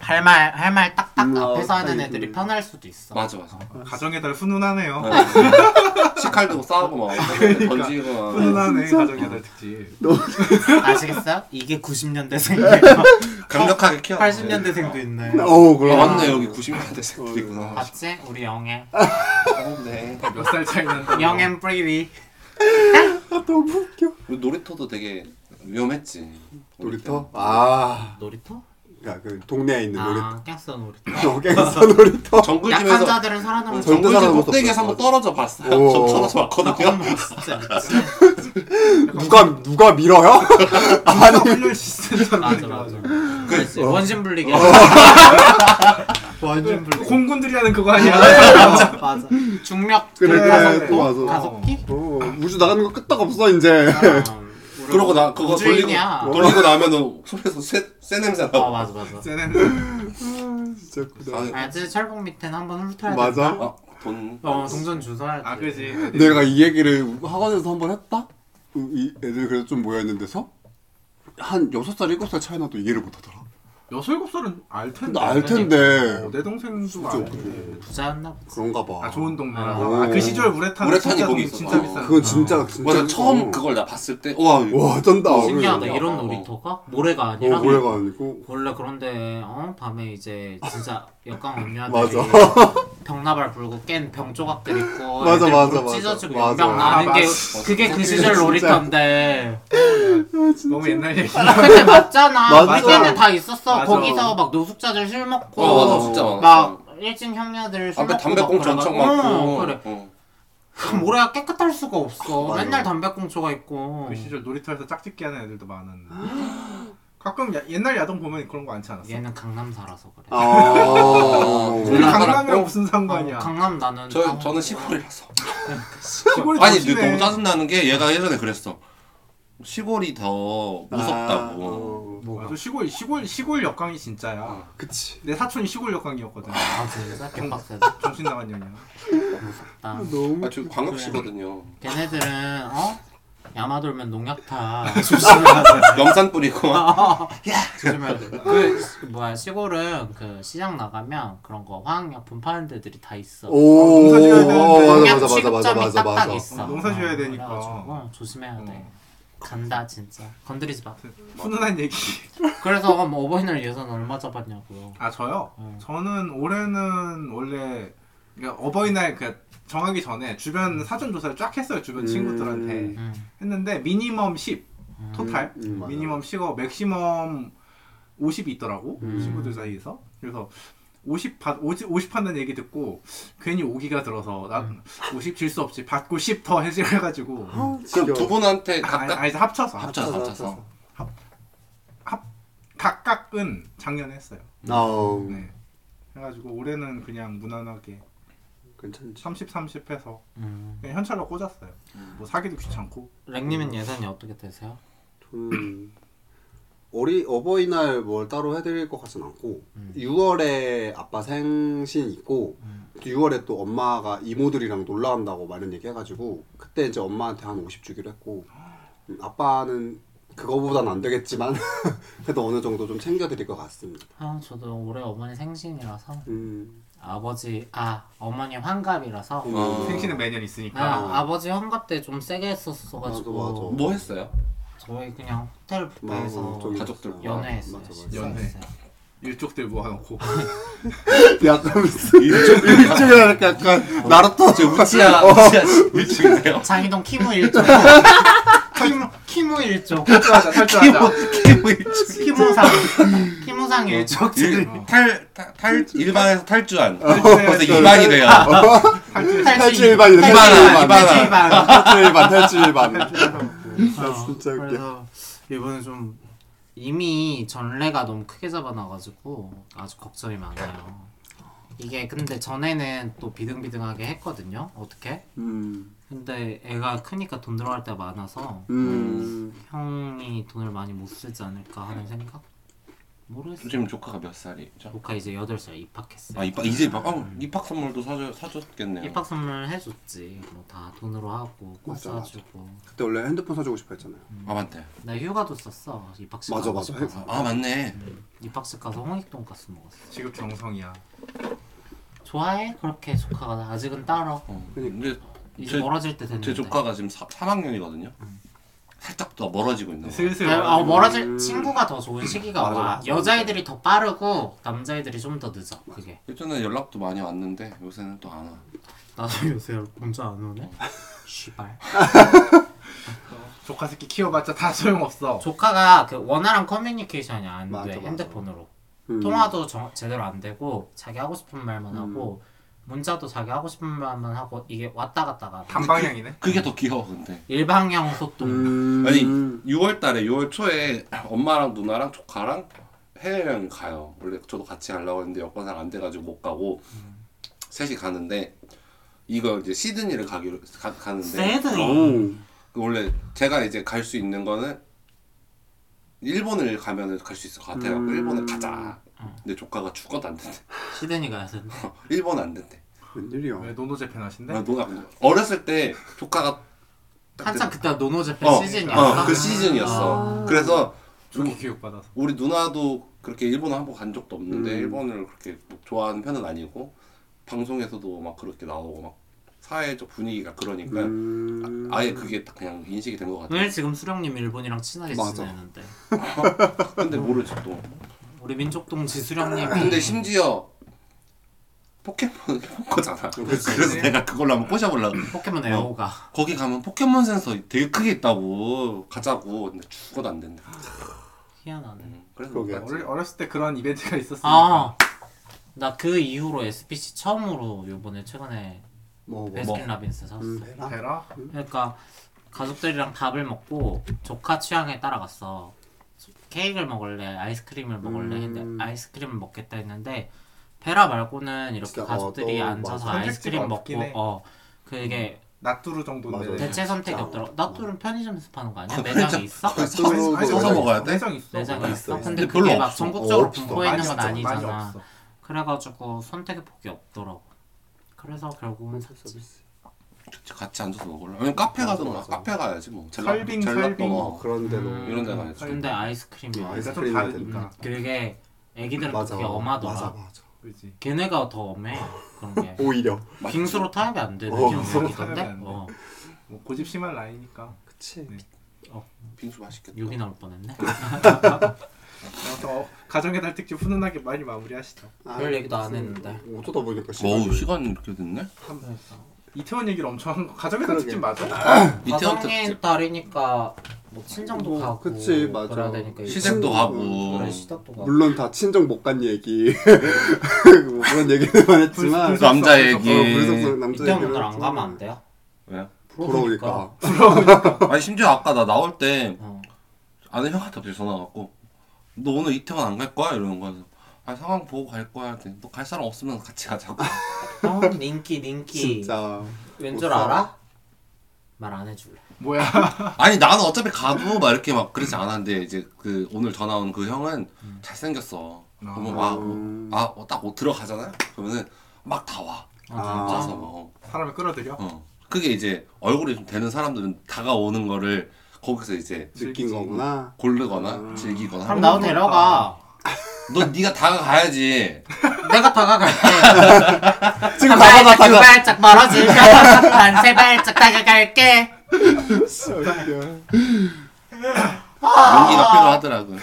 Speaker 1: 할 말, 할 말 딱딱
Speaker 4: 음,
Speaker 1: 앞에서
Speaker 4: 어,
Speaker 1: 하는
Speaker 4: 아이고.
Speaker 1: 애들이 편할 수도 있어.
Speaker 2: 맞아 어. 맞아. 예.
Speaker 3: 가정의 달 훈훈하네요.
Speaker 2: 시칼 들고 싸우고 막 던지고 막.
Speaker 3: 훈훈하네 가정의 달 특집.
Speaker 1: 아시겠어요? 이게 90년대생이에요.
Speaker 2: 강력하게 키워.
Speaker 1: 80년대생도 있네.
Speaker 4: 어우,
Speaker 2: 아
Speaker 4: 그럼.
Speaker 2: 맞네 여기 90년대 새끼구나.
Speaker 1: 맞지? 우리 영애.
Speaker 2: 네.
Speaker 3: 몇 살 차이 난다.
Speaker 1: 영앤 프리위.
Speaker 4: 아, 너무 웃겨.
Speaker 2: 우리 놀이터도 되게 위험했지.
Speaker 4: 놀이터? 아.
Speaker 1: 놀이터?
Speaker 4: 야, 그 동네에 있는 놀이터.
Speaker 1: 아, 깽써 놀이터.
Speaker 4: 여갱사 놀이터.
Speaker 1: 약한
Speaker 2: 정글집에서
Speaker 1: 자들은 살아남을 수
Speaker 4: 정- 절대
Speaker 2: 정글집
Speaker 4: 사람 없었어.
Speaker 2: 꼭대기에서 한번 떨어져 봤어요.
Speaker 4: 오.
Speaker 2: 저 떨어져
Speaker 1: 없거든.
Speaker 2: 봤거든요.
Speaker 1: 진짜 미친.
Speaker 4: 누가, 누가 밀어요?
Speaker 3: 아니 훈련 시스템
Speaker 1: 맞아, 맞아. 그랬지. 원심 불리기. 원심 불리기.
Speaker 3: 그러니까. 공군들이 하는 그거 아니야?
Speaker 1: 맞아, 맞아. 중력
Speaker 4: 그래, 그래,
Speaker 1: 다섯
Speaker 4: 또
Speaker 1: 개.
Speaker 4: 맞아.
Speaker 1: 다섯 개?
Speaker 4: 어, 우주 나가는 거 끄떡 없어, 이제.
Speaker 2: 그러고 나 그거 돌리고
Speaker 1: 우주인이야.
Speaker 2: 돌리고 나면은 손에서 쇠, 쇠 냄새
Speaker 1: 아,
Speaker 2: 나.
Speaker 1: 맞아, 맞아.
Speaker 3: 쟤는
Speaker 4: 진짜 크다.
Speaker 2: 아,
Speaker 1: 알지? 철봉 밑에는 한번 훑어야 돼.
Speaker 4: 맞아.
Speaker 2: 아, 돈.
Speaker 1: 어, 동전 주워야지.
Speaker 3: 아 그지.
Speaker 4: 내가 이 얘기를 학원에서 한 번 했다? 이 애들 그래도 좀 모였는데서 한 6살, 7살 차이 나도 이해를 못하더라.
Speaker 3: 여섯 일곱 살은 아, 알 텐데.
Speaker 4: 근데 알 텐데.
Speaker 3: 어, 내 동생도
Speaker 4: 아,
Speaker 3: 알
Speaker 4: 네.
Speaker 3: 텐데.
Speaker 1: 부자였나 보지.
Speaker 4: 그런가 봐.
Speaker 3: 아 좋은 동네라서.
Speaker 4: 오.
Speaker 3: 아, 그 시절 우레탄
Speaker 2: 우레탄이
Speaker 3: 진짜,
Speaker 2: 거기
Speaker 3: 비-
Speaker 2: 있었어.
Speaker 3: 진짜 비싼.
Speaker 4: 그건 진짜, 진짜.
Speaker 2: 맞아 처음
Speaker 4: 어.
Speaker 2: 그걸 나 봤을 때 와.
Speaker 4: 아, 와, 쩐다.
Speaker 1: 신기하다.
Speaker 4: 그래.
Speaker 1: 이런 놀이터가 모래가 아니라
Speaker 4: 어, 오해가 아니고.
Speaker 1: 원래 그런데 어 밤에 이제 진짜 역강
Speaker 4: 맞아.
Speaker 1: 음료들이 병나발 불고 깬 병조각들 있고
Speaker 4: 맞아,
Speaker 1: 애들
Speaker 4: 맞아,
Speaker 1: 무릎
Speaker 4: 맞아.
Speaker 1: 찢어지고
Speaker 4: 맞아.
Speaker 1: 연병
Speaker 3: 아,
Speaker 1: 나는 게
Speaker 3: 맞아.
Speaker 1: 그게 그 시절
Speaker 4: 진짜.
Speaker 1: 놀이터인데
Speaker 2: 그
Speaker 3: 너무 옛날 얘기.
Speaker 1: 그때 맞잖아
Speaker 4: 맞아.
Speaker 1: 우리때는 다 있었어
Speaker 3: 맞아.
Speaker 1: 거기서 막 노숙자들 술 먹고
Speaker 2: 와
Speaker 4: 어,
Speaker 2: 맞아 진짜 많았어.
Speaker 1: 막 일진 형녀들 술
Speaker 2: 앞에
Speaker 1: 먹고
Speaker 2: 담배꽁초
Speaker 1: 막
Speaker 2: 엄청
Speaker 1: 그래가지고.
Speaker 2: 많고.
Speaker 1: 어, 그래
Speaker 2: 어.
Speaker 1: 그 모래가 깨끗할 수가 없어
Speaker 4: 맞아.
Speaker 1: 맨날 담배꽁초가
Speaker 2: 아.
Speaker 1: 있고
Speaker 3: 그 시절 놀이터에서 짝짓기 하는 애들도 많았는데. 가끔 야, 옛날 야동 보면 그런 거 많지 않았어?
Speaker 1: 얘는 강남 살아서 그래
Speaker 4: 아.
Speaker 3: 우리
Speaker 2: 우리
Speaker 3: 강남이랑
Speaker 2: 사람-
Speaker 3: 무슨 상관이야?
Speaker 1: 어, 강남 나는
Speaker 2: 저
Speaker 1: 아무-
Speaker 2: 저는 시골이라서.
Speaker 3: 시골이
Speaker 2: 아니
Speaker 3: 더 심해.
Speaker 2: 근데 너무 짜증 나는 게 얘가 예전에 그랬어. 시골이 더 무섭다고.
Speaker 4: 아, 어.
Speaker 1: 뭐가
Speaker 3: 맞아 시골 시골 시골 역광이
Speaker 2: 어.
Speaker 3: 진짜야.
Speaker 4: 아, 그치.
Speaker 3: 내 사촌이 시골 역광이었거든.
Speaker 1: 아 진짜 개빡세다
Speaker 3: 정신 나간 년이야.
Speaker 1: 아,
Speaker 4: 너무.
Speaker 2: 아 지금 광역시거든요.
Speaker 1: 걔네들은 어? 야마 돌면 농약 타 조심해야 돼
Speaker 3: 아.
Speaker 2: 염산 뿌리고 막.
Speaker 1: 조심해야 돼그 뭐야 시골은 그 시장 나가면 그런 거 화학약품 파는 데들이 다 있어
Speaker 4: 오,
Speaker 3: 농사 지어야 되는데.
Speaker 4: 어, 맞아,
Speaker 1: 농약
Speaker 4: 맞아,
Speaker 1: 취급점이
Speaker 4: 맞아, 맞아,
Speaker 1: 딱딱
Speaker 4: 맞아.
Speaker 1: 있어
Speaker 3: 어, 농사 지어야
Speaker 1: 어,
Speaker 3: 되니까.
Speaker 1: 그래가지고 조심해야 돼 간다 진짜 건드리지 마
Speaker 3: 훈훈한 얘기.
Speaker 1: 그래서 뭐 어버이날 예산 얼마 잡았냐고요
Speaker 3: 아 저요?
Speaker 1: 음.
Speaker 3: 저는 올해는 원래 그러니까 어버이날 그 정하기 전에 주변 사전 조사를 쫙 했어요. 주변
Speaker 4: 음.
Speaker 3: 친구들한테
Speaker 1: 음.
Speaker 3: 했는데 미니멈 10 토탈
Speaker 4: 음, 맞아.
Speaker 3: 미니멈 10어 맥시멈 50이 있더라고
Speaker 1: 음.
Speaker 3: 친구들 사이에서 그래서 50 받, 50, 50 한다는 얘기 듣고 괜히 오기가 들어서 나50 질 수 없지 받고 10 더 해지해가지고
Speaker 4: 아,
Speaker 2: 그럼
Speaker 4: 지겨워.
Speaker 2: 두 분한테
Speaker 3: 아,
Speaker 2: 각각
Speaker 3: 아, 이제 합쳐서 합,
Speaker 2: 합쳐서
Speaker 4: 합쳐서,
Speaker 2: 합쳐서
Speaker 4: 합쳐서.
Speaker 3: 합 각각은 작년에 했어요.
Speaker 4: 아우
Speaker 3: 네. 해가지고 올해는 그냥 무난하게
Speaker 4: 괜찮지.
Speaker 3: 30, 30 해서
Speaker 1: 음.
Speaker 3: 그냥 현찰로 꽂았어요. 뭐 사기도 귀찮고.
Speaker 1: 랭님은 예산이 어떻게 되세요?
Speaker 4: 저는 음. 어리 어버이날 뭘 따로 해드릴 것 같진 않고
Speaker 1: 음.
Speaker 4: 6월에 아빠 생신 있고 6월에 또 엄마가 이모들이랑 놀러 간다고 마련 얘기해가지고 그때 이제 엄마한테 한 50 주기로 했고 음, 아빠는 그거보단 안 되겠지만 그래도 어느 정도 좀 챙겨드릴 것 같습니다.
Speaker 1: 아 저도 올해 어머니 생신이라서
Speaker 4: 음,
Speaker 1: 아버지 아 어머니 환갑이라서
Speaker 2: 어.
Speaker 3: 생신은 매년
Speaker 1: 아,
Speaker 3: 있으니까.
Speaker 4: 아.
Speaker 1: 아버지 환갑 때 좀 세게 했었어가지고
Speaker 4: 맞아,
Speaker 3: 예.
Speaker 4: 맞아.
Speaker 2: 뭐 했어요?
Speaker 1: 저희 그냥 호텔
Speaker 4: 마음
Speaker 1: 뷔페에서
Speaker 4: 좀
Speaker 2: 가족들
Speaker 4: 있어요.
Speaker 1: 연애했어요
Speaker 4: 맞아, 맞아.
Speaker 1: 식사했어요.
Speaker 3: 연애. 일족들 모아놓고.
Speaker 4: 약간 일주일이랄까 약간 나루토 지금
Speaker 3: 아,
Speaker 2: 우치야 우치야 미치겠네요.
Speaker 1: 장희동 키무 일족 키무 키무 일족
Speaker 3: 탈출하자, 탈출하자.
Speaker 1: 키무상 키무상 일족들이
Speaker 2: 탈탈 일반에서 탈주한
Speaker 3: 탈주해야죠.
Speaker 2: 어. 벌써 2만이 돼요.
Speaker 3: 아. 탈출.
Speaker 4: 탈출 일반이네,
Speaker 1: 탈출
Speaker 2: 탈출
Speaker 1: 일반 탈출
Speaker 4: 탈출반 네, 탈출반
Speaker 1: 일반
Speaker 4: 아, 진짜 웃겨.
Speaker 1: 그래서 이번에 좀 이미 전례가 너무 크게 잡아놔가지고 아주 걱정이 많아요 이게 근데 전에는 또 비등비등하게 했거든요 어떻게
Speaker 4: 음,
Speaker 1: 근데 애가 크니까 돈 들어갈 때가 많아서
Speaker 4: 음,
Speaker 1: 형이 돈을 많이 못 쓰지 않을까 하는 생각? 모르겠어요.
Speaker 2: 지금 조카가 몇 살이죠?
Speaker 1: 조카 이제 8살 입학했어요.
Speaker 2: 아 입학 이제 막 어, 입학 선물도 사줘 사줬겠네요.
Speaker 1: 입학 선물 해줬지. 뭐 다 돈으로 하고 꽃
Speaker 4: 맞아, 맞아.
Speaker 1: 사주고.
Speaker 4: 그때 원래 핸드폰 사주고 싶어 했잖아요.
Speaker 2: 아 맞네.
Speaker 1: 나 휴가도 썼어. 입학식
Speaker 4: 맞아,
Speaker 1: 가고
Speaker 4: 맞아.
Speaker 1: 싶어서.
Speaker 2: 아 맞네.
Speaker 1: 입학식 가서 홍익 돈가스 먹었어.
Speaker 3: 지금 정성이야.
Speaker 1: 좋아해? 그렇게 조카가 나 아직은 따라.
Speaker 2: 어, 근데
Speaker 3: 그러니까.
Speaker 1: 이제
Speaker 2: 제,
Speaker 1: 멀어질 때 됐는데.
Speaker 2: 제 조카가 지금 3, 3학년이거든요. 살짝 더 멀어지고 있는 거.
Speaker 3: 슬슬. 뭐
Speaker 1: 아, 어,
Speaker 3: 와가지고.
Speaker 1: 멀어질 친구가 더 좋은 시기가
Speaker 4: 맞아,
Speaker 1: 와.
Speaker 4: 맞아.
Speaker 1: 여자애들이 더 빠르고 남자애들이 좀 더 늦어. 그게.
Speaker 2: 예전에 연락도 많이 왔는데 요새는 또 안 와.
Speaker 1: 나도 요새 혼자 안 오네. 씨발.
Speaker 3: 조카 새끼 키워봤자 다 소용없어.
Speaker 1: 조카가 그 원활한 커뮤니케이션이 안 돼
Speaker 4: 맞아, 맞아.
Speaker 1: 핸드폰으로
Speaker 4: 음.
Speaker 1: 통화도 정- 제대로 안 되고 자기 하고 싶은 말만 하고 문자도 자기 하고 싶은 말만 하고 이게 왔다 갔다가 어.
Speaker 3: 단방향이네.
Speaker 2: 그게 더 귀여워 근데.
Speaker 1: 일방향 소통
Speaker 4: 음,
Speaker 2: 아니 6월 달에 6월 초에 엄마랑 누나랑 조카랑 해외여행 가요. 원래 저도 같이 가려고 했는데 여건상 안 돼가지고 못 가고 셋이 가는데 이거 이제 시드니를 가기로 가, 가는데
Speaker 1: 세드
Speaker 4: 오,
Speaker 2: 그 원래 제가 이제 갈 수 있는 거는 일본을 가면은 갈 수 있을 것 같아요.
Speaker 4: 음.
Speaker 2: 일본을 가자. 근데 조카가 죽어도 안 된대.
Speaker 1: 시드니 가야 된
Speaker 2: 일본 안 된대.
Speaker 3: 왜
Speaker 4: 웬일이야?
Speaker 3: 노노 재팬하신데?
Speaker 1: 어.
Speaker 2: 아, 누나 어렸을 때 조카가 딱
Speaker 1: 네? 한창 아. 그때 노노재팬
Speaker 2: 어,
Speaker 1: 시즌이었어
Speaker 2: 어, 그 시즌이었어. 그래서
Speaker 3: 조기 교육받아서.
Speaker 2: 우리 누나도 그렇게 일본 한 번 간 적도 없는데 일본을 그렇게 뭐 좋아하는 편은 아니고 방송에서도 막 그렇게 나오고 막 사회적 분위기가 그러니까
Speaker 4: 음,
Speaker 2: 아, 아예 그게 딱 그냥 인식이 된 것 같아.
Speaker 1: 오늘 지금 수령님 일본이랑 친하게
Speaker 4: 맞아.
Speaker 1: 지내는데
Speaker 2: 근데 모르지 또.
Speaker 1: 우리 민족동 지수령님이
Speaker 2: 근데 심지어 포켓몬 포커잖아.
Speaker 4: 그치.
Speaker 2: 그래서 내가 그걸로 한번 꼬셔보려고.
Speaker 4: 어.
Speaker 1: 포켓몬 애호가
Speaker 2: 거기 가면 포켓몬 센서 되게 크게 있다고 가자고. 근데 죽어도 안 된다.
Speaker 4: 그러니까.
Speaker 1: 희한하네
Speaker 2: 그래서
Speaker 4: 그러게.
Speaker 2: 못 갔지.
Speaker 3: 어릴, 어렸을 때 그런 이벤트가 있었으니까.
Speaker 1: 아나 그 이후로 SPC 처음으로 요번에 최근에
Speaker 4: 뭐, 뭐, 뭐,
Speaker 1: 베스킨라빈스 샀어
Speaker 4: 음, 배랑?
Speaker 3: 대라?
Speaker 1: 그러니까 가족들이랑 밥을 먹고 조카 취향에 따라갔어. 케이크를 먹을래, 아이스크림을 먹을래
Speaker 4: 음.
Speaker 1: 했는데 아이스크림을 먹겠다 했는데 베라 말고는 이렇게
Speaker 4: 진짜,
Speaker 1: 가족들이
Speaker 4: 어, 또
Speaker 1: 앉아서
Speaker 3: 맞아.
Speaker 1: 아이스크림 먹고
Speaker 3: 선택지가 없긴 해.
Speaker 1: 어 그게
Speaker 3: 나뚜루
Speaker 4: 맞아.
Speaker 3: 정도인데.
Speaker 1: 대체
Speaker 4: 음.
Speaker 1: 선택이
Speaker 4: 진짜. 어.
Speaker 1: 없더라고. 나또는 편의점에서 파는 거 아니야? 매장이 있어?
Speaker 2: 그
Speaker 4: 서서
Speaker 2: 서서 먹어야 돼?
Speaker 3: 내성 있어.
Speaker 1: 매장이 있어.
Speaker 4: 있어.
Speaker 1: 네, 근데
Speaker 2: 근데 별로
Speaker 1: 그게 막
Speaker 2: 없어.
Speaker 1: 전국적으로
Speaker 4: 어, 없어.
Speaker 1: 분포해 있는 건
Speaker 3: 없어, 많이
Speaker 1: 아니잖아.
Speaker 3: 없어.
Speaker 1: 그래가지고 선택의 폭이 없더라고. 그래서 결국은 샀지.
Speaker 2: 같이 앉아서 먹을래. 아니면 카페
Speaker 4: 맞아,
Speaker 2: 가서 먹어.
Speaker 4: 맞아.
Speaker 2: 카페 가야지 뭐. 젤라-
Speaker 3: 설빙,
Speaker 2: 젤라또
Speaker 3: 설빙.
Speaker 2: 먹어.
Speaker 4: 그런 데로
Speaker 1: 음.
Speaker 2: 이런 데 가야지.
Speaker 1: 근데 아이스크림이야. 음.
Speaker 4: 아,
Speaker 3: 그러니까 좀
Speaker 4: 아이스크림이
Speaker 3: 다르니까.
Speaker 1: 그게 애기들은 또
Speaker 4: 맞아,
Speaker 1: 그게 엄하더라.
Speaker 4: 맞아, 맞아.
Speaker 3: 그지.
Speaker 1: 걔네가 더 엄해 그런 게
Speaker 4: 오히려
Speaker 1: 빙수로 타협이 안 되는
Speaker 4: 어,
Speaker 1: 경우가
Speaker 3: 빙수로
Speaker 1: 있던데
Speaker 3: 타협이 안 돼.
Speaker 1: 어,
Speaker 3: 뭐 고집 심한 라인이니까.
Speaker 4: 그치.
Speaker 2: 빙수 맛있겠다.
Speaker 1: 욕이 나올 뻔했네
Speaker 2: 그
Speaker 3: 그래서 어, 가정의 달특집 훈훈하게 많이 마무리하시죠.
Speaker 4: 아,
Speaker 1: 별 얘기도 안 했는데.
Speaker 4: 어쩌다 보니까
Speaker 2: 어우
Speaker 4: 시간이
Speaker 2: 시간 이렇게 됐네?
Speaker 3: 이태원 얘기를 엄청 한 거. 가정의
Speaker 4: 그러게.
Speaker 3: 달특집 맞아?
Speaker 2: 이태원
Speaker 1: 가정의 딸이니까 뭐 친정도
Speaker 4: 뭐,
Speaker 1: 가고
Speaker 4: 그치, 맞아. 어.
Speaker 1: 그래야 되니까
Speaker 2: 시댁도 가고
Speaker 1: 그래 시댁도 가고
Speaker 4: 물론 다 친정 못 간 얘기 뭐 그런 얘기들만 했지만
Speaker 3: 불-
Speaker 2: 남자
Speaker 3: 불-
Speaker 2: 얘기
Speaker 4: 어, 불속성 남자
Speaker 1: 이때
Speaker 4: 얘기를
Speaker 1: 오늘 안
Speaker 4: 했지만
Speaker 1: 가면 안 돼요?
Speaker 2: 왜요?
Speaker 4: 부러우니까
Speaker 2: 아니 심지어 아까 나 나올 때
Speaker 1: 어.
Speaker 2: 아는 형한테 갑자기 전화 왔고 너 오늘 이태원 안 갈 거야? 이러는 거야. 아 상황 보고 갈 거야. 할때 너 갈 사람 없으면 같이 가자고.
Speaker 1: 형 닌기 닌기.
Speaker 4: 진짜
Speaker 1: 왠줄
Speaker 4: 못 살아.
Speaker 1: 알아? 말 안 해줄래.
Speaker 3: 뭐야?
Speaker 2: 아니 나는 어차피 가도 막 이렇게 막 그러지 않았는데 이제 그 오늘 전화 온 그 형은 잘생겼어. 그러면
Speaker 4: 음.
Speaker 2: 막아딱 뭐 들어가잖아요. 그러면은 막 다 와.
Speaker 4: 아.
Speaker 2: 짜서 막. 어.
Speaker 3: 사람을 끌어들여.
Speaker 2: 어. 그게 이제 얼굴이 좀 되는 사람들은 다가오는 거를 거기서 이제
Speaker 4: 느낀 거구나.
Speaker 2: 고르거나
Speaker 4: 음.
Speaker 2: 즐기거나.
Speaker 1: 그럼
Speaker 2: 하는
Speaker 1: 나도
Speaker 2: 거지.
Speaker 1: 데려가.
Speaker 2: 너 네가 다가가야지.
Speaker 1: 내가 다가갈게.
Speaker 4: 지금
Speaker 1: 한
Speaker 4: 가봐봐
Speaker 1: 발짝 두
Speaker 4: 아, 다가.
Speaker 1: 발짝 멀어질 한세 발짝 다가갈게.
Speaker 2: 용기가 필요하더라고.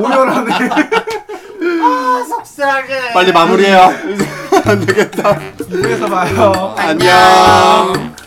Speaker 3: 오열하네.
Speaker 1: 아, 씁쓸하게.
Speaker 4: 빨리 마무리해요. 안 되겠다.
Speaker 3: 이에서 봐요.
Speaker 4: 안녕.